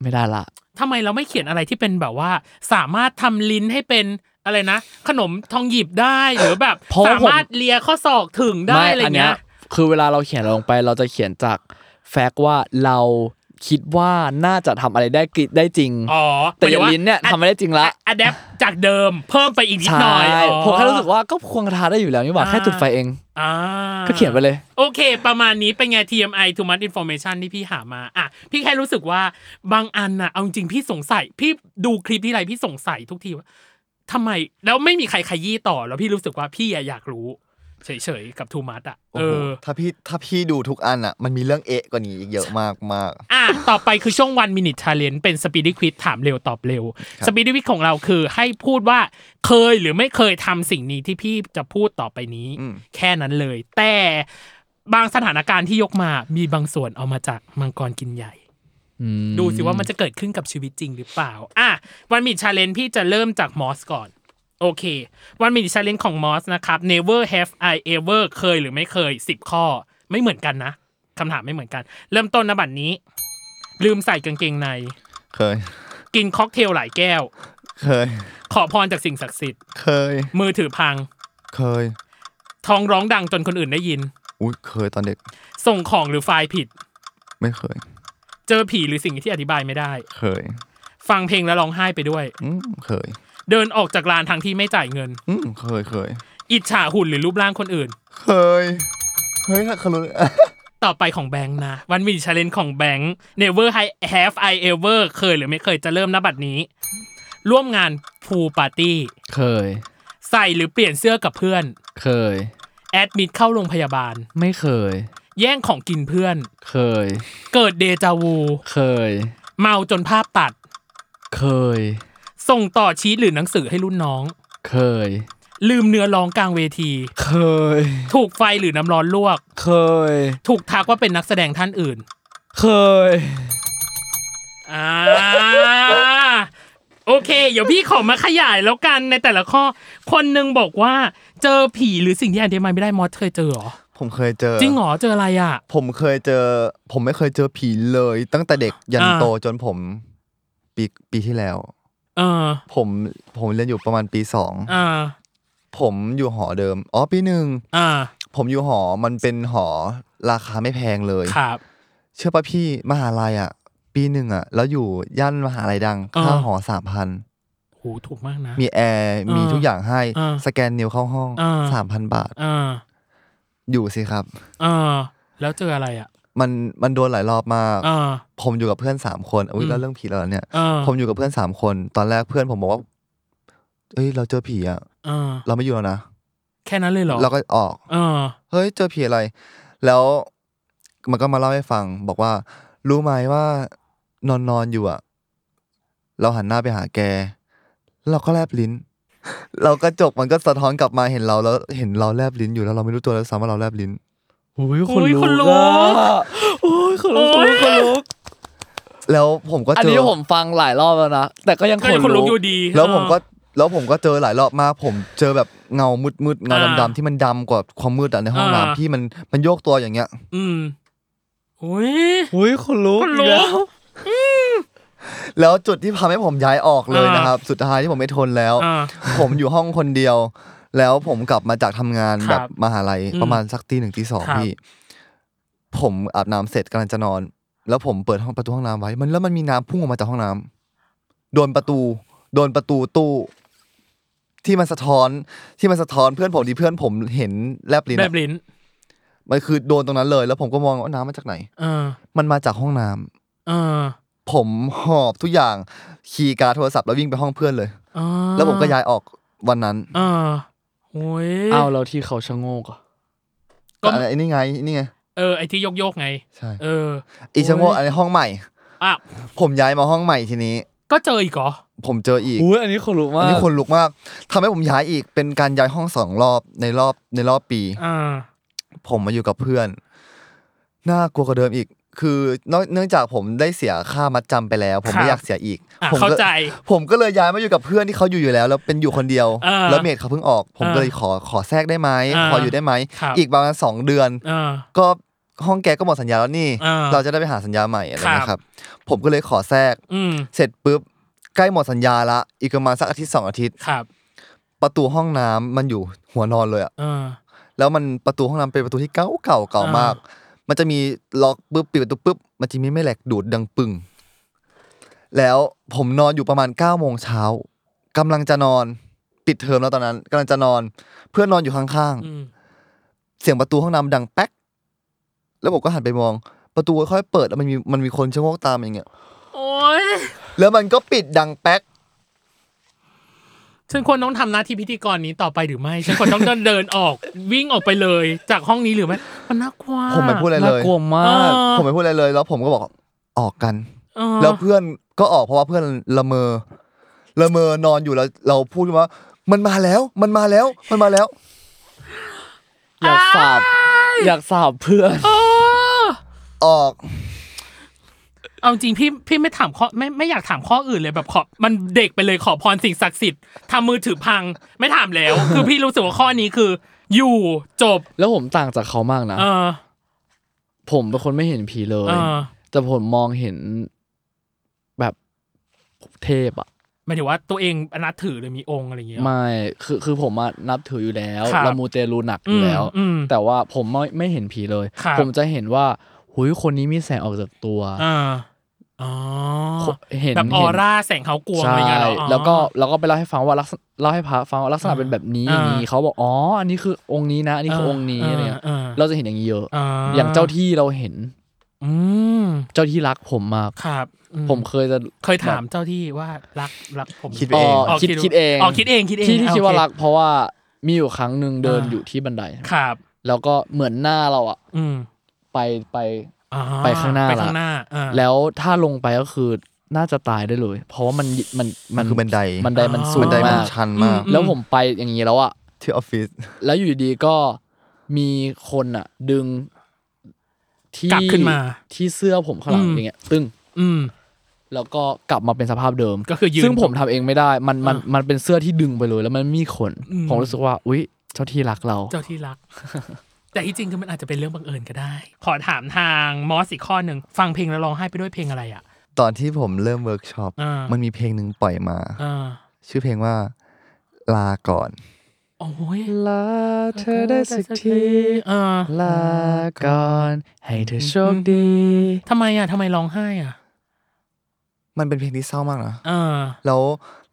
[SPEAKER 3] ไม่ได้ละ
[SPEAKER 2] ทำไมเราไม่เขียนอะไรที่เป็นแบบว่า สามารถทำลิ้นให้เป็นอะไรนะ ขนมทองหยิบได้หรือแบบ
[SPEAKER 3] เพราะว่ผม
[SPEAKER 2] สาารถเลียข้อศอกถึงได้อะไร
[SPEAKER 3] ม่นเนี้
[SPEAKER 2] เงี้
[SPEAKER 3] ย
[SPEAKER 2] ย
[SPEAKER 3] คือเวลาเราเขียนลงไป เราจะเขียนจากแฟกต์ว่าเราคิดว่าน่าจะทำอะไรได้กิได้จริง
[SPEAKER 2] อ๋อ
[SPEAKER 3] แต่อย่างลิ้นเนี่ยทำไม่ได้จริงละ
[SPEAKER 2] อะแดปจากเดิมเพิ่มไปอีกนิด
[SPEAKER 3] ใช่
[SPEAKER 2] หน่อยอ๋อ
[SPEAKER 3] ผมแค่รู้สึกว่าก็ควงกระทาได้อยู่แล้วนี่หว่า
[SPEAKER 2] อ่า
[SPEAKER 3] แค่จุดไฟเอง
[SPEAKER 2] อ่า
[SPEAKER 3] ก็เขียนไปเลย
[SPEAKER 2] โอเค ประมาณนี้เป็นไง TMI too much information ที่พี่หามาอ่ะพี่แค่รู้สึกว่าบางอันน่ะเอาจริงพี่สงสัย พี่ดูคลิปที่ไรพี่สงสัยทุกทีว่าทำไมแล้วไม่มีใครขยี้ต่อ แล้วพี่รู้สึกว่าพี่อะอยากรู้ เฉยๆกับ too much อ่ะ
[SPEAKER 4] โอ้
[SPEAKER 2] เอ
[SPEAKER 4] โห
[SPEAKER 2] อ
[SPEAKER 4] ถ้าพี่ถ้าพี่ดูทุกอันอ่ะ มันมีเรื่องเอะกว่านี้อีกเยอะมากมาก
[SPEAKER 2] อ่ะ ต่อไปคือช่วง one minute challenge เป็น speedy quiz ถามเร็วตอบเร็ว speedy quiz ของเราคือให้พูดว่าเคยหรือไม่เคยทำสิ่งนี้ที่พี่จะพูดต่อไปนี้ แค่นั้นเลย แต่บางสถานการณ์ที่ยกมามีบางส่วนเอามาจากมังกรกินใหญ่ ดูสิว่ามันจะเกิดขึ้นกับชีวิตจริงหรือเปล่า อ่ะ วันมิชาเลนพี่จะเริ่มจากมอสก่อน โอเค วันมิชาเลนของมอสนะครับ never have I ever เคยหรือไม่เคย 10 ข้อ ไม่เหมือนกันนะคำถามไม่เหมือนกัน เริ่มต้นนบัตรนี้ ลืมใส่กางเกงใน
[SPEAKER 4] ๆเคย
[SPEAKER 2] กินค็อกเทลหลายแก้ว
[SPEAKER 4] เคย
[SPEAKER 2] ขอพรจากสิ่งศักดิ์สิทธิ์
[SPEAKER 4] เคย
[SPEAKER 2] มือถือพัง
[SPEAKER 4] เคย
[SPEAKER 2] ท้องร้องดังจนคนอื่นได้ยิน
[SPEAKER 4] อุ้ยเคยตอนเด็ก
[SPEAKER 2] ส่งของหรือไฟล์ผิด
[SPEAKER 4] ไม่เคย
[SPEAKER 2] เจอผีหรือสิ่งที่อธิบายไม่ได้
[SPEAKER 4] เคย
[SPEAKER 2] ฟังเพลงแล้วร้องไห้ไปด้วย
[SPEAKER 4] อืมเคย
[SPEAKER 2] เดินออกจากร้านทางที่ไม่จ่ายเงิน
[SPEAKER 4] อืมเคย เคย
[SPEAKER 2] อิจฉาหุ่นหรือรูปร่างคนอื่น
[SPEAKER 4] เคย เฮ้ยเขารู้เลย
[SPEAKER 2] ต่อไปของแบงค์นะ วันมีชาเลนของแบงค์ Never I Have I Ever เคยหรือไม่เคยจะเริ่มนบัดนี้ ร่วมงานพูปาร์ตี้
[SPEAKER 3] เคย
[SPEAKER 2] ใส่หรือเปลี่ยนเสื้อกับเพื่อน
[SPEAKER 3] เคย
[SPEAKER 2] แอดมิดเข้าโรงพยาบาล
[SPEAKER 3] ไม่เคย
[SPEAKER 2] แย่งของกินเพื่อน
[SPEAKER 3] เคย
[SPEAKER 2] เกิดเดจาวู
[SPEAKER 3] เคย
[SPEAKER 2] เมาจนภาพตัด
[SPEAKER 3] เคย
[SPEAKER 2] ส่งต่อชีตหรือหนังสือให้รุ่นน้อง
[SPEAKER 3] เคย
[SPEAKER 2] ลืมเนื้อร้องกลางเวที
[SPEAKER 3] เคย
[SPEAKER 2] ถูกไฟหรือน้ำร้อนลวก
[SPEAKER 3] เคย
[SPEAKER 2] ถูกทักว่าเป็นนักแสดงท่านอื่น
[SPEAKER 3] เคย
[SPEAKER 2] อ่าโอเค เดี๋ยวพี่ขอมาขยายแล้วกันในแต่ละข้อ คนหนึ่งบอกว่าเจอผีหรือสิ่งที่อธิบายไม่ได้มอสเคยเจอเหรอ
[SPEAKER 4] ผมเคยเจอ
[SPEAKER 2] จริงเหรอเจออะไรอ่ะ
[SPEAKER 4] ผมเคยเจอ ผมไม่เคยเจอผีเลย ตั้งแต่เด็กยัน
[SPEAKER 2] อ่า
[SPEAKER 4] โตจนผม ปีปีที่แล้ว
[SPEAKER 2] เออ
[SPEAKER 4] ผมผมเรียนอยู่ประมาณปีสอง
[SPEAKER 2] อ่า
[SPEAKER 4] ผมอยู่หอเดิมอ๋อปีหนึ่ง
[SPEAKER 2] อ่า
[SPEAKER 4] ผมอยู่หอมันเป็นหอราคาไม่แพงเลย
[SPEAKER 2] ครับ
[SPEAKER 4] เชื่อป่ะพี่มหาลัยอ่ะ ปีหนึ่งอ่ะ แล้วอยู่ย่านมหาลัยดัง
[SPEAKER 2] อ่า
[SPEAKER 4] ค่าหอสามพัน
[SPEAKER 2] โหถูกมากนะ
[SPEAKER 4] มีแอร์
[SPEAKER 2] อ่ามี
[SPEAKER 4] มีทุกอย่างให้
[SPEAKER 2] อ่า
[SPEAKER 4] สแกนนิ้วเข้าห้อง
[SPEAKER 2] อ่า
[SPEAKER 4] สามพันบาท
[SPEAKER 2] อ่า
[SPEAKER 4] อยู่สิครับ
[SPEAKER 2] อ่าแล้วเจออะไรอ่ะ
[SPEAKER 4] มันมันโดนหลายรอบมาก
[SPEAKER 2] อ่า
[SPEAKER 4] ผมอยู่กับเพื่อนสามคนอุ้
[SPEAKER 2] อื
[SPEAKER 4] ย
[SPEAKER 2] ม
[SPEAKER 4] แล้วเรื่องผีแล้วเหรอเนี่ย
[SPEAKER 2] อ่า
[SPEAKER 4] ผมอยู่กับเพื่อนสามคน ตอนแรกเพื่อนผมบอกว่าเอ้ยเราเจอผีอ่ะ
[SPEAKER 2] อ่า
[SPEAKER 4] เราไม่อยู่แล้วนะ
[SPEAKER 2] แค่นั้นเลยเหรอ
[SPEAKER 4] เราก็ออก
[SPEAKER 2] อ่า
[SPEAKER 4] เฮ้ยเจอผีอะไร แล้วมันก็มาเล่าให้ฟัง บอกว่า รู้ไหมว่านอนนอนๆอยู่อะเราหันหน้าไปหาแกแล้วเราก็แลบลิ้น เรากระจกมันก็สะท้อนกลับมาเห็นเราแล้วเห็นเราแลบลิ้นอยู่แล้วเราไม่รู้ตัวแล้วซ้ำว่าเราแลบลิ้น
[SPEAKER 3] โอ้ย
[SPEAKER 2] อุ๊ยขนลุก
[SPEAKER 3] อะโอ้ยขนลุกขนลุกขนลุก
[SPEAKER 4] แล้วผมก็
[SPEAKER 3] อัน
[SPEAKER 4] เจอ
[SPEAKER 3] นี้
[SPEAKER 4] อ
[SPEAKER 3] ผมฟังหลายรอบแล้วนะแต่ก็ยัง
[SPEAKER 2] ก็ยัง
[SPEAKER 3] ข
[SPEAKER 2] ข
[SPEAKER 3] น
[SPEAKER 2] น
[SPEAKER 3] ลุ
[SPEAKER 2] ลุ
[SPEAKER 3] ก
[SPEAKER 2] ก
[SPEAKER 3] อ
[SPEAKER 2] อยู่ ยู่ดี
[SPEAKER 4] แล้วผมก็
[SPEAKER 2] เอ
[SPEAKER 4] แล้วผมก็เจอหลายรอบมากผมเจอแบบเงามืดๆเงา
[SPEAKER 2] อ่า
[SPEAKER 4] ดำๆที่มันดำกว่าความมืดอะในห้อง
[SPEAKER 2] อ่า
[SPEAKER 4] น้ำที่มันมันโยกตัวอย่างเงี้ย
[SPEAKER 2] ออืมอุ้ย
[SPEAKER 3] โอ้ยขนลุก
[SPEAKER 2] ขนลุก
[SPEAKER 3] อีแล้ว
[SPEAKER 4] แล้วจุดที่ทำให้ผมย้ายออกเลยนะครับ สุดท้ายที่ผมไม่ทนแล้ว
[SPEAKER 2] อ่า
[SPEAKER 4] [LAUGHS] ผมอยู่ห้องคนเดียว แล้วผมกลับมาจากทำงาน
[SPEAKER 2] ค
[SPEAKER 4] แบ
[SPEAKER 2] รั
[SPEAKER 4] บบ มหาลัย
[SPEAKER 2] อืม
[SPEAKER 4] ประมาณสักตีหนึ่งตีสอง
[SPEAKER 2] ครับ
[SPEAKER 4] พี่ผมอาบน้ำเสร็จกำลังจะนอน แล้วผมเปิดห้องประตูห้องน้ำไว้ มันแล้วมันมีน้ำพุ่งออกมาจากห้องน้ำโดนประตู โดนประตูตู้ ที่มันสะท้อนที่มันสะท้อนเพื่อนผมที่เพื่อนผมเห็นแลบลิ้น
[SPEAKER 2] แบ
[SPEAKER 4] อะ
[SPEAKER 2] บลิ้น
[SPEAKER 4] มันคือโดนตรงนั้นเลย แล้วผมก็มองว่าน้ำมาจากไหน
[SPEAKER 2] เออ
[SPEAKER 4] มันมาจากห้องน้ำ
[SPEAKER 2] เออ
[SPEAKER 4] ผมหอบทุกอย่างขี่การดโทรศัพท์แล้ววิ่งไปห้องเพื่อนเลย
[SPEAKER 2] เออ
[SPEAKER 4] แล้วผมก็ย้ายออกวันนั้น
[SPEAKER 2] เออโอ้ย
[SPEAKER 3] เอาแล้วที่เขาชะโงกอะ
[SPEAKER 2] ก็
[SPEAKER 4] ก็อันนี้ไงนี่ไง
[SPEAKER 2] เออไอที่โยกโยกๆไง
[SPEAKER 4] ใช่
[SPEAKER 2] เออ
[SPEAKER 4] อีชะโงกอันนี้ห้องใหม่
[SPEAKER 2] อ่ะ
[SPEAKER 4] ผมย้ายมาห้องใหม่ทีนี้
[SPEAKER 2] ก็เจออีกเหรอ
[SPEAKER 4] ผมเจออีก
[SPEAKER 3] อุ้ยอันนี้ขนลุกมา
[SPEAKER 4] อั
[SPEAKER 3] ก
[SPEAKER 4] นนี้คนลุกมากทำให้ผมย้ายอีกเป็นการย้ายห้องสองรอบในรอบในรอบปี
[SPEAKER 2] อ่า
[SPEAKER 4] ผมมาอยู่กับเพื่อน น่ากลัวกว่าเดิมอีก คือนอกเนื่องจากผมได้เสียค่ามัดจำไปแล้ว ผม
[SPEAKER 2] ครั
[SPEAKER 4] ไม่
[SPEAKER 2] บ
[SPEAKER 4] อยากเสียอีก
[SPEAKER 2] อ่ะ
[SPEAKER 4] ผม
[SPEAKER 2] เข้า
[SPEAKER 4] ก็
[SPEAKER 2] ใจ
[SPEAKER 4] ผมก็เลยย้ายมาอยู่กับเพื่อนที่เขาอยู่อยู่แล้ว แล้วเป็นอยู่คนเดียว
[SPEAKER 2] เออ
[SPEAKER 4] แล้วเมดเขาเพิ่งออก ผมก็เลยขอขอแทรกได้ไหม
[SPEAKER 2] อ่า
[SPEAKER 4] ขออยู่ได้ไหม
[SPEAKER 2] ครับ
[SPEAKER 4] อีกประมาณสองเดือน
[SPEAKER 2] เออ
[SPEAKER 4] ก็ห้องแกก็หมดสัญญาแล้วนี่
[SPEAKER 2] อ่า
[SPEAKER 4] เราจะได้ไปหาสัญญาใหม่อะไร
[SPEAKER 2] ครับ
[SPEAKER 4] นะครับ ผมก็เลยขอแทรก
[SPEAKER 2] อืม
[SPEAKER 4] เสร็จปุ๊บใกล้หมดสัญญาละ อีกประมาณสักอาทิตย์สองอาทิตย์
[SPEAKER 2] ครับ
[SPEAKER 4] ประตูห้องน้ำมันอยู่หัวนอนเลยอะ
[SPEAKER 2] เออ
[SPEAKER 4] แล้วมันประตูห้องน้ำเป็นประตูที่เก่าเก่าเก่า
[SPEAKER 2] อ่าม
[SPEAKER 4] มาก มันจะมีล็อกปุ๊บปิดประตูปุ๊บมันจะมีแม่เหล็กดูดดังปึ้งแล้วผมนอนอยู่ประมาณ9ก้าโมงเช้ากำลังจะนอนปิดเทอมแล้วตอนนั้นกำลังจะนอน เพื่อนนอนอยู่ข้าง
[SPEAKER 2] อืม
[SPEAKER 4] ๆเสียงประตูห้องน้ำดังแป๊ก แล้วผมก็หันไปมอง ประตูค่อยๆเปิดแล้วมันมีมันมีคนชะโงกตามอย่างเงี้ย
[SPEAKER 2] โอ้ย
[SPEAKER 4] แล้วมันก็ปิดดังแป๊ก
[SPEAKER 2] ฉันควรต้องทำหน้าที่พิธีกรนี้ต่อไปหรือไม่ ฉันควรต้องเดินออก [LAUGHS] วิ่งออกไปเลย จากห้องนี้หรือไม่มันน่ากลัว
[SPEAKER 4] ผมไม่พูดอะไร
[SPEAKER 3] น่า
[SPEAKER 4] เลย
[SPEAKER 3] กลัวมา
[SPEAKER 2] เอก อ
[SPEAKER 4] ผมไม่พูดอะไรเลย แล้วผมก็บอกออกกัน
[SPEAKER 2] เออ
[SPEAKER 4] แล้วเพื่อนก็ออกเพราะว่าเพื่อนละเมอละเมอนอนอยู่แล้ว เราพูดว่า มันมาแล้ว มันมาแล้ว มันมาแล้ว
[SPEAKER 3] อยากสาบอยากสาบเพื่อน
[SPEAKER 4] ออก
[SPEAKER 2] เอาจริงพี่พี่ไม่ถามข้อไม่ไม่อยากถามข้ออื่นเลยแบบขอมันเด็กไปเลยขอพรสิ่งศักดิ์สิทธิ์ทำมือถือพังไม่ถามแล้ว
[SPEAKER 3] [LAUGHS]
[SPEAKER 2] คือพี่รู้สึกว่าข้อนี้คือ อยู่จบ
[SPEAKER 3] แล้วผมต่างจากเขามากนะ
[SPEAKER 2] เออ
[SPEAKER 3] ผมเป็นคนไม่เห็นผีเลย
[SPEAKER 2] เออ
[SPEAKER 3] แต่ผมมองเห็นแบบเทพอะ
[SPEAKER 2] หมายถึงว่าตัวเองอนัตถือหรือมีองค์อะไรอย่างเงี้ย
[SPEAKER 3] ไม่คือคือผมอะนับถืออยู่แล้ว
[SPEAKER 2] ครับ
[SPEAKER 3] เรามูเตลูหนักอ
[SPEAKER 2] อื
[SPEAKER 3] ยู่
[SPEAKER 2] ม
[SPEAKER 3] แล้ว
[SPEAKER 2] อืม
[SPEAKER 3] แต่ว่าผมไม่ไม่เห็นผีเลย
[SPEAKER 2] ครับ
[SPEAKER 3] ผมจะเห็นว่าหุยคนนี้มีแสงออกจากตัว
[SPEAKER 2] เอออ๋อ
[SPEAKER 3] เห็น
[SPEAKER 2] แบบออ
[SPEAKER 3] เห็น
[SPEAKER 2] ร่าแสงเขากลัวง
[SPEAKER 3] ใช่
[SPEAKER 2] อะไรอย่างเงี้ยเหรออ๋อ
[SPEAKER 3] แล้วก็แล้วก็ไปเล่าให้ฟังว่าลักษณะเล่าให้พระฟังว่าลักษณะ
[SPEAKER 2] อ่า
[SPEAKER 3] เป็นแบบนี้
[SPEAKER 2] อ่า
[SPEAKER 3] อย่างนี้เขาบอกอ๋ออันนี้คือองค์นี้นะ อันนี้คือองค์นี้อะไรเงี้ย
[SPEAKER 2] อ่าอ่า
[SPEAKER 3] เราจะเห็นอย่างนี้เยอะ
[SPEAKER 2] อ่
[SPEAKER 3] อย่างเจ้าที่เราเห็น
[SPEAKER 2] อืม
[SPEAKER 3] เจ้าที่รักผมมาก
[SPEAKER 2] ครับอื
[SPEAKER 3] ผมเคยจะ
[SPEAKER 2] เคยถามเจ้าที่ว่ารักรักผมหรื
[SPEAKER 4] คิด
[SPEAKER 2] อ
[SPEAKER 4] ไป
[SPEAKER 2] เปล่า
[SPEAKER 3] เอ่อ
[SPEAKER 4] เอง
[SPEAKER 2] อ๋อ
[SPEAKER 3] คิด
[SPEAKER 2] คิด
[SPEAKER 3] คิดเอง
[SPEAKER 2] อ๋อคิดเองคิดเอง
[SPEAKER 3] ที่ที่
[SPEAKER 2] อ่า
[SPEAKER 3] คิดว่า
[SPEAKER 2] โอเค
[SPEAKER 3] รักเพราะว่ามีอยู่ครั้งหนึ่งเดิน
[SPEAKER 2] อ่า
[SPEAKER 3] อยู่ที่บันได
[SPEAKER 2] ครับ
[SPEAKER 3] แล้วก็เหมือนหน้าเราอะ
[SPEAKER 2] อืม
[SPEAKER 3] ไปไป
[SPEAKER 2] อ่า
[SPEAKER 3] ไปข้างหน้า
[SPEAKER 2] ไป
[SPEAKER 3] ละ
[SPEAKER 2] ข้างหน้าอ่า
[SPEAKER 3] แล้วถ้าลงไปก็คือน่าจะตายได้เลย เพราะว่ามันมัน
[SPEAKER 4] มันคือบันได
[SPEAKER 3] บันไดมันสู
[SPEAKER 4] บั
[SPEAKER 3] ง
[SPEAKER 4] นไดมัน
[SPEAKER 3] มาก
[SPEAKER 4] ชันมาก
[SPEAKER 2] อื
[SPEAKER 3] แล้วผมไปอย่างนี้แล้วอะ
[SPEAKER 4] ที่ออฟฟิศ
[SPEAKER 3] แล้วอยู่ดีๆก็มีคนอ่ะ ดึงที่
[SPEAKER 2] กลับขึ้นมา
[SPEAKER 3] ที่เสื้อผมข้างหลัง
[SPEAKER 2] อืม
[SPEAKER 3] อย่างเงี้ยตึ้ง
[SPEAKER 2] อืม
[SPEAKER 3] แล้วก็กลับมาเป็นสภาพเดิม
[SPEAKER 2] ก็คือยืน
[SPEAKER 3] ซึ่งผมทำเองไม่ได้ มันมันมันเป็นเสื้อที่ดึงไปเลย แล้วมันมีขน
[SPEAKER 2] อืม
[SPEAKER 3] ผมรู้สึกว่า อุ๊ย เจ้าที่รักเรา
[SPEAKER 2] เจ้าที่รัก แต่ที่จริงคือมันอาจจะเป็นเรื่องบังเอิญก็ได้ ขอถามทางมอสอีกข้อหนึ่งฟังเพลงแล้วร้องไห้ไปด้วยเพลงอะไรอ่ะ
[SPEAKER 4] ตอนที่ผมเริ่มเวิร์กช็อป
[SPEAKER 2] อ่ามั
[SPEAKER 4] มันมีเพลงหนึ่งปล่อยมา
[SPEAKER 2] อ่า
[SPEAKER 4] ชื่อเพลงว่า ลาก่อน
[SPEAKER 2] โอ้ย
[SPEAKER 3] ลาเธอได้สักที
[SPEAKER 2] เออ
[SPEAKER 3] ลาก่อนให้เธอโชคดี
[SPEAKER 2] ทำไมอ่ะทำไมร้องไห้อ่ะ
[SPEAKER 4] มันเป็นเพลงที่เศร้ามากนะ
[SPEAKER 2] เออ
[SPEAKER 4] แล้ว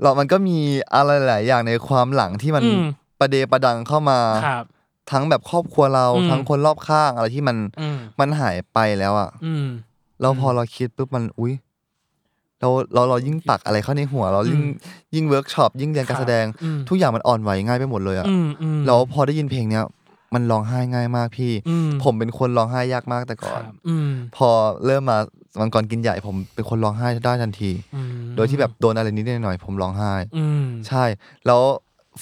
[SPEAKER 4] เรามันก็มีอะไรหลายอย่างในความหลังที่มัน
[SPEAKER 2] อืม
[SPEAKER 4] ประเดประดังเข้ามา
[SPEAKER 2] ครับ
[SPEAKER 4] ทั้งแบบครอบครัวเรา
[SPEAKER 2] อืม
[SPEAKER 4] ทั้งคนรอบข้างอะไรที่มัน
[SPEAKER 2] อืม
[SPEAKER 4] มันหายไปแล้วอ่ะ
[SPEAKER 2] อืม
[SPEAKER 4] แล้วพอเราคิดปุ๊บมันอุ้ยเราเราเรายิ่งปักอะไรเข้าในหัว เรายิ่ง
[SPEAKER 2] อืม
[SPEAKER 4] ยิ่งเวิร์กช็อปยิ่งเรียนการ
[SPEAKER 2] ครับ
[SPEAKER 4] แสดง
[SPEAKER 2] อืม
[SPEAKER 4] ทุกอย่างมันอ่อนไหวง่ายไปหมดเลยอะ
[SPEAKER 2] อืมอืม
[SPEAKER 4] แล้วพอได้ยินเพลงเนี้ยมันร้องไห้ง่ายมากพี่
[SPEAKER 2] อืม
[SPEAKER 4] ผมเป็นคนร้องไห้ยากมากแต่ก่อน
[SPEAKER 2] ครับอืม
[SPEAKER 4] พอเริ่มมาวันก่อนกินใหญ่ผมเป็นคนร้องไห้ได้ทันที
[SPEAKER 2] อืม
[SPEAKER 4] โดยที่แบบโดนอะไรนิดๆหน่อยๆผมร้องไห้
[SPEAKER 2] อืม
[SPEAKER 4] ใช่ แล้ว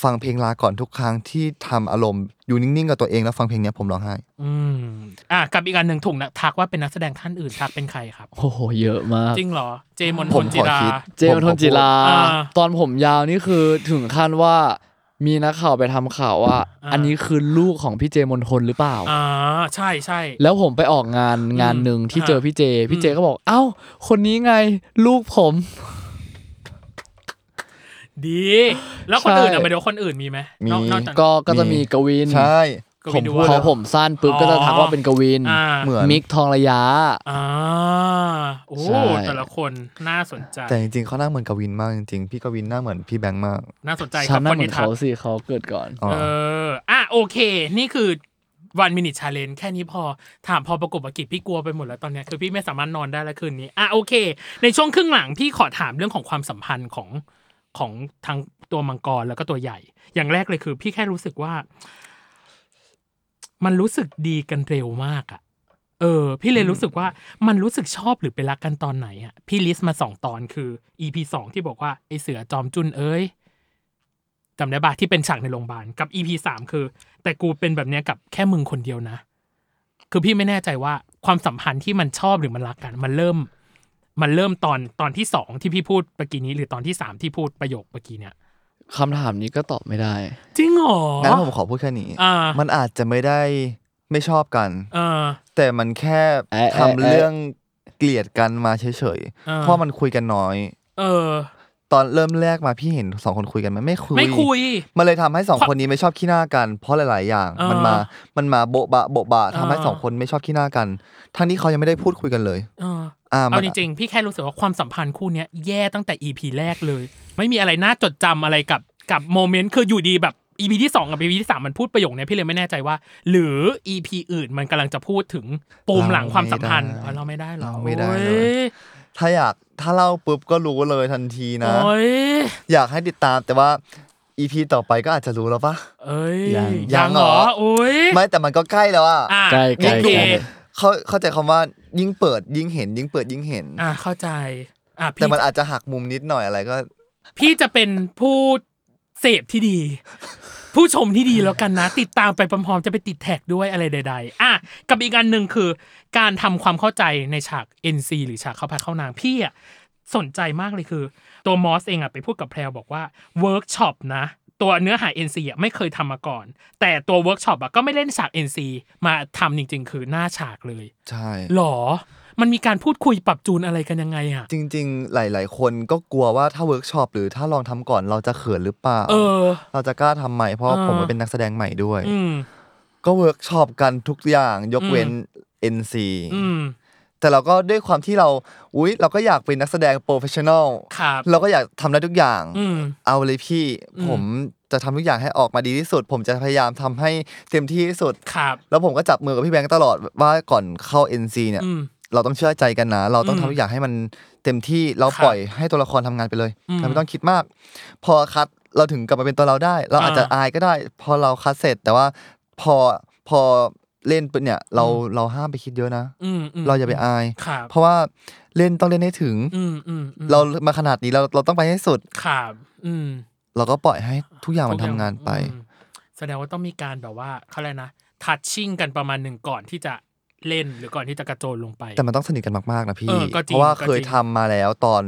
[SPEAKER 4] ฟังเพลงลาก่อนทุกครั้งที่ทำอารมณ์อยู่นิ่งๆกับตัวเองแล้วฟังเพลงเนี้ยผมร้องไห้
[SPEAKER 2] อืมอ่ะกับอีกอันหนึ่งถูกนะทักว่าเป็นนักแสดงท่านอื่นทักเป็นใครครับ
[SPEAKER 3] โอ้โหเยอะมาก
[SPEAKER 2] จริงเหรอ เจมอน
[SPEAKER 4] ผ
[SPEAKER 2] พ
[SPEAKER 4] ม
[SPEAKER 2] ล
[SPEAKER 4] ข
[SPEAKER 2] จิ
[SPEAKER 4] อ
[SPEAKER 2] รา
[SPEAKER 4] คิด
[SPEAKER 3] เจมส์ธนจิรา
[SPEAKER 2] อ่า
[SPEAKER 3] ตอนผมยาวนี่คือถึงขั้นว่ามีนักข่าวไปทำข่าวว่า
[SPEAKER 2] อ่า
[SPEAKER 3] อันนี้คือลูกของพี่เจมนทนหรือเปล่า
[SPEAKER 2] อ่าใช่ใช่
[SPEAKER 3] แล้วผมไปออกงานงานหนึ่งที่เจอพี่เจ พี่เจก็บอก เอ้า คนนี้ไงลูกผม
[SPEAKER 2] ดี แล้วคนอื่น
[SPEAKER 3] ใช่
[SPEAKER 2] อ่ะไปดูคนอื่นมีไหม
[SPEAKER 4] มี
[SPEAKER 2] นอกนอกจาก
[SPEAKER 3] ก็ก็จะมีกวิน
[SPEAKER 4] ใช่
[SPEAKER 2] กวิ
[SPEAKER 3] ผม
[SPEAKER 2] นดู
[SPEAKER 3] พอ
[SPEAKER 2] ว่า
[SPEAKER 3] ผมสั้นปุ๊บ
[SPEAKER 2] อ๋อ
[SPEAKER 3] ก็จะทักว่าเป็นกวิน
[SPEAKER 2] อ่า
[SPEAKER 4] เหมือน
[SPEAKER 3] มิกทองระยะ
[SPEAKER 2] อ่าโอ้
[SPEAKER 3] ใช่
[SPEAKER 2] แต่ละคนน่าสนใจ
[SPEAKER 4] แต่จริงๆเขาหน้าเหมือนกวินมากจริงๆพี่กวินหน้าเหมือนพี่แบงค์มาก
[SPEAKER 2] น่าสนใจค
[SPEAKER 3] ฉั
[SPEAKER 2] รั
[SPEAKER 3] น
[SPEAKER 2] บ
[SPEAKER 3] น่า
[SPEAKER 2] คน
[SPEAKER 3] เหมือ
[SPEAKER 2] นี้
[SPEAKER 3] น
[SPEAKER 2] ทั
[SPEAKER 3] เขา
[SPEAKER 2] ก
[SPEAKER 3] สิเขาเกิดก่อน
[SPEAKER 4] อ๋อ
[SPEAKER 2] เอออ่ะโอเค นี่คือวันมินิชาเลนแค่นี้พอถามพอประกบอากิจพี่กลัวไปหมดแล้วตอนเนี้ยคือพี่ไม่สามารถนอนได้แล้วคืนนี้อ่ะโอเค ในช่วงครึ่งหลังพี่ขอถามเรื่องของความสัมพันธ์ของของทั้งตัวมังกรแล้วก็ตัวใหญ่ อย่างแรกเลยคือ พี่แค่รู้สึกว่า มันรู้สึกดีกันเร็วมากอะเออ พี่เลยรู้สึกว่ามันรู้สึกชอบหรือไปรักกันตอนไหนอะพี่ลิสต์มาสองตอนคือ EP สองที่บอกว่าไอเสือจอมจุนเอ้ยจำได้ปะที่เป็นฉากในโรงพยาบาลกับ EP สามคือ แต่กูเป็นแบบเนี้ยกับแค่มึงคนเดียวนะ คือพี่ไม่แน่ใจว่าความสัมพันธ์ที่มันชอบหรือมันรักกัน มันเริ่ม มันเริ่มตอนตอนที่สองที่พี่พูดเมื่อกี้นี้ หรือตอนที่สามที่พูดประโยคเมื่อกี้เนี่ย
[SPEAKER 3] คำถามนี้ก็ตอบไม่ได้
[SPEAKER 2] จริงเหรอ
[SPEAKER 4] งั้นผมขอพูดแค่นี้
[SPEAKER 2] อ่ามั
[SPEAKER 4] มันอาจจะไม่ได้ไม่ชอบกัน
[SPEAKER 2] เออ
[SPEAKER 4] แต่มันแค่
[SPEAKER 3] เอ๊ะ
[SPEAKER 4] ทำ
[SPEAKER 3] เอ๊ะเอ๊ะ
[SPEAKER 4] เรื่องเกลียดกันมาเฉย
[SPEAKER 2] อ่า
[SPEAKER 4] ๆ เพราะมันคุยกันน้อย
[SPEAKER 2] เออ
[SPEAKER 4] ตอนเริ่มแรกมาพี่เห็นสองคนคุยกันไหมไม่คุย
[SPEAKER 2] ไม่คุย
[SPEAKER 4] มันเลยทำให้สอง
[SPEAKER 2] เพราะ
[SPEAKER 4] คนนี้ไม่ชอบขี้หน้ากัน เพราะหลาย ๆ อย่าง
[SPEAKER 2] อ่ามั
[SPEAKER 4] มันมา มันมาโบะบะโบะบะทำให้
[SPEAKER 2] อ่า
[SPEAKER 4] สองคนไม่ชอบขี้หน้ากัน ทั้งที่เขายังไม่ได้พูดคุยกันเลย
[SPEAKER 2] เออ
[SPEAKER 4] อ่ามั
[SPEAKER 2] เอาจริงๆ พี่แค่รู้สึกว่าความสัมพันธ์คู่เนี้ยแย่ตั้งแต่ EP แรกเลย ไม่มีอะไรน่าจดจำอะไรกับกับโมเมนต์คืออยู่ดีแบบ EP ที่ 2 กับ EP ที่ 3 มันพูดประโยคเนี้ยพี่เลยไม่แน่ใจว่า หรือ EP อื่นมันกำลังจะพูดถึงปูมหลังความสัมพันธ์อ๋อเราไม่ได้หรอ
[SPEAKER 4] เราไม่ได้เลย
[SPEAKER 2] โอ้ย
[SPEAKER 4] ถ้าอยากถ้าเล่าปุ๊บก็รู้เลยทันทีนะ
[SPEAKER 2] โอ้ย
[SPEAKER 4] อยากให้ติดตามแต่ว่าอีพีต่อไปก็อาจจะรู้แล้วปะ
[SPEAKER 2] เอ้ย
[SPEAKER 3] ยัง
[SPEAKER 2] ยังเหรอ
[SPEAKER 4] ยังเหรอ
[SPEAKER 2] โอ้ย
[SPEAKER 4] ไม่แต่มันก็ใกล้แล้วอะ
[SPEAKER 2] อ่ะ
[SPEAKER 3] ใกล้
[SPEAKER 4] ยิ่
[SPEAKER 3] ใกล้
[SPEAKER 4] ง
[SPEAKER 2] โอ
[SPEAKER 4] ดู
[SPEAKER 2] เค
[SPEAKER 3] ใกล้
[SPEAKER 4] เขาเข้าใจคำว่ายิ่งเปิดยิ่งเห็น ยิ่งเปิดยิ่งเห็น
[SPEAKER 2] อ่ะเข้าใจอ่ะ
[SPEAKER 4] แต่
[SPEAKER 2] พี่
[SPEAKER 4] มันอาจจะหักมุมนิดหน่อยอะไรก็
[SPEAKER 2] พี่จะเป็นผู้เสพที่ดี ผู้ชมที่ดีแล้วกันนะ ติดตามไปพร้อมๆจะไปติดแท็กด้วยอะไรใด ๆ อ่ะกับอีกอันหนึ่งคือ การทำความเข้าใจในฉาก NC หรือฉากเข้าพัดเข้านางพี่อ่ะสนใจมากเลยคือ ตัวมอสเองอ่ะไปพูดกับแพรวบอกว่าเวิร์กช็อปนะ ตัวเนื้อหา NC อ่ะไม่เคยทำมาก่อน แต่ตัวเวิร์กช็อปอ่ะก็ไม่เล่นฉาก NC มาทำจริง ๆ คือหน้าฉากเลย
[SPEAKER 4] ใช่
[SPEAKER 2] หรอ มันมีการพูดคุยปรับจูนอะไรกันยังไงอ่ะ
[SPEAKER 4] จริง ๆ หลาย ๆ คนก็กลัวว่าถ้าเวิร์กช็อปหรือถ้าลองทำก่อนเราจะเขินหรือเปล่า
[SPEAKER 2] เออ
[SPEAKER 4] เราจะกล้าทำไหมเพราะ
[SPEAKER 2] เออ
[SPEAKER 4] ผมก็เป็นนักแสดงใหม่ด้วย
[SPEAKER 2] อืม
[SPEAKER 4] ก็เวิร์กช็อปกันทุกอย่างยกเว้น NC
[SPEAKER 2] อืม
[SPEAKER 4] แต่เราก็ด้วยความที่เราอุ๊ย เราก็อยากเป็นนักแสดงโปรเฟชชั่นอล
[SPEAKER 2] ครับ
[SPEAKER 4] เราก็อยากทำได้ทุกอย่าง
[SPEAKER 2] อืม
[SPEAKER 4] เอาเลยพี่
[SPEAKER 2] อืม
[SPEAKER 4] ผมจะทำทุกอย่างให้ออกมาดีที่สุด ผมจะพยายามทำให้เต็มที่ที่สุด
[SPEAKER 2] ครับ
[SPEAKER 4] แล้วผมก็จับมือกับพี่แบงค์ตลอดว่าก่อนเข้า NC เนี่ย
[SPEAKER 2] อืม
[SPEAKER 4] เราต้องเชื่อใจกันนะ เราต้อง
[SPEAKER 2] อืม
[SPEAKER 4] ทำทุกอย่างให้มันเต็มที่เรา
[SPEAKER 2] ครับ
[SPEAKER 4] ปล่อยให้ตัวละครทำงานไปเลย
[SPEAKER 2] อืม
[SPEAKER 4] เราไม่ต้องคิดมาก พอคัดเราถึงกลับมาเป็นตัวเราได้ เราอาจจะ
[SPEAKER 2] อ่า
[SPEAKER 4] อายก็ได้ พอเราคัดเสร็จ แต่ว่าพอพอเล่นปุ๊บเนี่ย เราเราห้ามไปคิดเยอะนะ
[SPEAKER 2] อืมอืม
[SPEAKER 4] เราอย่าไปอาย
[SPEAKER 2] ครับ
[SPEAKER 4] เพราะว่าเล่นต้องเล่นให้ถึง
[SPEAKER 2] อืมอืมอืม
[SPEAKER 4] เรามาขนาดนี้เราเราต้องไปให้สุด
[SPEAKER 2] ครับอืม
[SPEAKER 4] เราก็ปล่อยให้ทุกอย่างมัน
[SPEAKER 2] โอเค
[SPEAKER 4] ทำงานไป
[SPEAKER 2] อืมแสดงว่าต้องมีการแบบว่าเขาเรียกนะทัชชิ่งกันประมาณหนึ่งก่อนที่จะเล่นหรือก่อนที่จะกระโจนลงไป
[SPEAKER 4] แต่มันต้องสนิทกันมากๆนะพี่
[SPEAKER 2] เออก็จริง
[SPEAKER 4] เพราะว่า
[SPEAKER 2] ก็จริง
[SPEAKER 4] เคยทำมาแล้วตอน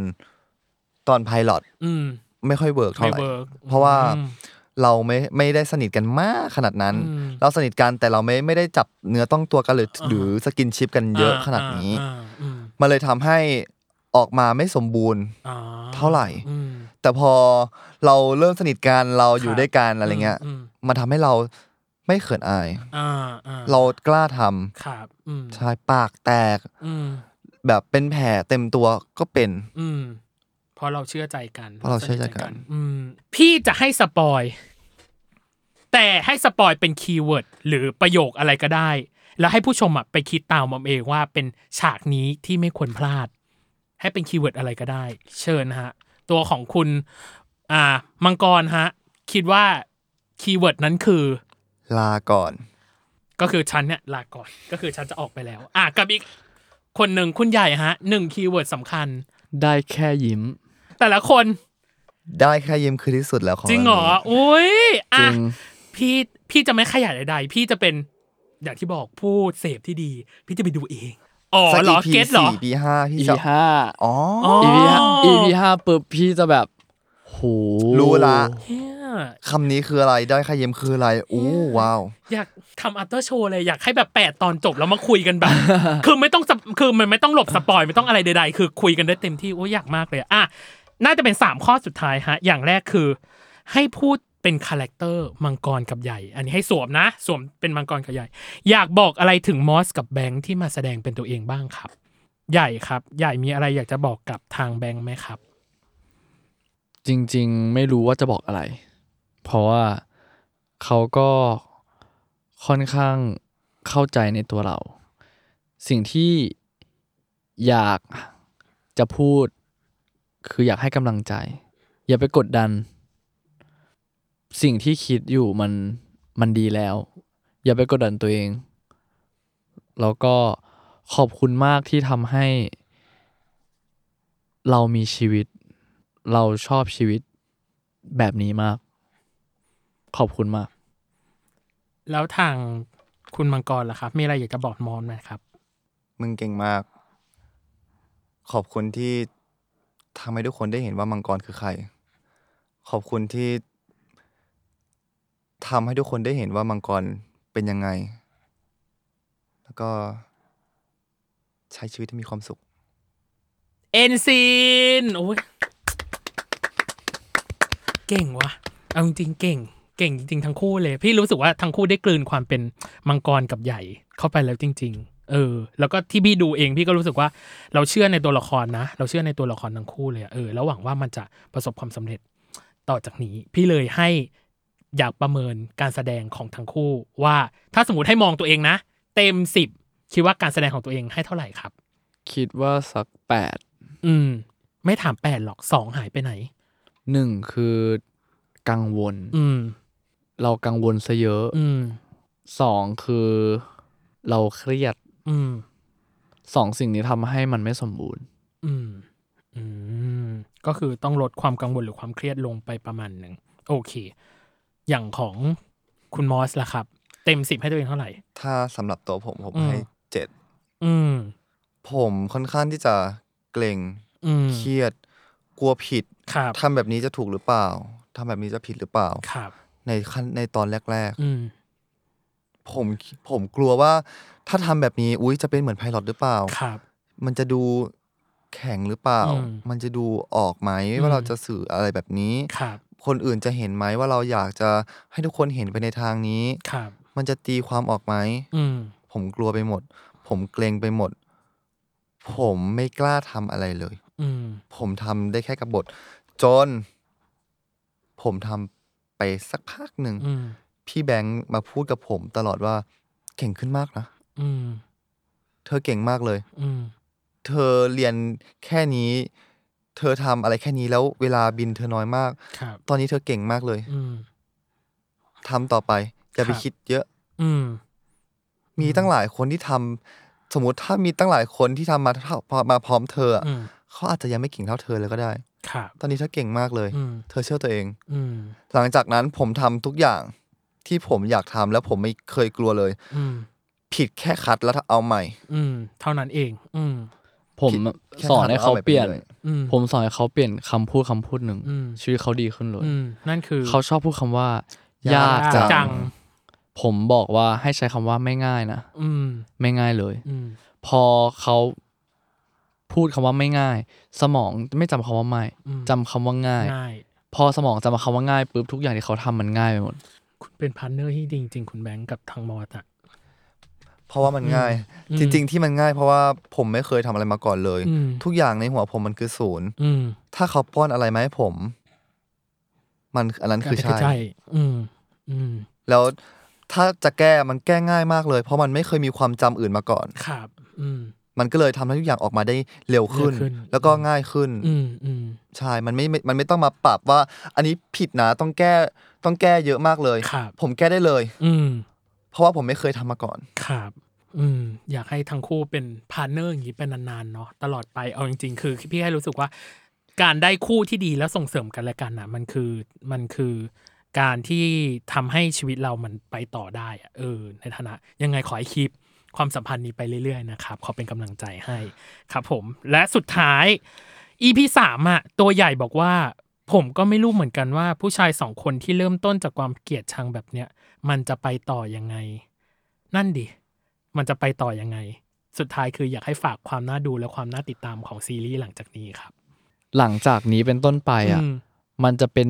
[SPEAKER 4] ตอนไพลอต
[SPEAKER 2] อืม
[SPEAKER 4] ไม่ค่อยเวิร์กเท่า
[SPEAKER 2] ไม่
[SPEAKER 4] ไหร่
[SPEAKER 2] เวิร์ก
[SPEAKER 4] เพราะว่า
[SPEAKER 2] อืม
[SPEAKER 4] เราไม่ไม่ได้สนิทกันมากขนาดนั้น
[SPEAKER 2] อืม
[SPEAKER 4] เราสนิทกันแต่เราไม่ไม่ได้จับเนื้อต้องตัวกันหรืออหรือสกินชิปกันเยอะขนาดนี้
[SPEAKER 2] อ่าอืม
[SPEAKER 4] มันเลยทำให้ออกมาไม่สมบูรณ์
[SPEAKER 2] อ่า
[SPEAKER 4] เท่าไหร่
[SPEAKER 2] อืม
[SPEAKER 4] แต่พอเราเริ่มสนิทกันเราอ
[SPEAKER 2] ค
[SPEAKER 4] ยู่
[SPEAKER 2] รับ
[SPEAKER 4] ด้วยกันอะไรเงี้ย
[SPEAKER 2] ม
[SPEAKER 4] มันทำให้เราไม่เขินอาย
[SPEAKER 2] อ่าอ่า
[SPEAKER 4] เรากล้าทำ
[SPEAKER 2] ครับอืม
[SPEAKER 4] ใช่ปากแตก
[SPEAKER 2] อืม
[SPEAKER 4] แบบเป็นแผลเต็มตัวก็เป็น
[SPEAKER 2] อืมเพราะเราเชื่อใจกัน
[SPEAKER 4] เพราะเราเชื่อใจกัน
[SPEAKER 2] อืมพี่จะให้สปอย แต่ให้สปอยเป็นคีย์เวิร์ดหรือประโยคอะไรก็ได้ แล้วให้ผู้ชมอะไปคิดตามมันเองว่าเป็นฉากนี้ที่ไม่ควรพลาด ให้เป็นคีย์เวิร์ดอะไรก็ได้ เชิญฮะ ตัวของคุณ อ่า มังกรฮะ คิดว่าคีย์เวิร์ดนั้นคือ
[SPEAKER 4] ลาก่อน
[SPEAKER 2] ก็คือฉันเนี่ยลาก่อน ก็คือฉันจะออกไปแล้ว อ่ะกับอีก คนหนึ่งคุณใหญ่ฮะหนึ่งคีย์เวิร์ดสำคัญ
[SPEAKER 3] ได้แค่ยิ้ม
[SPEAKER 2] แต่ละคน
[SPEAKER 4] ได้แค่ยิ้มคือที่สุดแล้วของ
[SPEAKER 2] จริงเหรออุ้ย
[SPEAKER 4] จริ
[SPEAKER 2] อ่ะ
[SPEAKER 4] ง
[SPEAKER 2] พี่พี่จะไม่ขยายใดๆ พี่จะเป็นอย่างที่บอกผู้เสพที่ดี พี่จะไปดูเอง อ๋อ
[SPEAKER 4] สัก
[SPEAKER 2] เหรอ
[SPEAKER 4] EP
[SPEAKER 2] เก็ตเหรอ
[SPEAKER 4] สี่ EP ห้าพี่
[SPEAKER 3] EP
[SPEAKER 4] จะ
[SPEAKER 3] ห้า
[SPEAKER 4] อ๋ออ
[SPEAKER 2] อ
[SPEAKER 3] EP ห้า EP ห้าปุ๊บพี่จะแบบโห
[SPEAKER 4] รู้ละ
[SPEAKER 2] เหี้ย
[SPEAKER 4] คำนี้คืออะไรได้ค่าเยี่ยมคืออะไรอู้ว้าว
[SPEAKER 2] อยากทำอัตเตอร์โชว์เลยอยากให้แบบแปดตอนจบแล้วมาคุยกันแบบ คือไม่ต้องสปคือมันไม่ต้องหลบสปอยไม่ต้องอะไรใดๆ คือคุยกันได้เต็มที่โอ้ยอยากมากเลยอ่ะน่าจะเป็นสามข้อสุดท้ายฮะ อย่างแรกคือ ให้พูดเป็นคาแรคเตอร์มังกรกับใหญ่ อันนี้ให้สวมนะสวมเป็นมังกรกับใหญ่ อยากบอกอะไรถึงมอสกับแบงค์ที่มาแสดงเป็นตัวเองบ้างครับ ใหญ่ครับ ใหญ่มีอะไรอยากจะบอกกับทางแบงค์ไหมครับ
[SPEAKER 3] จริง ๆ ไม่รู้ว่าจะบอกอะไร เพราะว่าเขาก็ค่อนข้างเข้าใจในตัวเรา สิ่งที่อยากจะพูด คืออยากให้กำลังใจ อย่าไปกดดัน สิ่งที่คิดอยู่มันมันดีแล้ว อย่าไปกดดันตัวเอง แล้วก็ขอบคุณมากที่ทำให้ เรามีชีวิต เราชอบชีวิตแบบนี้มาก ขอบคุณมาก
[SPEAKER 2] แล้วทางคุณมังกรล่ะครับ มีอะไรอยากจะบอกมอสไหมครับ
[SPEAKER 4] มึงเก่งมาก ขอบคุณที่ทำให้ทุกคนได้เห็นว่ามังกรคือใคร ขอบคุณที่ทำให้ทุกคนได้เห็นว่ามังกรเป็นยังไง แล้วก็ใช้ชีวิตที่มีความสุข
[SPEAKER 2] เอ็นซีนโอ้ยเก่งว่ะเอาจริงๆเก่ง เก่งจริงๆทั้งคู่เลย พี่รู้สึกว่าทั้งคู่ได้กลืนความเป็นมังกรกับใหญ่เข้าไปแล้วจริง ๆ เออ แล้วก็ที่พี่ดูเองพี่ก็รู้สึกว่าเราเชื่อในตัวละครนะ เราเชื่อในตัวละครทั้งคู่เลยอะเออแล้วหวังว่ามันจะประสบความสำเร็จต่อจากนี้ พี่เลยให้อยากประเมินการแสดงของทั้งคู่ ว่าถ้าสมมติให้มองตัวเองนะ เต็มสิบคิดว่าการแสดงของตัวเองให้เท่าไหร่ครับ
[SPEAKER 3] คิดว่าสักแปด
[SPEAKER 2] อืม ไม่ถามแปดหรอกสองหายไปไหน
[SPEAKER 3] หนึ่งคือกังวล
[SPEAKER 2] อืม
[SPEAKER 3] เรากังวลซะเยอะ
[SPEAKER 2] อืม
[SPEAKER 3] สองคือเราเครียด
[SPEAKER 2] อืม
[SPEAKER 3] สองสิ่งนี้ทำให้มันไม่สมบูรณ์
[SPEAKER 2] อืม อืม ก็คือต้องลดความกังวลหรือความเครียดลงไปประมาณหนึ่ง โอเค อย่างของคุณมอสล่ะครับ เต็มสิบให้ตัวเองเท่าไหร่
[SPEAKER 4] ถ้าสำหรับตัวผมผม
[SPEAKER 2] อืม
[SPEAKER 4] ให้เจ็ด
[SPEAKER 2] อืม
[SPEAKER 4] ผมค่อนข้างที่จะเกรง
[SPEAKER 2] อืม
[SPEAKER 4] เครียด กลัวผิด
[SPEAKER 2] ครับ
[SPEAKER 4] ทำแบบนี้จะถูกหรือเปล่าทำแบบนี้จะผิดหรือเปล่า
[SPEAKER 2] ครับ
[SPEAKER 4] ในขั้นในตอนแรก ๆ
[SPEAKER 2] อืม
[SPEAKER 4] ผมผมกลัวว่าถ้าทำแบบนี้อุ้ยจะเป็นเหมือนไพลอตหรือเปล่า
[SPEAKER 2] ครับ
[SPEAKER 4] มันจะดูแข็งหรือเปล่า
[SPEAKER 2] อืม
[SPEAKER 4] มันจะดูออกไหม
[SPEAKER 2] อืม
[SPEAKER 4] ว่าเราจะสื่ออะไรแบบนี้
[SPEAKER 2] ครับ
[SPEAKER 4] คนอื่นจะเห็นไหมว่าเราอยากจะให้ทุกคนเห็นไปในทางนี้
[SPEAKER 2] ครับ
[SPEAKER 4] มันจะตีความออกไหม
[SPEAKER 2] อืม
[SPEAKER 4] ผมกลัวไปหมด ผมเกรงไปหมด ผมไม่กล้าทำอะไรเลย
[SPEAKER 2] อืม
[SPEAKER 4] ผมทำได้แค่กับบท จน ผมทำไปสักพักหนึ่ง
[SPEAKER 2] อืม
[SPEAKER 4] พี่แบงค์มาพูดกับผมตลอดว่าเก่งขึ้นมากนะ
[SPEAKER 2] อืม
[SPEAKER 4] เธอเก่งมากเลย
[SPEAKER 2] อืม
[SPEAKER 4] เธอเรียนแค่นี้ เธอทำอะไรแค่นี้แล้วเวลาบินเธอน้อยมาก
[SPEAKER 2] ครับ
[SPEAKER 4] ตอนนี้เธอเก่งมากเลย
[SPEAKER 2] อืม
[SPEAKER 4] ทำต่อไป อย่าไป
[SPEAKER 2] ครับ
[SPEAKER 4] คิดเยอะ
[SPEAKER 2] อืม
[SPEAKER 4] มีตั้งหลายคนที่ทำสมมติถ้ามีตั้งหลายคนที่ทำมาเท่าพอมาพร้อมเธออะ
[SPEAKER 2] อืม
[SPEAKER 4] เขาอาจจะยังไม่เก่งเท่าเธอเลยก็ได้
[SPEAKER 2] ครับ
[SPEAKER 4] ตอนนี้เธอเก่งมากเลย
[SPEAKER 2] อืม
[SPEAKER 4] เธอเชื่อตัวเอง
[SPEAKER 2] อืม
[SPEAKER 4] หลังจากนั้นผมทำทุกอย่างที่ผมอยากทำแล้วผมไม่เคยกลัวเลย
[SPEAKER 2] อืม
[SPEAKER 4] ผิดแค่คัดแล้วเอาใหม่
[SPEAKER 2] อืม เท่านั้นเอง อืม
[SPEAKER 3] ผม
[SPEAKER 4] คิดแค่
[SPEAKER 3] สอนให้เขา
[SPEAKER 4] ทำแล้วเอาไป
[SPEAKER 3] เปลี่ยน
[SPEAKER 4] เรื่อย
[SPEAKER 2] อืม
[SPEAKER 3] ผมสอนให้เขาเปลี่ยนคำพูดคำพูดหนึ่ง
[SPEAKER 2] อืม
[SPEAKER 3] ชีวิตเขาดีขึ้นเลย
[SPEAKER 2] อืม นั่นคือ
[SPEAKER 3] เขาชอบพูดคำว่า ยาก
[SPEAKER 4] จั
[SPEAKER 3] จัง
[SPEAKER 4] ง
[SPEAKER 3] ผมบอกว่าให้ใช้คำว่าไม่ง่ายนะ
[SPEAKER 2] อืม
[SPEAKER 3] ไม่ง่ายเลย
[SPEAKER 2] อืม
[SPEAKER 3] พอเขาพูดคำว่าไม่ง่าย สมองไม่จำคำว่าไม่
[SPEAKER 2] อืม
[SPEAKER 3] จำคำว่าง่าย
[SPEAKER 2] ง่าย
[SPEAKER 3] พอสมองจำคำว่าง่ายปุ๊บทุกอย่างที่เขาทำมันง่ายไปหมด
[SPEAKER 2] คุณเป็นพาร์ทเนอร์ที่ดีจริง ๆ คุณแบงค์กับทางมอสอะ
[SPEAKER 4] เพราะว่ามันง่าย
[SPEAKER 2] อืม
[SPEAKER 4] จริง ๆ ที่มันง่าย เพราะว่าผมไม่เคยทำอะไรมาก่อนเลย
[SPEAKER 2] อืม
[SPEAKER 4] ทุกอย่างในหัวผมมันคือศูนย์
[SPEAKER 2] อืม
[SPEAKER 4] ถ้าเขาป้อนอะไรมาให้ผม มันอันนั้นคือใช่
[SPEAKER 2] อืม อืม
[SPEAKER 4] แล้วถ้าจะแก้มันแก้ง่ายมากเลย เพราะมันไม่เคยมีความจำอื่นมาก่อน
[SPEAKER 2] ครับ อืม
[SPEAKER 4] มันก็เลยทำให้ทุกอย่างออกมาได้เร็วขึ้น
[SPEAKER 2] เร็วขึ้น
[SPEAKER 4] แล้วก็ง่ายขึ้น
[SPEAKER 2] อืม อืม
[SPEAKER 4] ใช่มันไม่ไม่มันไม่ต้องมาปรับว่า อันนี้ผิดนะต้องแก้ต้องแก้เยอะมากเลย
[SPEAKER 2] ครับ
[SPEAKER 4] ผมแก้ได้เลย
[SPEAKER 2] อืม
[SPEAKER 4] เพราะว่าผมไม่เคยทำมาก่อน
[SPEAKER 2] ครับ อืม อยากให้ทั้งคู่เป็นพาร์ทเนอร์อย่างนี้เป็นนานๆ เนาะตลอดไป เอาจริง ๆ คือพี่แค่รู้สึกว่า การได้คู่ที่ดีแล้วส่งเสริมกันและกันนะมันคือมันคือการที่ทำให้ชีวิตเรามันไปต่อได้อะเออ ในฐานะ ยังไงขอให้คีปความสัมพันธ์นี้ไปเรื่อยๆนะครับขอเป็นกำลังใจให้ครับผมและสุดท้าย EP สามอ่ะตัวใหญ่บอกว่า ผมก็ไม่รู้เหมือนกันว่า ผู้ชายสองคนที่เริ่มต้นจากความเกลียดชังแบบเนี้ยมันจะไปต่อยังไง นั่นดิ มันจะไปต่อยังไง สุดท้ายคืออยากให้ฝากความน่าดูและความน่าติดตามของซีรีส์หลังจากนี้ครับ
[SPEAKER 3] หลังจากนี้เป็นต้นไปอ่ะ
[SPEAKER 2] ม
[SPEAKER 3] มันจะเป็น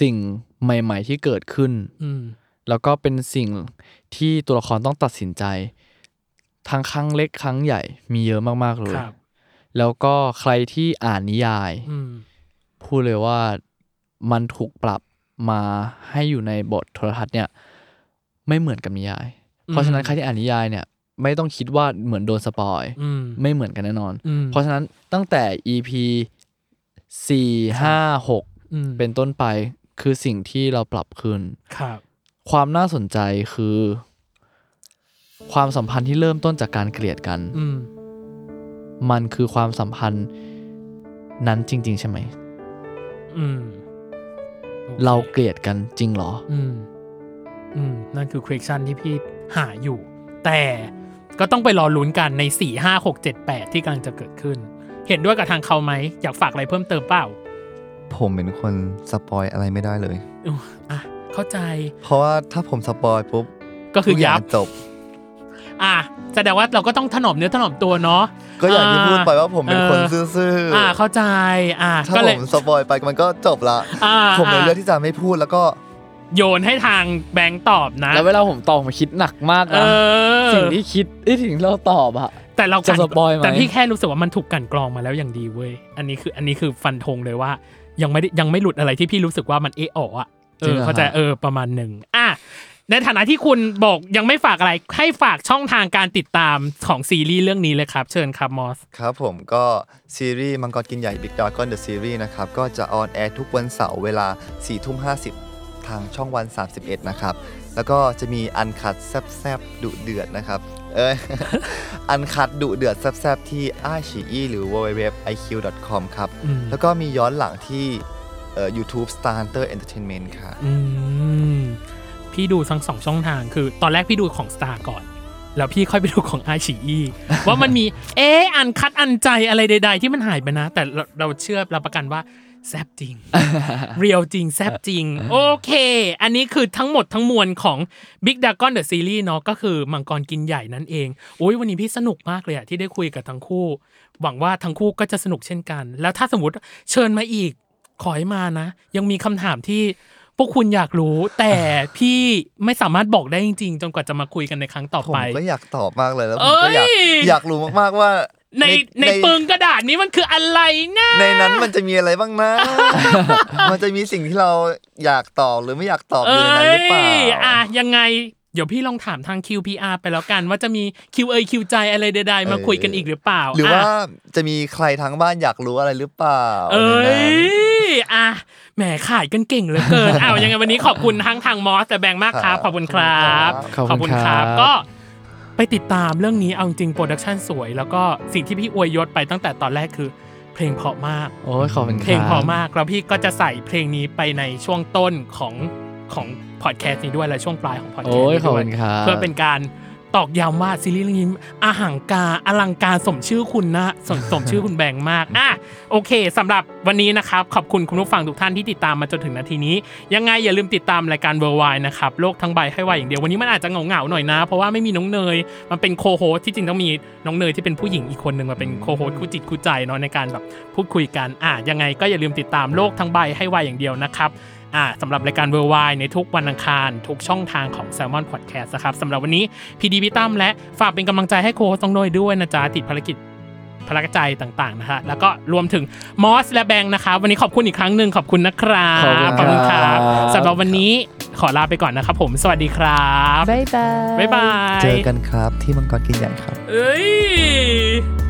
[SPEAKER 3] สิ่งใหม่ ๆ ที่เกิดขึ้น
[SPEAKER 2] อืม
[SPEAKER 3] แล้วก็เป็นสิ่งที่ตัวละครต้องตัดสินใจ ทั้งครั้งเล็กครั้งใหญ่มีเยอะมากๆเลย
[SPEAKER 2] ครับ
[SPEAKER 3] แล้วก็ใครที่อ่านนิยาย
[SPEAKER 2] อืม
[SPEAKER 3] พูดเลยว่ามันถูกปรับมาให้อยู่ในบทโทรทัศน์เนี่ยไม่เหมือนกับนิยาย เพราะฉะนั้นใครที่อ่านนิยายเนี่ยไม่ต้องคิดว่าเหมือนโดนสปอย
[SPEAKER 2] อืม
[SPEAKER 3] ไม่เหมือนกันแน่นอน
[SPEAKER 2] อืม
[SPEAKER 3] เพราะฉะนั้นตั้งแต่ EP 4 5
[SPEAKER 2] อืม
[SPEAKER 3] 6 เป็นต้นไปคือสิ่งที่เราปรับขึ้น
[SPEAKER 2] ครับ
[SPEAKER 3] ความน่าสนใจคือ ความสัมพันธ์ที่เริ่มต้นจากการเกลียดกัน
[SPEAKER 2] อืม
[SPEAKER 3] มันคือความสัมพันธ์นั้นจริง ๆ ใช่ไหม
[SPEAKER 2] อืมโอค
[SPEAKER 3] เราเกลียดกันจริงเหรอ
[SPEAKER 2] อืม อืม นั่นคือ question ที่พี่หาอยู่ แต่ก็ต้องไปรอลุ้นกันใน 4 5 6 7 8 ที่กำลังจะเกิดขึ้น เห็นด้วยกับทางเขาไหม อยากฝากอะไรเพิ่มเติมเปล่า
[SPEAKER 4] ผมเป็นคนสปอยอะไรไม่ได้เลย
[SPEAKER 2] อุ๊ยอ่ะ เข้าใจ
[SPEAKER 4] เพราะว่าถ้าผมสปอยปุ๊บ
[SPEAKER 2] ก็คือ
[SPEAKER 4] ทุย่า
[SPEAKER 2] ยั
[SPEAKER 4] ง
[SPEAKER 2] บ
[SPEAKER 4] จบ
[SPEAKER 2] อ่ะ แสดงว่าเราก็ต้องถนอมเนื้อถนอมตัวเนาะ
[SPEAKER 4] ก็อย่างที่พูดไปว่าผมเป็นคน
[SPEAKER 2] เออ
[SPEAKER 4] ซื่อๆ
[SPEAKER 2] อ่า เข้าใจ อ่า
[SPEAKER 4] ถ้า
[SPEAKER 2] ก็เล
[SPEAKER 4] ผ
[SPEAKER 2] ย
[SPEAKER 4] มสปอยไปมันก็จบละ
[SPEAKER 2] อ่า
[SPEAKER 4] ผมเลย
[SPEAKER 2] อ่า
[SPEAKER 4] เลือกที่จะไม่พูดแล้วก็
[SPEAKER 2] โยนให้ทางแบงค์ตอบนะ
[SPEAKER 3] แล้วเวลาผมตอบผมคิดหนักมาก
[SPEAKER 2] เอ
[SPEAKER 3] นะ
[SPEAKER 2] อ
[SPEAKER 3] สิ่งที่คิดเอ้ยสิ่งที่เราตอบอะ
[SPEAKER 2] แต่เรา
[SPEAKER 3] จะสปอยไหม
[SPEAKER 2] แต่พี่แค่รู้สึกว่ามันถูกกลันกรองมาแล้วอย่างดีเว้ย อันนี้คืออันนี้คือฟันธงเลยว่า ยังไม่ได้ยังไม่หลุดอะไรที่พี่รู้สึกว่ามันเอะอ๋ออะเออเข้าใจเออประมาณหนึ่งอ่ะในฐานะที่คุณบอกยังไม่ฝากอะไรให้ฝากช่องทางการติดตามของซีรีส์เรื่องนี้เลยครับ เชิญครับมอส
[SPEAKER 4] ครับผมก็ซีรีส์มังกรกินใหญ่ Big Dragon The Series นะครับ ก็จะออนแอร์ทุกวันเสาร์เวลา4ทุ่ม50 ทางช่องวัน 31 นะครับ แล้วก็จะมีอันคัดแซบๆดุเดือดนะครับ เอ้ย [LAUGHS] อันคัดดุเดือดแซบๆที่ i อ i หรือ www.iq.com ครับ
[SPEAKER 2] อืม
[SPEAKER 4] แล้วก็มีย้อนหลังที่เอ่อ YouTube Star Hunter Entertainment ค่ะ
[SPEAKER 2] อืมพี่ดูทั้งสองช่องทางคือ ตอนแรกพี่ดูของ Star ก่อน แล้วพี่ค่อยไปดูของไอชีอีว่ามันมี เอ๊ะอันคัดอันใจอะไรใด ๆ ที่มันหายไปนะ แต่เราเราเชื่อรับประกันว่าแซบจริง เรียวจริง แซบจริง โอเค อันนี้คือทั้งหมดทั้งมวลของ Big d r a g o n The Series เนาะก็คือมังกรกินใหญ่นั่นเองอุ้ยวันนี้พี่สนุกมากเลยอะที่ได้คุยกับทั้งคู่ หวังว่าทั้งคู่ก็จะสนุกเช่นกัน แล้วถ้าสมมติเชิญมาอีก ขอให้มานะ ยังมีคำถามที่พวกคุณอยากรู้ แต่พี่ไม่สามารถบอกได้จริง ๆ จนกว่าจะมาคุยกันในครั้งต่อ
[SPEAKER 4] ผม
[SPEAKER 2] ไป
[SPEAKER 4] ก็อยากตอบมากเลยแล้วผมก็อยาก
[SPEAKER 2] เอ้ย
[SPEAKER 4] อยากรู้มากๆว่า
[SPEAKER 2] ในใน
[SPEAKER 4] ใน
[SPEAKER 2] ปึงกระดาษนี้มันคืออะไรนะ
[SPEAKER 4] ในนั้นมันจะมีอะไรบ้าง
[SPEAKER 2] [LAUGHS]
[SPEAKER 4] นะ มันจะมีสิ่งที่เราอยากตอบหรือไม่อยากตอบอยู่ในนั้นหรือเปล่า
[SPEAKER 2] ยอ่ะยังไง เดี๋ยวพี่ลองถามทาง QPR ไปแล้วกันว่าจะมี Q เอยคิวใจอะไรใดๆมาคุยกันอีกหรือเปล่า
[SPEAKER 4] หรือว่า
[SPEAKER 2] ะ
[SPEAKER 4] จะมีใครทั้งบ้านอยากรู้อะไรหรือเปล่า
[SPEAKER 2] เอ้
[SPEAKER 4] ในนั้น
[SPEAKER 2] ยอ่ะแหมขายกันเก่งเหลือเกิน อ้าวยังไงวันนี้ขอบคุณทั้งทางมอสแต่แบงค์มากครับ ขอบคุณครับ
[SPEAKER 3] ขอบคุณครับ
[SPEAKER 2] ก็ไปติดตามเรื่องนี้เอาจริงโปรดักชันสวย แล้วก็สิ่งที่พี่อวยยศไปตั้งแต่ตอนแรกคือ เพลงเพราะมาก
[SPEAKER 3] โอ้ยขอบคุณครับ
[SPEAKER 2] เพลงเพอมากแล้วพี่ก็จะใส่เพลงนี้ไปในช่วงต้นของของพอดแคสต์นี้ด้วยและช่วงปลายของพอดแคสต์
[SPEAKER 3] โอ้ย
[SPEAKER 2] นี้
[SPEAKER 3] ขอบ
[SPEAKER 2] ด้วย
[SPEAKER 3] คุณครับ
[SPEAKER 2] เพื่อเป็นการตอกย้ำว่าซีรีส์เรื่องนี้อาหังการอลังการสมชื่อคุณนะสมสมชื่อคุณแบงค์มากอ่ะโอเคสำหรับวันนี้นะครับ ขอบคุณคุณผู้ฟังทุกท่านที่ติดตามมาจนถึงนาทีนี้ ยังไงอย่าลืมติดตามรายการเวอร์ไวนะครับโลกทั้งใบให้ไวอย่างเดียววันนี้มันอาจจะเหงาๆหน่อยนะ เพราะว่าไม่มีน้องเนย มันเป็นโคโฮสที่จริงต้องมีน้องเนยที่เป็นผู้หญิงอีกคนหนึ่งมาเป็นโคโฮสคู่จิตคู่ใจเนาะในการแบบพูดคุยกันอ่ะยังไงก็อย่าลืมติดตามโลกทั้งใบให้ไวอย่างเดียวนะครับอ่ะสำหรับรายการเวอร์ไวในทุกวันอังคารทุกช่องทางของ s ซ l m o n Podcast นะครับสำหรับวันนี้พีดีพิตั้มและฝากเป็นกำลังใจให้โคโฮสต้องเนยด้วยนะจ๊ะติดภารกิจ พลักใจต่างๆนะฮะแล้วก็รวมถึงมอสและแบงค์นะครับวันนี้ขอบคุณอีกครั้งหนึ่งขอบคุณนะครับ
[SPEAKER 3] ขอบคุณครับ
[SPEAKER 2] สำหรับวันนี้ขอลาไปก่อนนะครับผมสวัสดีครับ
[SPEAKER 1] บ๊ายบาย
[SPEAKER 2] บ๊ายบาย
[SPEAKER 4] เจอกันครับที่มังกรกินใหญ่ครับ
[SPEAKER 2] 哎。